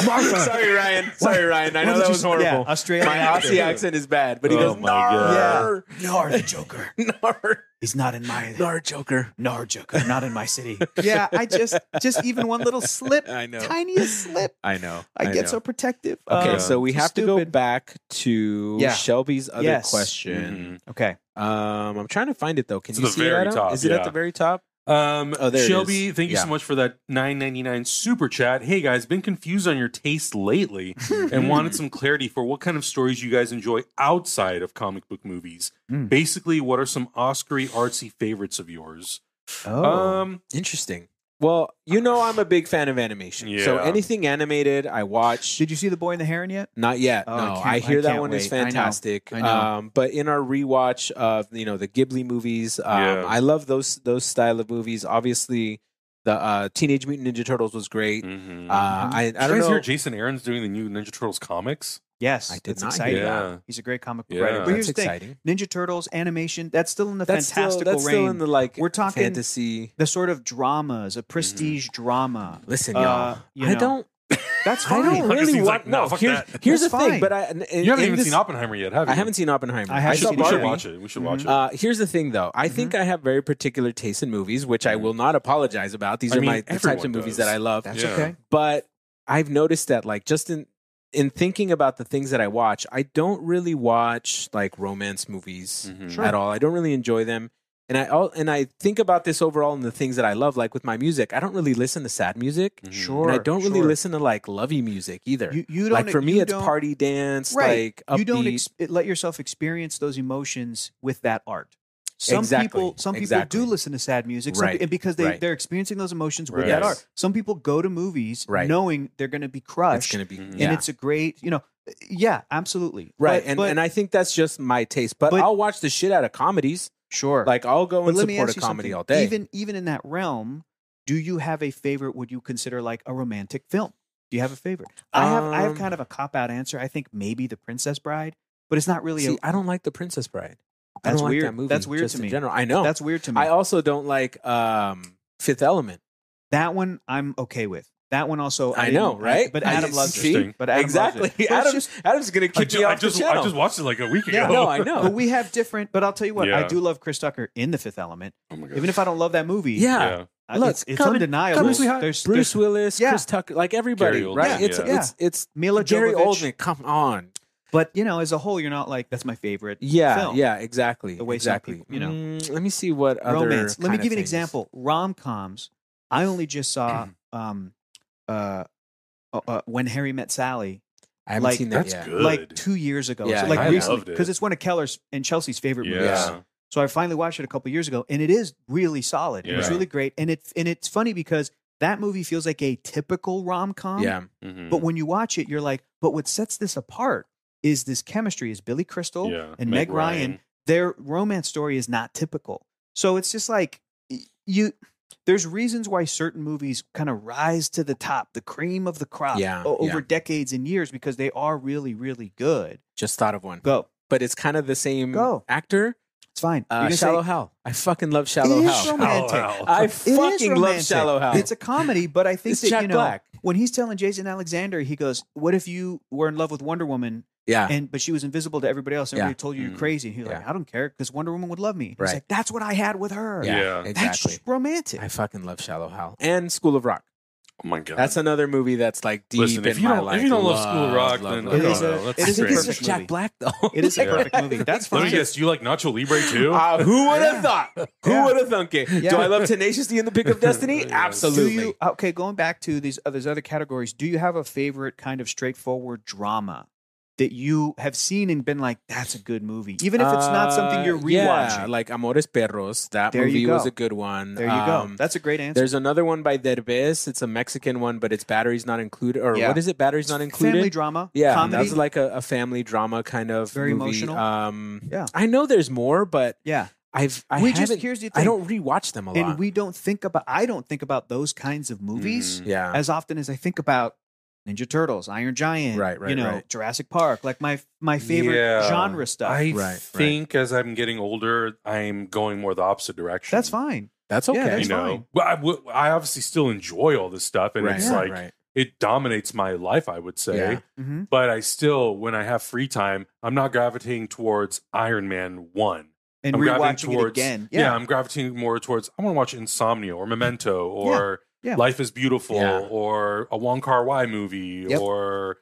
Speaker 2: Sorry, Ryan. Sorry, Ryan. I know that was horrible.
Speaker 3: Yeah, Australian
Speaker 2: My Aussie accent is bad, but he
Speaker 1: Oh
Speaker 2: goes
Speaker 1: my God.
Speaker 2: nar,
Speaker 3: Nar the Joker.
Speaker 2: nar,
Speaker 3: He's not in my
Speaker 2: nar, Joker.
Speaker 3: Nar Joker. Not in my city. yeah, I just just even one little slip,
Speaker 2: I know.
Speaker 3: tiniest slip.
Speaker 2: I know.
Speaker 3: I, get
Speaker 2: know.
Speaker 3: so protective.
Speaker 2: Okay,
Speaker 1: Uh,
Speaker 2: so we
Speaker 3: so
Speaker 2: have to go
Speaker 3: stupid.
Speaker 2: back to
Speaker 3: Yeah.
Speaker 2: Shelby's other
Speaker 3: Yes.
Speaker 1: Mm-hmm.
Speaker 2: question.
Speaker 3: okay.
Speaker 2: Um, I'm trying to find it though. Can
Speaker 1: It's
Speaker 2: you
Speaker 1: the
Speaker 2: see
Speaker 1: very
Speaker 2: it? Adam?
Speaker 1: top,
Speaker 2: Is it
Speaker 1: yeah.
Speaker 2: at the very top?
Speaker 1: Um,
Speaker 2: Oh, there it
Speaker 1: Shelby,
Speaker 2: is.
Speaker 1: thank you
Speaker 2: Yeah.
Speaker 1: so much for that 9.99 super chat. Hey guys, been confused on your taste lately and wanted some clarity for what kind of stories you guys enjoy outside of comic book movies.
Speaker 2: Hmm.
Speaker 3: Mm.
Speaker 1: Basically, what are some Oscary artsy favorites of yours?
Speaker 2: Oh.
Speaker 3: Oh.
Speaker 1: Um,
Speaker 2: Interesting. Well, you know I'm a big fan of animation. So
Speaker 1: Yeah.
Speaker 2: anything animated, I watch.
Speaker 3: Did you see the boy in the heron yet?
Speaker 2: Not yet.
Speaker 3: Oh, I
Speaker 2: no,
Speaker 3: can't-
Speaker 2: I, hear
Speaker 3: I
Speaker 2: that
Speaker 3: can't
Speaker 2: one is
Speaker 3: wait. I know.
Speaker 2: fantastic.
Speaker 3: I know.
Speaker 2: Um, but in our rewatch of you know the Ghibli movies, um,
Speaker 1: Yeah.
Speaker 2: I love those those style of movies. Obviously, the uh, Teenage Mutant Ninja Turtles was great.
Speaker 1: mhm.
Speaker 2: Uh,
Speaker 3: Mm-hmm.
Speaker 1: Did
Speaker 2: I, I
Speaker 1: you
Speaker 2: don't
Speaker 1: guys
Speaker 2: know.
Speaker 1: hear Jason Aaron's doing the new Ninja Turtles comics?
Speaker 3: Yes,
Speaker 2: I did
Speaker 3: it's
Speaker 2: not
Speaker 3: exciting.
Speaker 1: hear that.
Speaker 3: He's a great comic book
Speaker 1: Yeah.
Speaker 3: writer. But here's
Speaker 2: That's
Speaker 3: the thing:
Speaker 2: exciting.
Speaker 3: Ninja Turtles animation. That's still in the
Speaker 2: That's
Speaker 3: fantastical
Speaker 2: still, that's
Speaker 3: reign.
Speaker 2: still in the Mm-hmm. like
Speaker 3: We're talking-
Speaker 2: fantasy.
Speaker 3: the sort of dramas, a prestige drama.
Speaker 2: Listen,
Speaker 3: Uh,
Speaker 2: y'all,
Speaker 3: you
Speaker 2: I
Speaker 3: know,
Speaker 2: don't.
Speaker 3: That's
Speaker 2: I
Speaker 3: fine.
Speaker 2: don't
Speaker 1: Hunter
Speaker 2: really
Speaker 1: seems
Speaker 2: want.
Speaker 1: like, no,
Speaker 2: no,
Speaker 1: fuck
Speaker 2: here's,
Speaker 1: that.
Speaker 2: here's the
Speaker 3: That's
Speaker 2: thing.
Speaker 3: fine.
Speaker 2: But I, in,
Speaker 1: You haven't
Speaker 2: in
Speaker 1: even
Speaker 2: this-
Speaker 1: seen Oppenheimer yet, have you?
Speaker 2: I haven't seen Oppenheimer.
Speaker 3: I
Speaker 2: I,
Speaker 3: haven't
Speaker 1: We
Speaker 2: saw
Speaker 1: should, we
Speaker 2: Barbie.
Speaker 1: should watch it. We should watch it.
Speaker 2: Uh, here's the thing, though. I
Speaker 3: Mm-hmm.
Speaker 2: think I have very particular taste in movies, which I will not apologize about. These
Speaker 1: I
Speaker 2: are
Speaker 1: mean,
Speaker 2: my the types
Speaker 1: everyone
Speaker 2: of movies
Speaker 1: does.
Speaker 2: that I love.
Speaker 3: That's
Speaker 1: Yeah.
Speaker 3: okay.
Speaker 2: But I've noticed that, like, just in in thinking about the things that I watch, I don't really watch like romance movies
Speaker 1: Mhm.
Speaker 3: Mm-hmm. Sure.
Speaker 2: at all. I don't really enjoy them. And I al- and I think about this overall in the things that I love, like with my music. I don't really listen to sad music,
Speaker 1: Mhm.
Speaker 3: Mm. Sure.
Speaker 2: and I don't really
Speaker 3: sure.
Speaker 2: listen to like lovey music either.
Speaker 3: You, you don't, e,
Speaker 2: like for me,
Speaker 3: you
Speaker 2: it's
Speaker 3: don't-
Speaker 2: party dance,
Speaker 3: Right.
Speaker 2: like upbeat.
Speaker 3: You don't ex- let yourself experience those emotions with that art. Some
Speaker 2: Exactly,
Speaker 3: people, some people
Speaker 2: exactly.
Speaker 3: do listen to sad music, some
Speaker 2: Right,
Speaker 3: pe- and because they
Speaker 2: right.
Speaker 3: they're experiencing those emotions with
Speaker 1: Right.
Speaker 3: that
Speaker 2: Yes.
Speaker 3: art. Some people go to movies
Speaker 2: Right.
Speaker 3: knowing they're going to be crushed,
Speaker 2: it's gonna be
Speaker 1: Mhm.
Speaker 2: yeah.
Speaker 3: Mm-hmm. and it's a great, you know, eh, yeah, absolutely,
Speaker 2: Right,
Speaker 3: But-
Speaker 2: and,
Speaker 3: but-
Speaker 2: and I think that's just my taste. But,
Speaker 3: But-
Speaker 2: I'll watch the shit out of comedies.
Speaker 3: sure,
Speaker 2: Like I'll go
Speaker 3: but
Speaker 2: and
Speaker 3: let me
Speaker 2: support
Speaker 3: ask
Speaker 2: a
Speaker 3: you
Speaker 2: comedy
Speaker 3: something.
Speaker 2: all day.
Speaker 3: Even even in that realm, do you have a favorite? Would you consider like a romantic film? Do you have a favorite? I have I have
Speaker 2: Um,
Speaker 3: kind of a cop out answer. I think maybe The Princess Bride, but it's not really
Speaker 2: See,
Speaker 3: a
Speaker 2: I don't like The Princess Bride. I
Speaker 3: That's
Speaker 2: don't
Speaker 3: weird.
Speaker 2: like that movie.
Speaker 3: That's weird
Speaker 2: just
Speaker 3: to
Speaker 2: in
Speaker 3: me.
Speaker 2: general. I know.
Speaker 3: that's weird to me.
Speaker 2: I also don't like um, Fifth Element.
Speaker 3: That one I'm okay with. That one also
Speaker 2: I
Speaker 3: didn't-
Speaker 2: know, right?
Speaker 3: But
Speaker 2: I-
Speaker 3: Adam
Speaker 2: it's
Speaker 3: loves
Speaker 1: interesting.
Speaker 3: it. But Adam loves
Speaker 2: exactly.
Speaker 3: it. But it's
Speaker 2: Adam's,
Speaker 3: just-
Speaker 2: Adam's gonna
Speaker 1: I
Speaker 2: kick
Speaker 1: ju-
Speaker 2: me off
Speaker 1: I just,
Speaker 2: the
Speaker 1: I
Speaker 2: channel.
Speaker 1: just watched it like a week ago.
Speaker 3: Yeah.
Speaker 2: no, I know.
Speaker 3: but we have different. But I'll tell you what,
Speaker 1: Yeah.
Speaker 3: I do love Chris Tucker in The Fifth Element,
Speaker 1: Oh my God.
Speaker 3: even if I don't love that movie.
Speaker 2: yeah.
Speaker 1: Yeah.
Speaker 3: I-
Speaker 2: Look,
Speaker 3: it's, it's
Speaker 2: Coven-
Speaker 3: undeniable.
Speaker 2: Coven-
Speaker 3: there's, there's,
Speaker 2: Bruce
Speaker 3: there's
Speaker 2: Willis,
Speaker 3: Yeah.
Speaker 2: Chris Tucker, like everybody,
Speaker 1: Gary Oldman,
Speaker 2: right? It's,
Speaker 1: yeah.
Speaker 2: it's it's
Speaker 3: Mila
Speaker 2: Gary
Speaker 3: Jovovich.
Speaker 2: Oldman. Come on.
Speaker 3: But you know, as a whole, you're not like that's my favorite.
Speaker 2: Yeah,
Speaker 3: film.
Speaker 2: yeah, exactly.
Speaker 3: The way some
Speaker 2: exactly.
Speaker 3: people- you know.
Speaker 2: Mm, let me see what other
Speaker 3: romance. Let me
Speaker 2: kind of
Speaker 3: give you an
Speaker 2: things.
Speaker 3: example. Rom coms. I only just saw
Speaker 2: Mm.
Speaker 3: um, uh, uh, uh, when Harry Met Sally
Speaker 2: I haven't
Speaker 3: Like,
Speaker 2: seen that
Speaker 1: That's
Speaker 2: yet.
Speaker 1: good.
Speaker 3: like two years ago.
Speaker 2: Yeah,
Speaker 3: so,
Speaker 2: I
Speaker 3: like
Speaker 1: loved
Speaker 3: recently,
Speaker 1: it.
Speaker 3: because it's one of Keller's and Chelsea's favorite
Speaker 1: yeah.
Speaker 3: movies. So I finally watched it a couple years ago, and it is really solid. It was
Speaker 1: Yeah.
Speaker 3: really great, and it and it's funny because that movie feels like a typical rom com.
Speaker 2: Yeah. Mm-hmm.
Speaker 1: Mhm.
Speaker 3: But when you watch it, you're like, but what sets this apart is this chemistry. Is Billy Crystal
Speaker 1: Yeah.
Speaker 3: and Meg, Ryan, Their romance story is not typical. So it's just like y- you. There's reasons why certain movies kind of rise to the top, the cream of the crop,
Speaker 2: Yeah,
Speaker 3: o- over
Speaker 2: yeah.
Speaker 3: decades and years because they are really, really good.
Speaker 2: Just thought of one.
Speaker 3: Go,
Speaker 2: But it's kind of the same
Speaker 3: Go.
Speaker 2: actor.
Speaker 3: it's fine. You're
Speaker 2: Uh,
Speaker 3: gonna say-
Speaker 2: Shallow Hal. I fucking love
Speaker 3: It
Speaker 2: Shallow
Speaker 3: is
Speaker 2: Hal.
Speaker 3: romantic.
Speaker 1: Hal.
Speaker 2: I
Speaker 3: It is
Speaker 2: fucking love
Speaker 3: romantic.
Speaker 2: Shallow Hal.
Speaker 3: It's a comedy, but I think
Speaker 2: It's
Speaker 3: that
Speaker 2: Jack
Speaker 3: you know
Speaker 2: Black.
Speaker 3: when he's telling Jason Alexander, he goes, "What if you were in love with Wonder Woman
Speaker 2: yeah.
Speaker 3: and but she was invisible to everybody else? and
Speaker 2: Yeah. Mm-hmm.
Speaker 3: Everybody told you you're
Speaker 1: Mhm.
Speaker 3: crazy." And he's like,
Speaker 2: Yeah.
Speaker 3: "I don't care because Wonder Woman would love me." And
Speaker 2: Right.
Speaker 3: He's like, "That's what I had with her.
Speaker 2: yeah.
Speaker 1: Yeah.
Speaker 3: That's
Speaker 2: Exactly.
Speaker 3: romantic."
Speaker 2: I fucking love Shallow Hal. And School of Rock.
Speaker 1: Oh my God.
Speaker 2: That's another movie that's like deep
Speaker 1: Listen,
Speaker 2: in
Speaker 1: if you
Speaker 2: my
Speaker 1: don't- if
Speaker 2: life.
Speaker 1: you don't love School of Rock, then
Speaker 3: I don't
Speaker 2: love.
Speaker 3: know. That's
Speaker 2: I think
Speaker 3: strange.
Speaker 2: it's just Jack
Speaker 3: movie.
Speaker 2: Black though.
Speaker 3: It is a
Speaker 1: Yeah.
Speaker 3: perfect movie. That's
Speaker 1: Let me
Speaker 3: fine.
Speaker 1: guess. Do you like Nacho Libre too?
Speaker 2: Uh, who would have
Speaker 3: Yeah.
Speaker 2: thought? Who
Speaker 3: Yeah.
Speaker 2: would have thunk it? Do
Speaker 3: Yeah.
Speaker 2: I love Tenacious D in the Pick of Destiny?
Speaker 1: Yeah.
Speaker 3: Do
Speaker 2: Absolutely.
Speaker 3: you okay? Going back to these uh, these other categories, do you have a favorite kind of straightforward drama? That you have seen and been like, that's a good movie, even if it's not something you're
Speaker 2: Uh, yeah,
Speaker 3: rewatching.
Speaker 2: like Amores Perros. That
Speaker 3: There you
Speaker 2: movie was
Speaker 3: go.
Speaker 2: a good one.
Speaker 3: there you go.
Speaker 2: Um,
Speaker 3: That's a great answer.
Speaker 2: There's another one by Derbez. It's a Mexican one, but it's batteries not included. Or
Speaker 3: Yeah.
Speaker 2: what is it? Batteries not included.
Speaker 3: Family drama.
Speaker 2: yeah,
Speaker 3: Comedy.
Speaker 2: that's like a, a family drama kind of
Speaker 3: Very
Speaker 2: movie.
Speaker 3: emotional.
Speaker 2: Um,
Speaker 3: Yeah.
Speaker 2: I know there's more, but
Speaker 3: yeah.
Speaker 2: I've I
Speaker 3: we
Speaker 2: haven't.
Speaker 3: just here's the thing.
Speaker 2: I don't rewatch them a lot.
Speaker 3: and we don't think about I don't think about those kinds of movies
Speaker 1: Mhm.
Speaker 2: yeah,
Speaker 3: as often as I think about Ninja Turtles, Iron Giant,
Speaker 2: Right, right,
Speaker 3: you know,
Speaker 2: right.
Speaker 3: Jurassic Park, like my my favorite
Speaker 1: Yeah.
Speaker 3: genre stuff.
Speaker 1: I
Speaker 2: Right, right.
Speaker 1: think as I'm getting older, I'm going more the opposite direction.
Speaker 3: that's fine.
Speaker 2: That's
Speaker 3: Yeah,
Speaker 2: okay.
Speaker 3: that's
Speaker 1: you know,
Speaker 3: fine.
Speaker 1: well, I, w- I obviously still enjoy all this stuff, and
Speaker 2: right,
Speaker 1: it's
Speaker 2: right,
Speaker 1: like
Speaker 2: right.
Speaker 1: it dominates my life. I would say,
Speaker 2: Yeah.
Speaker 3: Mhm.
Speaker 1: but I still, when I have free time, I'm not gravitating towards Iron Man One.
Speaker 3: And
Speaker 1: I'm
Speaker 3: rewatching it again.
Speaker 1: Yeah. I'm gravitating more towards. I want to watch Insomnia or Memento or
Speaker 3: yeah.
Speaker 1: Life is Beautiful
Speaker 2: Yeah.
Speaker 1: or a Wong Kar Wai movie
Speaker 3: Yep.
Speaker 1: or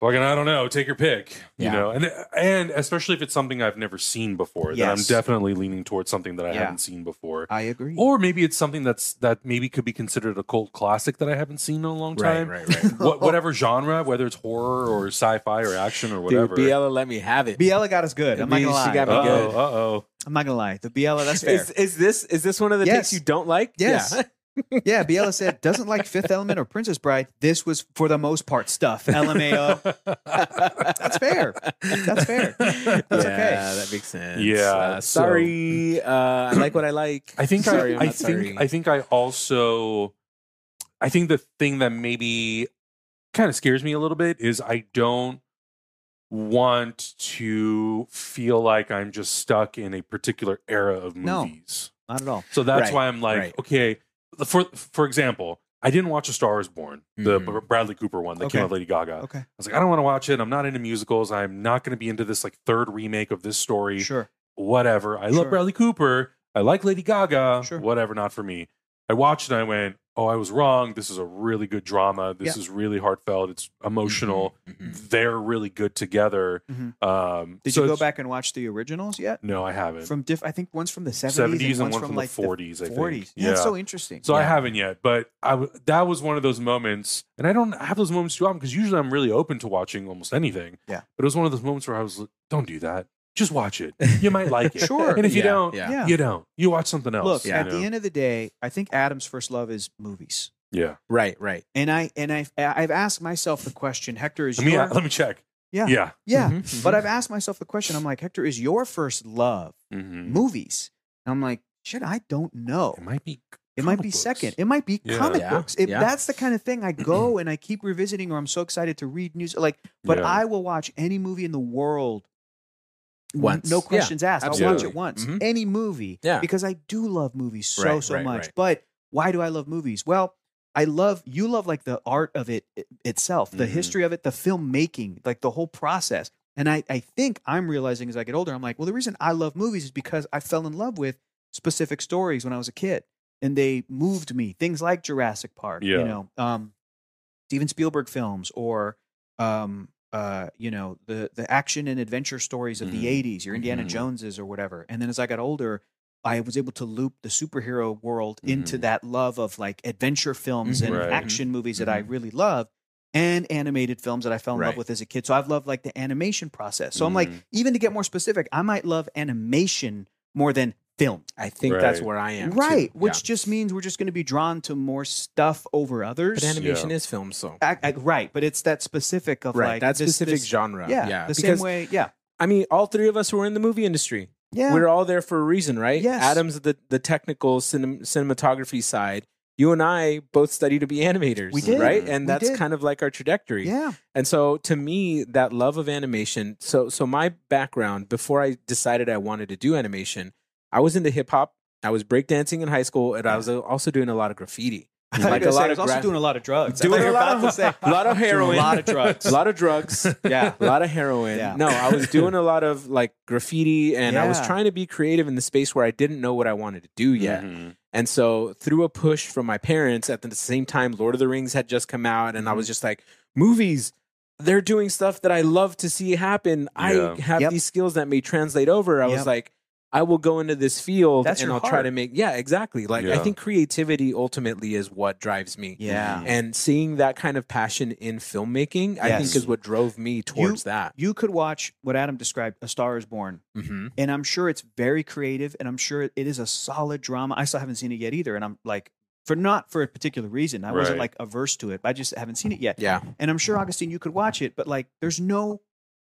Speaker 1: fucking I don't know. Take your pick.
Speaker 2: Yeah.
Speaker 1: You know, and and especially if it's something I've never seen before, then I'm
Speaker 3: Yes.
Speaker 1: definitely leaning towards something that I
Speaker 3: Yeah.
Speaker 1: haven't seen before.
Speaker 3: I agree.
Speaker 2: Oh,
Speaker 1: Or maybe it's something that's that maybe could be considered a cult classic that I haven't seen in a long time.
Speaker 2: Right, right, right.
Speaker 1: What, whatever genre, whether it's horror or sci-fi or action or
Speaker 2: Dude,
Speaker 1: whatever.
Speaker 2: Biela, let me have it.
Speaker 3: Biela got us good. I'm not
Speaker 2: She
Speaker 3: gonna lie.
Speaker 2: got me
Speaker 1: uh
Speaker 2: good.
Speaker 1: oh,
Speaker 3: I'm not gonna lie. The Biela, that's fair.
Speaker 2: Is, is this is this one of the
Speaker 3: Yes.
Speaker 2: takes you don't like?
Speaker 3: Yes.
Speaker 2: Yeah.
Speaker 3: yeah, Biela said doesn't like Fifth Element or Princess Bride. This was for the most part stuff. LMAO. that's fair. That's fair. That's
Speaker 2: yeah,
Speaker 3: okay.
Speaker 2: that makes sense.
Speaker 1: Yeah,
Speaker 2: Uh,
Speaker 1: so-
Speaker 2: sorry. Uh, I like what I like.
Speaker 1: I think
Speaker 2: sorry, I'm
Speaker 1: I, I
Speaker 2: not
Speaker 1: think
Speaker 2: sorry.
Speaker 1: I think I also I think the thing that maybe kind of scares me a little bit is I don't want to feel like I'm just stuck in a particular era of
Speaker 3: No.
Speaker 1: movies.
Speaker 3: Not at all.
Speaker 1: So that's
Speaker 2: Right,
Speaker 1: why I'm like,
Speaker 2: right.
Speaker 1: okay, for for example, I didn't watch A Star Is Born, the
Speaker 2: Mhm.
Speaker 1: B- Bradley Cooper one that
Speaker 3: Okay.
Speaker 1: came out with Lady Gaga. I
Speaker 3: Okay.
Speaker 1: was like, I don't want to watch it. I'm not into musicals. I'm not going to be into this like third remake of this story
Speaker 3: Sure.
Speaker 1: whatever. I love
Speaker 3: Sure.
Speaker 1: Bradley Cooper. I like Lady Gaga.
Speaker 3: Sure.
Speaker 1: Whatever, not for me. I watched it and I went, oh, I was wrong. This is a really good drama. This
Speaker 3: Yeah.
Speaker 1: is really heartfelt. It's emotional.
Speaker 2: Mhm.
Speaker 1: They're really good together.
Speaker 3: Mhm.
Speaker 1: Um,
Speaker 3: Did
Speaker 1: so
Speaker 3: you go
Speaker 1: it's-
Speaker 3: back and watch the originals yet?
Speaker 1: No, I haven't.
Speaker 3: From diff, I think one's from the 70s,
Speaker 1: 70s and
Speaker 3: one's
Speaker 1: one from,
Speaker 3: like
Speaker 1: the 40s, I think.
Speaker 3: 40s. Yeah,
Speaker 1: Yeah.
Speaker 3: it's
Speaker 1: so
Speaker 3: so interesting.
Speaker 1: I
Speaker 2: Yeah.
Speaker 1: haven't yet, but I w- that was one of those moments, and I don't have those moments too often because usually I'm really open to watching almost anything.
Speaker 3: Yeah.
Speaker 1: But it was one of those moments where I was like, don't do that. Just watch it. You might like it.
Speaker 3: Sure.
Speaker 1: And if you
Speaker 2: Yeah,
Speaker 1: don't,
Speaker 2: yeah.
Speaker 3: yeah.
Speaker 1: you don't. You watch something else.
Speaker 3: Look,
Speaker 1: you
Speaker 3: at
Speaker 1: know?
Speaker 3: the end of the day, I think Adam's first love is movies.
Speaker 1: Yeah.
Speaker 2: Right, right.
Speaker 3: And I and I've I've asked myself the question, Hector, is
Speaker 1: Let me,
Speaker 3: your
Speaker 1: let me check.
Speaker 3: Yeah.
Speaker 1: Yeah.
Speaker 3: yeah.
Speaker 2: Mhm, mhm.
Speaker 3: But I've asked myself the question. I'm like, Hector, is your first love
Speaker 1: Mm-hmm.
Speaker 3: movies? And I'm like, shit, I don't know.
Speaker 1: It might be.
Speaker 3: It might
Speaker 1: comic
Speaker 3: be
Speaker 1: books.
Speaker 3: second. It might be
Speaker 1: Yeah.
Speaker 3: comic
Speaker 2: Yeah.
Speaker 3: books. If
Speaker 2: Yeah.
Speaker 3: that's the kind of thing I go and I keep revisiting, or I'm so excited to read news. Like, but
Speaker 1: Yeah.
Speaker 3: I will watch any movie in the world. n-
Speaker 2: Once.
Speaker 3: no
Speaker 2: Yeah.
Speaker 3: questions asked. I'll watch
Speaker 1: Absolutely.
Speaker 3: it once.
Speaker 2: Mhm.
Speaker 3: Any movie,
Speaker 2: Yeah.
Speaker 3: because I do love movies so
Speaker 2: Right,
Speaker 3: so
Speaker 2: right,
Speaker 3: much.
Speaker 2: right.
Speaker 3: But why do I love movies? Well, I love you love like the art of it i- itself, the
Speaker 2: Mm-hmm.
Speaker 1: Mhm.
Speaker 3: history of it, the filmmaking, like the whole process. And I, I think I'm realizing as I get older, I'm like, well, the reason I love movies is because I fell in love with specific stories when I was a kid, and they moved me. Things like Jurassic Park, you
Speaker 1: Yeah.
Speaker 3: know, um, Steven Spielberg films, or um, uh, you know, the the action and adventure stories of
Speaker 1: Mhm.
Speaker 3: the '80s, your Indiana
Speaker 1: Mhm.
Speaker 3: Joneses, or whatever. And then as I got older, I was able to loop the superhero world into
Speaker 1: Mhm.
Speaker 3: that love of like adventure films
Speaker 2: Mhm.
Speaker 3: and
Speaker 1: Mm-hmm. Right. Mm-hmm.
Speaker 3: action movies that I really love and animated films that I fell in love
Speaker 2: Right.
Speaker 3: with as a kid. So I've loved like the animation process. So I'm like,
Speaker 1: Mhm.
Speaker 3: even to get more specific, I might love animation more than film.
Speaker 2: I think that's
Speaker 1: Right.
Speaker 2: where I am. too.
Speaker 3: Right.
Speaker 2: Yeah.
Speaker 3: Which just means we're just going to be drawn to more stuff over others.
Speaker 2: but animation is film, so
Speaker 3: I- I- right. But it's that specific of
Speaker 2: right.
Speaker 3: like
Speaker 2: that
Speaker 3: this-
Speaker 2: specific
Speaker 3: this-
Speaker 2: genre.
Speaker 3: Yeah.
Speaker 2: yeah.
Speaker 3: The
Speaker 2: because
Speaker 3: same way. Yeah.
Speaker 2: I mean, all three of us were in the movie industry.
Speaker 3: Yeah.
Speaker 2: We're all there for a reason, right?
Speaker 3: Yes.
Speaker 2: Adam's the the technical cinem- cinematography side. You and I both study to be animators,
Speaker 3: We did.
Speaker 2: right? And
Speaker 3: We
Speaker 2: that's
Speaker 3: did.
Speaker 2: kind of like our trajectory.
Speaker 3: yeah.
Speaker 2: And so to me, that love of animation, so so my background before I decided I wanted to do animation, I was into hip hop, I was breakdancing in high school, and I was uh, also doing a lot of graffiti.
Speaker 3: I thought
Speaker 2: Like
Speaker 3: you were
Speaker 2: a
Speaker 3: gonna
Speaker 2: lot
Speaker 3: say I
Speaker 2: of
Speaker 3: was also
Speaker 2: gra-
Speaker 3: doing a lot of drugs. I
Speaker 2: Doing
Speaker 3: thought you
Speaker 2: a
Speaker 3: were
Speaker 2: lot
Speaker 3: about to
Speaker 2: of-
Speaker 3: say
Speaker 2: a lot of
Speaker 3: doing
Speaker 2: heroin.
Speaker 3: a lot of drugs.
Speaker 2: A lot of drugs.
Speaker 3: yeah.
Speaker 2: A lot of heroin.
Speaker 3: Yeah.
Speaker 2: No, I was doing a lot of like graffiti and I was
Speaker 3: Yeah.
Speaker 2: trying to be creative in the space where I didn't know what I wanted to do yet.
Speaker 1: Mhm.
Speaker 2: And so, through a push from my parents, at the same time, Lord of the Rings had just come out, and I
Speaker 1: Mm-hmm.
Speaker 2: was just like, movies, they're doing stuff that I love to see happen.
Speaker 1: Yeah.
Speaker 2: I have
Speaker 3: Yep.
Speaker 2: these skills that may translate over. I
Speaker 3: Yep.
Speaker 2: was like, I will go into this field
Speaker 3: That's
Speaker 2: and
Speaker 3: your
Speaker 2: I'll try
Speaker 3: heart.
Speaker 2: to make, yeah, exactly. Like, I
Speaker 1: Yeah.
Speaker 2: think creativity ultimately is what drives me.
Speaker 3: Yeah.
Speaker 2: And seeing that kind of passion in filmmaking, I think,
Speaker 3: Yes.
Speaker 2: is what drove me towards that.
Speaker 3: You could watch what Adam described, A Star is Born,
Speaker 2: Mm-hmm.
Speaker 3: and I'm sure it's very creative, and I'm sure it is a solid drama. I still haven't seen it yet either, and I'm like, for not for a particular reason. I wasn't
Speaker 1: Right.
Speaker 3: like averse to it, but I just haven't seen it yet.
Speaker 2: Yeah.
Speaker 3: And I'm sure Augustine, you could watch it, but like, there's no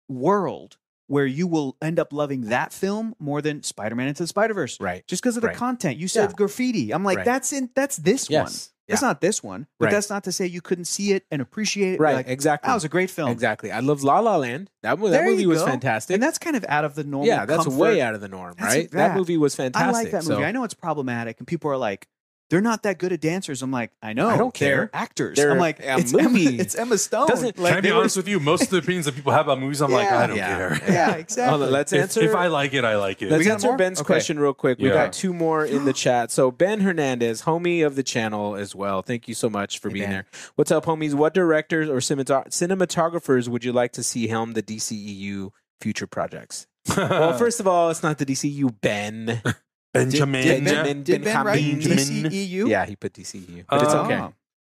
Speaker 3: world where you will end up loving that film more than Spider-Man into the Spider-Verse,
Speaker 2: Right.
Speaker 3: just because of the
Speaker 2: Right.
Speaker 3: content. You said
Speaker 2: Yeah.
Speaker 3: graffiti. I'm like,
Speaker 2: Right.
Speaker 3: that's in that's this one.
Speaker 2: Yes.
Speaker 3: That's not this one, but
Speaker 2: Right.
Speaker 3: that's not to say you couldn't see it and appreciate it. and be
Speaker 2: Right,
Speaker 3: like,
Speaker 2: exactly.
Speaker 3: that was a great film.
Speaker 2: Exactly. I love La La Land. That, mo- that
Speaker 3: There
Speaker 2: movie
Speaker 3: you
Speaker 2: was
Speaker 3: go.
Speaker 2: fantastic.
Speaker 3: And that's kind of out of the normal.
Speaker 2: yeah, that's
Speaker 3: comfort.
Speaker 2: way out of the norm,
Speaker 3: That's-
Speaker 2: right? That,
Speaker 3: that-
Speaker 2: movie was
Speaker 3: I
Speaker 2: fantastic.
Speaker 3: like that
Speaker 2: So
Speaker 3: movie. I know it's problematic, and people are like, "They're not that good at dancers." I'm like, "I know.
Speaker 2: I don't
Speaker 3: they're
Speaker 2: care.
Speaker 3: Actors."
Speaker 2: They're
Speaker 3: I'm like,
Speaker 2: a
Speaker 3: "It's
Speaker 2: movie."
Speaker 3: Emma. It's Emma Stone."
Speaker 2: Doesn't-
Speaker 3: like,
Speaker 1: Can I be
Speaker 3: they were-
Speaker 1: honest with Oh, you? Most of the opinions that people have about movies, I'm like,
Speaker 3: Yeah.
Speaker 1: I don't
Speaker 2: Yeah.
Speaker 1: care.
Speaker 3: Yeah,
Speaker 2: Hold
Speaker 3: exactly.
Speaker 2: on, let's
Speaker 1: If-
Speaker 2: answer.
Speaker 1: If, I like it, I like it.
Speaker 3: We
Speaker 2: Let's
Speaker 3: got
Speaker 2: answer
Speaker 3: more?
Speaker 2: Ben's
Speaker 3: Okay.
Speaker 2: question real quick. We
Speaker 1: Yeah.
Speaker 2: got two more in the chat. So Ben Hernandez, homie of the channel as well. Thank you so much for
Speaker 3: Hey,
Speaker 2: being
Speaker 3: Ben.
Speaker 2: there. What's up, homies? What directors or cinemat- cinematographers would you like to see helm the DCEU future projects?
Speaker 3: Uh.
Speaker 2: well, first of all, it's not the DCEU, Ben.
Speaker 1: Benjamin.
Speaker 2: Did- did
Speaker 1: Yeah.
Speaker 2: Ben,
Speaker 3: Did Ben write E
Speaker 2: Benjamin.
Speaker 3: DCEU?
Speaker 2: Yeah, he put DCEU, but it's
Speaker 3: Oh.
Speaker 1: Uh,
Speaker 2: okay.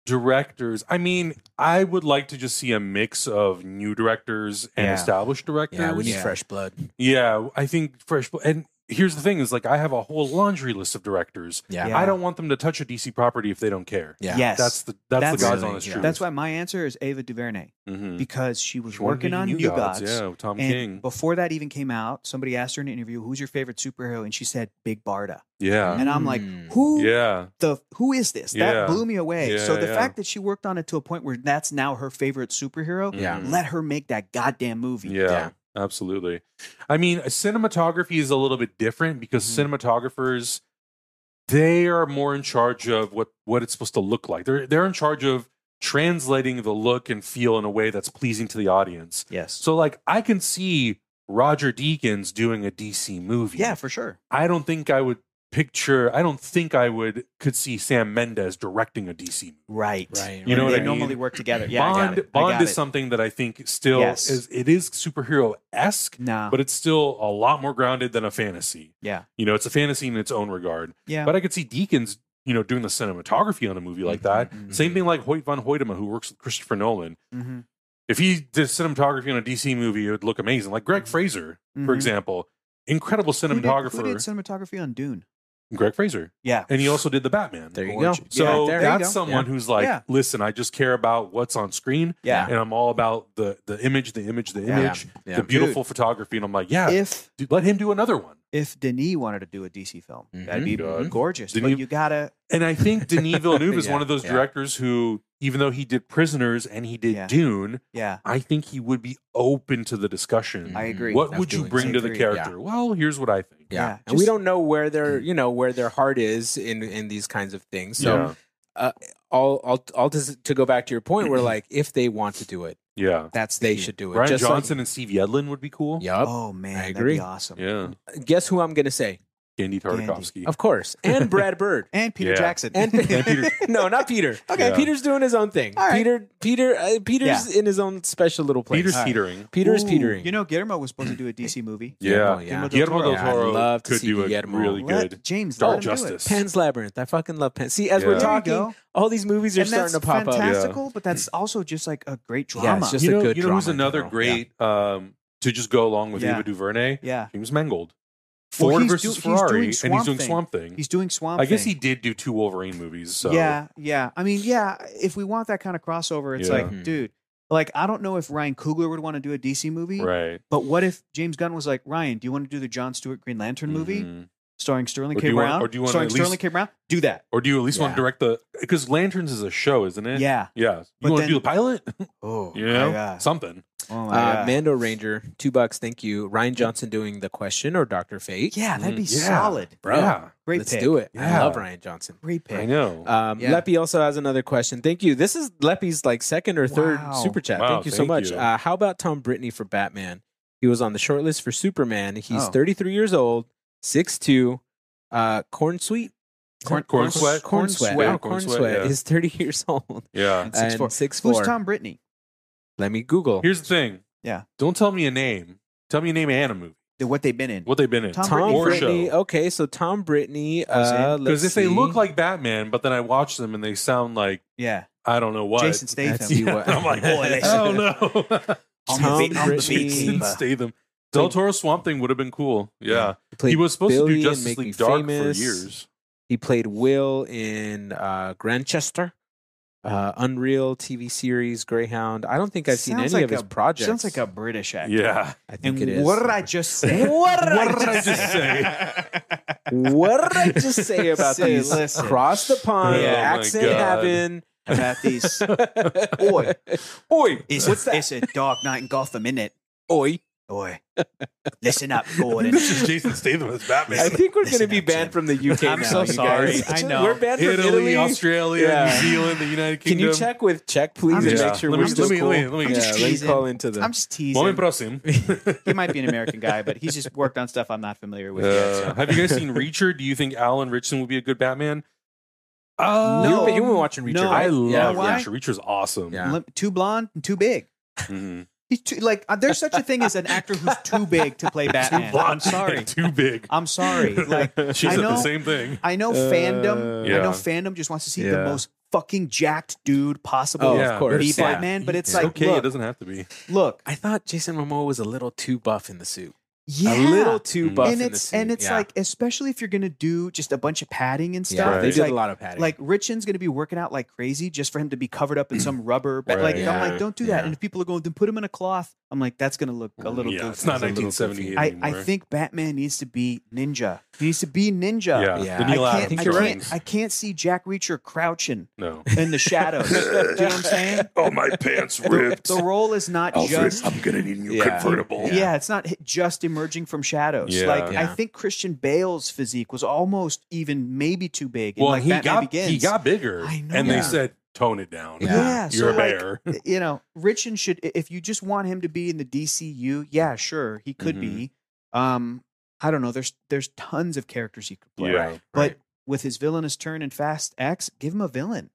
Speaker 1: directors. I mean, I would like to just see a mix of new directors and
Speaker 2: Yeah.
Speaker 1: established directors.
Speaker 2: Yeah, we need
Speaker 3: Yeah.
Speaker 2: fresh blood.
Speaker 1: Yeah, I think fresh. And here's the thing: is like I have a whole laundry list of directors.
Speaker 2: Yeah.
Speaker 3: Yeah.
Speaker 1: I don't want them to touch a DC property if they don't care.
Speaker 2: Yeah.
Speaker 3: Yes,
Speaker 1: That's the that's,
Speaker 3: That's
Speaker 1: the God's
Speaker 2: really-
Speaker 1: honest
Speaker 2: yeah.
Speaker 1: truth.
Speaker 3: that's why my answer is Ava DuVernay
Speaker 1: Mhm.
Speaker 3: because she was
Speaker 1: She wanted to
Speaker 3: working
Speaker 1: do
Speaker 3: on New, Gods.
Speaker 1: Yeah, with Tom
Speaker 3: And
Speaker 1: King.
Speaker 3: before that even came out, somebody asked her in an interview, "Who's your favorite superhero?" And she said, "Big Barda."
Speaker 1: Yeah,
Speaker 3: And I'm like,
Speaker 2: Mm.
Speaker 3: "Who
Speaker 1: yeah,
Speaker 3: the who is this?" That
Speaker 1: Yeah.
Speaker 3: blew me away. so
Speaker 1: Yeah,
Speaker 3: the
Speaker 1: yeah.
Speaker 3: fact that she worked on it to a point where that's now her favorite superhero,
Speaker 2: Yeah.
Speaker 1: Mhm.
Speaker 3: let her make that goddamn movie.
Speaker 1: Yeah,
Speaker 2: Yeah.
Speaker 1: absolutely. I mean, cinematography is a little bit different because
Speaker 3: Mm-hmm.
Speaker 1: cinematographers they are more in charge of what what it's supposed to look like. They're they're in charge of translating the look and feel in a way that's pleasing to the audience.
Speaker 3: Yes.
Speaker 1: So like I can see Roger Deakins doing a DC movie.
Speaker 3: yeah, for sure.
Speaker 1: I don't think I would picture I don't think I would could see Sam Mendes directing a DC movie.
Speaker 3: Right.
Speaker 2: Right.
Speaker 1: You know
Speaker 3: they
Speaker 1: what I mean?
Speaker 3: normally work together. Yeah,
Speaker 1: Bond
Speaker 3: I got it. I
Speaker 1: Bond
Speaker 3: got
Speaker 1: is
Speaker 3: it.
Speaker 1: something that I think still
Speaker 3: Yes.
Speaker 1: is it is superhero esque
Speaker 3: Nah.
Speaker 1: but it's still a lot more grounded than a fantasy.
Speaker 3: yeah.
Speaker 1: You know, it's a fantasy in its own regard.
Speaker 3: Yeah.
Speaker 1: But I could see Deacons, you know, doing the cinematography on a movie like that.
Speaker 3: Mhm.
Speaker 1: Same thing like Hoyt von Hoytema, who works with Christopher Nolan.
Speaker 3: Mhm.
Speaker 1: If he did cinematography on a DC movie, it would look amazing. Like Greg Fraser, for
Speaker 3: Mhm.
Speaker 1: example, incredible
Speaker 3: Who did-
Speaker 1: cinematographer.
Speaker 3: Who did, cinematography on Dune?
Speaker 1: Greg Fraser,
Speaker 3: Yeah.
Speaker 1: and he also did the Batman.
Speaker 2: There you
Speaker 3: Gorgeous.
Speaker 2: go.
Speaker 1: So
Speaker 2: Yeah, there you
Speaker 1: that's
Speaker 2: go.
Speaker 1: someone who's like,
Speaker 3: Yeah.
Speaker 1: listen, I just care about what's on screen,
Speaker 3: Yeah.
Speaker 1: and I'm all about the the image, the image, the
Speaker 3: Yeah.
Speaker 1: image,
Speaker 2: Yeah.
Speaker 1: the beautiful photography, and I'm like, yeah,
Speaker 3: If
Speaker 1: dude, let him do another one.
Speaker 3: if Denis wanted to do a DC film, that'd be
Speaker 1: God.
Speaker 3: gorgeous.
Speaker 1: Mm-hmm. Denis-
Speaker 3: But you gotta
Speaker 1: And I think Denis Villeneuve is
Speaker 2: Yeah,
Speaker 1: one of those
Speaker 2: yeah.
Speaker 1: directors who, even though he did Prisoners and he did
Speaker 3: Yeah.
Speaker 1: Dune,
Speaker 3: yeah.
Speaker 1: I think he would be open to the discussion.
Speaker 3: I agree.
Speaker 1: Mm-hmm. What
Speaker 2: That's
Speaker 1: would you
Speaker 2: doing
Speaker 1: bring to the
Speaker 3: something.
Speaker 1: character? Well, here's what I think.
Speaker 2: Yeah.
Speaker 3: Yeah,
Speaker 2: and we
Speaker 3: just- Mm.
Speaker 2: don't know where their you know where their heart is in in these kinds of things. So
Speaker 1: yeah,
Speaker 2: all all all to, to go back to your point, where like if they want to do it,
Speaker 1: yeah.
Speaker 3: That's the
Speaker 2: they
Speaker 3: key.
Speaker 2: should do it.
Speaker 1: Brian
Speaker 2: Just like-
Speaker 1: Johnson and Steve Yedlin would be cool.
Speaker 2: yup.
Speaker 3: Oh man,
Speaker 2: I
Speaker 3: that'd
Speaker 2: agree.
Speaker 3: be awesome.
Speaker 1: yeah.
Speaker 3: Oh.
Speaker 2: Guess who I'm gonna say?
Speaker 1: Andy Tartakovsky.
Speaker 2: Of course, and Brad Bird.
Speaker 3: And Peter
Speaker 1: Yeah.
Speaker 3: Jackson.
Speaker 2: And,
Speaker 1: Peter.
Speaker 2: no, not Peter.
Speaker 3: Okay.
Speaker 1: Yeah.
Speaker 2: Peter's doing his own thing.
Speaker 3: All right.
Speaker 2: Peter, Peter, uh, Peter's in his own special little place.
Speaker 1: Peter's
Speaker 3: All right.
Speaker 1: teetering.
Speaker 2: Peter's
Speaker 3: Ooh,
Speaker 2: petering.
Speaker 3: You know, Guillermo was supposed to do a DC movie.
Speaker 1: Yeah.
Speaker 2: Guillermo, yeah.
Speaker 1: Guillermo del
Speaker 2: Yeah, I'd
Speaker 1: Toro
Speaker 2: love to
Speaker 1: could
Speaker 2: see
Speaker 1: do a
Speaker 2: Guillermo.
Speaker 1: really
Speaker 3: Let
Speaker 1: good
Speaker 3: James
Speaker 1: Dark
Speaker 3: let him do it.
Speaker 1: Justice.
Speaker 2: Penn's Labyrinth. I fucking love Penn. See, as we're
Speaker 1: Yeah.
Speaker 3: There you
Speaker 2: talking,
Speaker 3: go.
Speaker 2: all these movies are
Speaker 3: And
Speaker 2: starting
Speaker 3: that's
Speaker 2: to pop up.
Speaker 3: fantastical, but that's
Speaker 1: Mm.
Speaker 3: also just like a great
Speaker 2: Yeah, it's
Speaker 3: drama.
Speaker 2: just-
Speaker 1: you
Speaker 2: a
Speaker 1: know,
Speaker 2: good
Speaker 1: you know who's
Speaker 2: drama in
Speaker 1: another
Speaker 2: general.
Speaker 1: great um, to just go along with
Speaker 3: Yeah.
Speaker 1: Eva DuVernay?
Speaker 3: yeah.
Speaker 1: James Mangold.
Speaker 3: Well,
Speaker 1: Ford
Speaker 3: he's
Speaker 1: versus
Speaker 3: do- he's doing
Speaker 1: Ferrari, and he's
Speaker 3: Swamp
Speaker 1: doing
Speaker 3: Thing.
Speaker 1: Swamp Thing.
Speaker 3: He's doing Swamp.
Speaker 1: I guess
Speaker 3: Thing.
Speaker 1: he did do two Wolverine movies. So
Speaker 3: Yeah, yeah. I mean, yeah. If we want that kind of crossover, it's
Speaker 1: Yeah.
Speaker 2: Mhm.
Speaker 3: like, dude, like I don't know if Ryan Coogler would want to do a DC movie,
Speaker 1: right.
Speaker 3: but what if James Gunn was like, Ryan, do you want to do the John Stewart Green Lantern movie
Speaker 1: Mhm.
Speaker 3: starring Sterling
Speaker 1: Or do
Speaker 3: K.
Speaker 1: you want-
Speaker 3: Brown?
Speaker 1: or do you want to
Speaker 3: starring
Speaker 1: at
Speaker 3: Sterling
Speaker 1: least-
Speaker 3: K. Brown? Do that.
Speaker 1: Or do you at least want
Speaker 2: Yeah.
Speaker 1: to direct the? Because Lanterns is a show, isn't it?
Speaker 3: Yeah.
Speaker 1: yeah. You
Speaker 3: But
Speaker 1: want to
Speaker 3: then-
Speaker 1: do the pilot?
Speaker 3: Oh,
Speaker 1: you
Speaker 3: my
Speaker 1: know,
Speaker 3: God.
Speaker 1: something.
Speaker 3: Oh my
Speaker 2: Uh,
Speaker 3: God.
Speaker 2: Mando Ranger, two bucks. Thank you. Ryan Johnson doing the question or Doctor Fate.
Speaker 3: Yeah, that'd be
Speaker 1: Mm, yeah.
Speaker 3: solid.
Speaker 2: Bro.
Speaker 1: Yeah,
Speaker 3: Great
Speaker 2: Let's
Speaker 3: pick.
Speaker 2: do it. I
Speaker 1: Yeah.
Speaker 2: love Ryan Johnson.
Speaker 3: Great pick. Uh,
Speaker 1: I know.
Speaker 2: Um,
Speaker 3: Yeah.
Speaker 2: Leppy also has another question. Thank you. This is Leppy's like second or third
Speaker 3: Wow.
Speaker 2: super chat.
Speaker 1: Wow,
Speaker 2: thank you so
Speaker 1: thank
Speaker 2: much.
Speaker 1: you.
Speaker 2: Uh, how about Tom Brittany for Batman? He was on the shortlist for Superman. He's
Speaker 3: Oh.
Speaker 2: 33 years old, 6'2, uh, corn sweet.
Speaker 3: Corn-
Speaker 1: Corn
Speaker 2: s-
Speaker 1: sweat.
Speaker 2: Corn
Speaker 3: Corn
Speaker 2: sweat.
Speaker 3: sweat.
Speaker 2: Wow,
Speaker 1: Yeah,
Speaker 2: corn
Speaker 1: corn
Speaker 2: sweat.
Speaker 1: sweat, yeah.
Speaker 2: He's 30 years old.
Speaker 1: yeah.
Speaker 3: And 6'4".
Speaker 2: and 6'4.
Speaker 3: Who's Tom Brittany?
Speaker 2: Let me Google.
Speaker 1: Here's the thing.
Speaker 3: Yeah.
Speaker 1: Don't tell me a name. Tell me a name and a movie.
Speaker 3: The- What they've been in?
Speaker 1: What they've been in.
Speaker 3: Tom
Speaker 2: Tom
Speaker 1: Or
Speaker 2: Brittany.
Speaker 3: oh,
Speaker 1: show.
Speaker 2: Okay, so Tom Brittany.
Speaker 3: Was in.
Speaker 2: Uh,
Speaker 1: Because if they look
Speaker 2: like.
Speaker 1: like Batman, but then I watch them and they sound like
Speaker 3: Yeah,
Speaker 1: I don't know what.
Speaker 3: Jason Statham.
Speaker 2: That's
Speaker 1: Yeah,
Speaker 2: you, uh,
Speaker 1: I'm like,
Speaker 3: Boy, they-
Speaker 1: oh no.
Speaker 2: Tom
Speaker 3: beat- on beat,
Speaker 2: Brittany.
Speaker 1: Jason
Speaker 3: Simba.
Speaker 1: Statham. Del Toro Swamp Thing would have been cool. Yeah.
Speaker 2: played
Speaker 1: He was supposed
Speaker 2: Billy
Speaker 1: to
Speaker 2: in
Speaker 1: do Justice
Speaker 2: Make Me
Speaker 1: League Dark
Speaker 2: Famous.
Speaker 1: for years.
Speaker 2: He played Will in uh, Grandchester, uh, Unreal TV series Greyhound. I don't think I've seen any
Speaker 3: Sounds like
Speaker 2: of his
Speaker 3: a-
Speaker 2: projects.
Speaker 3: Sounds like a British actor.
Speaker 1: Yeah.
Speaker 2: I think
Speaker 3: And
Speaker 2: it is.
Speaker 3: what did I just say?
Speaker 2: What did I
Speaker 1: just say?
Speaker 2: what did I just say about
Speaker 3: Say,
Speaker 2: these?
Speaker 3: listen.
Speaker 2: Cross the pond,
Speaker 3: Oh my
Speaker 2: accent
Speaker 1: God.
Speaker 2: heaven.
Speaker 3: about these.
Speaker 2: Oi,
Speaker 3: Oi.
Speaker 2: oi,
Speaker 3: It's,
Speaker 2: what's
Speaker 3: a,
Speaker 2: that?
Speaker 3: it's a dark night in Gotham, is it?
Speaker 2: Oi.
Speaker 3: Boy, listen up, Gordon.
Speaker 1: this is Jason Statham as Batman.
Speaker 2: I think we're
Speaker 3: Listen
Speaker 2: going to be
Speaker 3: up,
Speaker 2: banned
Speaker 3: Jim.
Speaker 2: from the UK.
Speaker 3: I'm
Speaker 2: now,
Speaker 3: so
Speaker 2: you
Speaker 3: sorry.
Speaker 2: guys.
Speaker 3: I know.
Speaker 2: We're banned from
Speaker 1: Italy,
Speaker 2: Italy.
Speaker 1: Australia,
Speaker 2: Yeah.
Speaker 1: New Zealand, the United
Speaker 2: Can
Speaker 1: Kingdom.
Speaker 2: you check with check, please,
Speaker 3: I'm
Speaker 2: and
Speaker 3: just-
Speaker 2: make sure
Speaker 1: Let
Speaker 2: we're
Speaker 1: me-
Speaker 2: still
Speaker 1: let me-
Speaker 2: cool?
Speaker 1: let me- let me-
Speaker 2: yeah,
Speaker 3: I'm just
Speaker 2: let me
Speaker 3: teasing.
Speaker 2: call into them.
Speaker 3: I'm just teasing.
Speaker 1: Moment prosim.
Speaker 3: he might be an American guy, but he's just worked on stuff I'm not familiar with. yet, so.
Speaker 1: Uh, have you guys seen Reacher? Do you think Alan Richson would be a good Batman?
Speaker 3: No.
Speaker 2: You've
Speaker 1: Uh,
Speaker 2: been- you've been watching Reacher,
Speaker 3: No,
Speaker 1: I
Speaker 2: right?
Speaker 1: love
Speaker 3: why?
Speaker 1: Reacher. Reacher's awesome.
Speaker 2: Yeah.
Speaker 3: Lim- Too blonde and too big.
Speaker 1: Mhm.
Speaker 3: He's too, like uh, there's such a thing as an actor who's too big to play Batman. I'm sorry.
Speaker 1: Too big.
Speaker 3: I'm sorry. Like
Speaker 1: she
Speaker 3: I
Speaker 1: said
Speaker 3: know-
Speaker 1: the same thing.
Speaker 3: I know
Speaker 2: Uh,
Speaker 3: fandom. I
Speaker 1: Yeah.
Speaker 3: know fandom just wants to see
Speaker 2: Yeah.
Speaker 3: the most fucking jacked dude possible.
Speaker 2: Oh,
Speaker 1: Yeah, but
Speaker 2: of course.
Speaker 3: Be
Speaker 1: it's like-
Speaker 3: Batman, but it's
Speaker 2: It's
Speaker 1: It's
Speaker 3: like
Speaker 1: okay. It
Speaker 3: look,
Speaker 1: doesn't have to be.
Speaker 3: look,
Speaker 2: I thought Jason Momoa was a little too buff in the suit.
Speaker 3: yeah,
Speaker 2: A little too
Speaker 1: Mm.
Speaker 2: buff
Speaker 3: and
Speaker 2: in the
Speaker 3: it's
Speaker 2: suit.
Speaker 3: and it's
Speaker 2: Yeah.
Speaker 3: like especially if you're gonna do just a bunch of padding and
Speaker 2: yeah,
Speaker 3: stuff.
Speaker 1: Right.
Speaker 2: they
Speaker 3: It's
Speaker 2: did
Speaker 3: like,
Speaker 2: a lot of padding.
Speaker 3: like Richin's gonna be working out like crazy just for him to be covered up in some rubber. But like
Speaker 1: Right.
Speaker 3: I'm
Speaker 2: Yeah.
Speaker 3: like, don't do that.
Speaker 2: Yeah.
Speaker 3: And if people are going, then put him in a cloth. I'm like, that's gonna look a little.
Speaker 1: yeah,
Speaker 3: goofy.
Speaker 1: it's not
Speaker 2: It's a little
Speaker 1: 1978
Speaker 3: I,
Speaker 1: anymore.
Speaker 3: I think Batman needs to be ninja. He needs to be ninja.
Speaker 1: Yeah,
Speaker 2: Yeah.
Speaker 1: the
Speaker 3: uh, I
Speaker 1: Neil
Speaker 3: can't,
Speaker 1: Adams
Speaker 3: I,
Speaker 2: you're
Speaker 1: drawings.
Speaker 3: can't, I can't see Jack Reacher crouching
Speaker 1: No.
Speaker 3: in the shadows. Do you know what I'm saying?
Speaker 1: oh, my pants
Speaker 3: The, the role is not just
Speaker 1: I'm gonna need a new
Speaker 2: Yeah.
Speaker 3: yeah. it's not hi- just emerging from shadows.
Speaker 1: Yeah.
Speaker 3: Like
Speaker 2: Yeah.
Speaker 3: I think Christian Bale's physique was almost even maybe too big. in,
Speaker 1: Well,
Speaker 3: like
Speaker 1: he
Speaker 3: Batman
Speaker 1: got
Speaker 3: Begins.
Speaker 1: he got bigger,
Speaker 3: I know.
Speaker 1: and they
Speaker 2: Yeah.
Speaker 1: said tone it down.
Speaker 2: Yeah.
Speaker 3: yeah.
Speaker 1: You're a
Speaker 3: so like,
Speaker 1: bear.
Speaker 3: eh, you know, Richin should i- if you just want him to be in the DCU, yeah, sure, he could
Speaker 2: Mm-hmm.
Speaker 3: be. Um, I don't know. There's there's tons of characters he could play.
Speaker 1: Yeah.
Speaker 3: But with his villainous turn in Fast X, give him a villain.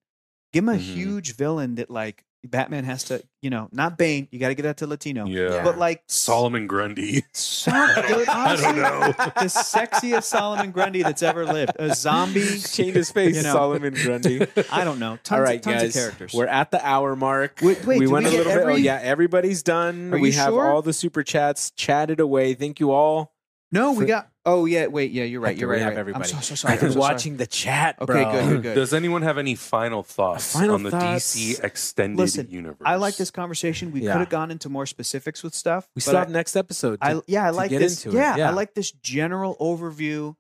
Speaker 3: Give him a
Speaker 1: Mhm.
Speaker 2: Mm-hmm.
Speaker 3: huge villain that like Batman has to, you know, not Bane. You got to give that to Latino.
Speaker 1: Yeah.
Speaker 3: But like
Speaker 1: Solomon Grundy.
Speaker 3: so, dude,
Speaker 1: I
Speaker 3: honestly,
Speaker 1: don't know.
Speaker 3: the sexiest Solomon Grundy that's ever lived. A zombie.
Speaker 2: Change his face,
Speaker 3: You know.
Speaker 2: Solomon Grundy.
Speaker 3: I don't know. Tons,
Speaker 2: All right,
Speaker 3: tons
Speaker 2: guys.
Speaker 3: of characters.
Speaker 2: We're at the hour mark.
Speaker 3: Wait, wait,
Speaker 2: we
Speaker 3: did
Speaker 2: went
Speaker 3: we
Speaker 2: a
Speaker 3: get
Speaker 2: little bit. Oh
Speaker 3: every-
Speaker 2: yeah, everybody's done.
Speaker 3: Are
Speaker 2: we
Speaker 3: you
Speaker 2: have
Speaker 3: sure?
Speaker 2: all the super chats chatted away. Thank you all.
Speaker 3: no,
Speaker 2: for-
Speaker 3: we got. Oh yeah, wait, yeah, you're right.
Speaker 2: Okay,
Speaker 3: You're
Speaker 2: we
Speaker 3: right.
Speaker 2: have
Speaker 3: right.
Speaker 2: everybody.
Speaker 3: I'm so, so sorry.
Speaker 2: I've been
Speaker 3: I'm so sorry.
Speaker 2: watching the chat.
Speaker 3: Okay,
Speaker 2: bro.
Speaker 3: good, good, good.
Speaker 1: Does anyone have any final thoughts
Speaker 2: Final
Speaker 1: on the
Speaker 2: thoughts?
Speaker 1: DC extended
Speaker 3: Listen,
Speaker 1: universe?
Speaker 3: I like this conversation. We
Speaker 2: Yeah.
Speaker 3: could have gone into more specifics with stuff.
Speaker 2: We
Speaker 3: but
Speaker 2: still
Speaker 3: I-
Speaker 2: have next episode.
Speaker 3: I yeah, I
Speaker 2: to
Speaker 3: like
Speaker 2: get
Speaker 3: this.
Speaker 2: into it.
Speaker 3: Yeah,
Speaker 2: Yeah.
Speaker 3: I like this general overview.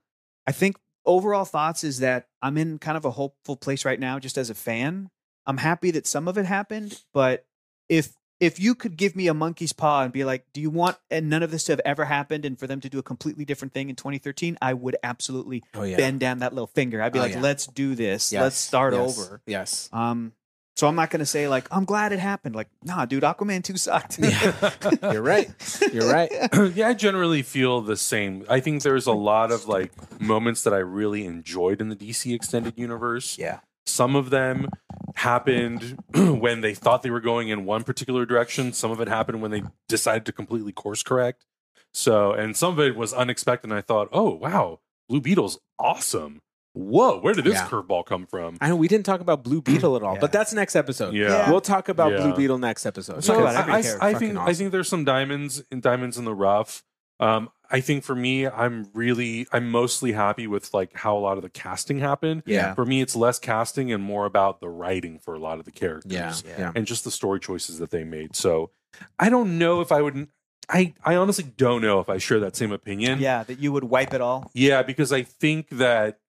Speaker 3: I think overall thoughts is that I'm in kind of a hopeful place right now, just as a fan. I'm happy that some of it happened, but if if you could give me a monkey's paw and be like, "Do you want and none of this to have ever happened, and for them to do a completely different thing in 2013?" I would absolutely
Speaker 2: oh yeah.
Speaker 3: bend down that little finger. I'd be
Speaker 2: Oh,
Speaker 3: like,
Speaker 2: yeah.
Speaker 3: "Let's do this.
Speaker 2: Yes,
Speaker 3: Let's start
Speaker 2: yes,
Speaker 3: over."
Speaker 2: Yes.
Speaker 3: Um, so I'm not gonna say like, "I'm glad it happened." Like, nah, dude, Aquaman two sucked.
Speaker 2: You're right. You're right.
Speaker 1: yeah, I generally feel the same. I think there's a lot of like moments that I really enjoyed in the DC extended universe.
Speaker 2: Yeah.
Speaker 1: Some of them happened when they thought they were going in one particular direction. Some of it happened when they decided to completely course correct. So, and some of it was unexpected. And I thought, oh, wow, Blue Beetle's awesome. Whoa, where did this
Speaker 2: Yeah.
Speaker 1: curveball come from?
Speaker 2: I know we didn't talk about Blue Beetle at all,
Speaker 3: Yeah.
Speaker 2: but that's next episode.
Speaker 1: Yeah.
Speaker 2: We'll talk about
Speaker 1: Yeah.
Speaker 2: Blue Beetle next episode.
Speaker 3: Let's talk
Speaker 1: No,
Speaker 3: about
Speaker 1: I-
Speaker 3: every
Speaker 1: I,
Speaker 3: character.
Speaker 1: I
Speaker 2: Fucking
Speaker 1: think I
Speaker 2: awesome.
Speaker 1: think there's some diamonds in diamonds in the rough. Um, I think for me, I'm really I'm mostly happy with like how a lot of the casting happened.
Speaker 2: Yeah.
Speaker 1: For me, it's less casting and more about the writing for a lot of the characters
Speaker 2: Yeah.
Speaker 3: Yeah.
Speaker 2: Yeah.
Speaker 1: and just the story choices that they made. So I don't know if I would. I I honestly don't know if I share that same opinion.
Speaker 3: yeah, that you would wipe it all.
Speaker 1: Yeah, because I think that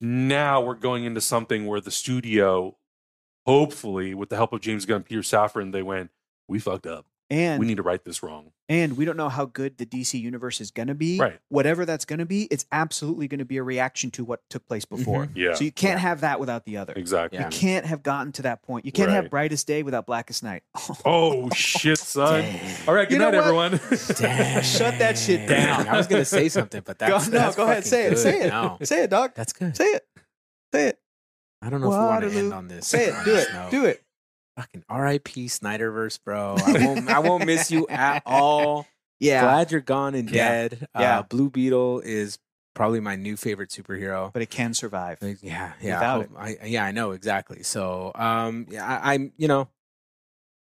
Speaker 1: now we're going into something where the studio, hopefully, with the help of James Gunn, Peter Safran, they went, we fucked up.
Speaker 3: And
Speaker 1: we need to write this wrong.
Speaker 3: and we don't know how good the DC universe is going to be.
Speaker 1: Right.
Speaker 3: Whatever that's going to be, it's absolutely going to be a reaction to what took place before.
Speaker 1: Mm-hmm. Yeah.
Speaker 3: So you can't have that without the other.
Speaker 1: exactly.
Speaker 2: Yeah.
Speaker 3: You can't have gotten to that point. You can't
Speaker 1: Right.
Speaker 3: have brightest day without blackest night.
Speaker 1: Oh shit, son.
Speaker 2: Dang.
Speaker 1: All right, good
Speaker 3: You know
Speaker 1: night,
Speaker 3: what?
Speaker 1: everyone.
Speaker 2: Mm-hmm. Dang.
Speaker 3: Shut that shit down.
Speaker 2: I was gonna say something, but
Speaker 3: Go-
Speaker 2: that's
Speaker 3: no,
Speaker 2: that's
Speaker 3: go ahead,
Speaker 2: fucking
Speaker 3: say it,
Speaker 2: good.
Speaker 3: say it.
Speaker 2: No,
Speaker 3: Say it, dog.
Speaker 2: that's good.
Speaker 3: Say it. Say it.
Speaker 2: I don't know if we want to
Speaker 3: Waterloo.
Speaker 2: end on this.
Speaker 3: Say it.
Speaker 2: on
Speaker 3: Do
Speaker 2: this
Speaker 3: it.
Speaker 2: note.
Speaker 3: Do it.
Speaker 2: Fucking R.I.P. Snyderverse, bro. I won't. I won't miss you at all.
Speaker 3: Yeah.
Speaker 2: Glad you're gone and
Speaker 3: Yeah.
Speaker 2: dead.
Speaker 3: Yeah.
Speaker 2: Uh, Blue Beetle is probably my new favorite superhero.
Speaker 3: But it can survive.
Speaker 2: Like, Yeah, yeah,
Speaker 3: Without
Speaker 2: hope- I, yeah, I know exactly. So, um, yeah, I, I'm, you know,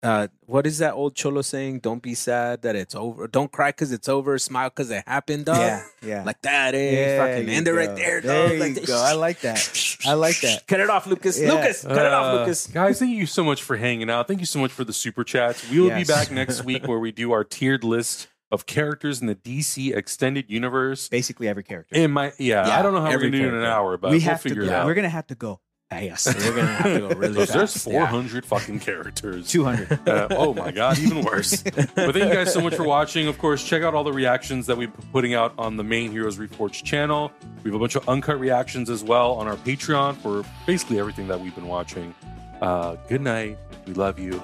Speaker 2: uh, what is that old cholo saying? Don't be sad that it's over. Don't cry because it's over. Smile because it happened, dog.
Speaker 3: Yeah. Yeah.
Speaker 2: Like that, eh?
Speaker 3: There
Speaker 2: fucking
Speaker 3: you
Speaker 2: end it
Speaker 3: go.
Speaker 2: right there,
Speaker 3: There
Speaker 2: dog. like
Speaker 3: you
Speaker 2: that.
Speaker 3: go. I like that. I like that.
Speaker 2: Cut it off, Lucas.
Speaker 3: Yeah.
Speaker 2: Lucas, cut it off,
Speaker 1: Uh,
Speaker 2: Lucas.
Speaker 1: Guys, thank you so much for hanging out. Thank you so much for the super chats. We will
Speaker 3: Yes.
Speaker 1: be back next week where we do our tiered list of characters in the DC extended universe.
Speaker 3: Basically, every character.
Speaker 1: In my yeah,
Speaker 2: Yeah,
Speaker 1: I don't know how we're
Speaker 2: every
Speaker 1: gonna do it in an
Speaker 2: character.
Speaker 1: hour, but
Speaker 3: we
Speaker 1: we'll
Speaker 3: have
Speaker 1: figure
Speaker 3: to.
Speaker 1: it
Speaker 3: yeah,
Speaker 1: out.
Speaker 3: We're gonna have to go. Yes,
Speaker 2: We're gonna have to go really
Speaker 1: Because there's
Speaker 2: fast. yeah.
Speaker 1: 400 fucking characters.
Speaker 3: two hundred.
Speaker 1: Uh, oh my god, even worse. but thank you guys so much for watching. Of course, check out all the reactions that we've been putting out on the main Heroes Reforged channel. We have a bunch of uncut reactions as well on our Patreon for basically everything that we've been watching. Uh, good night. We love you.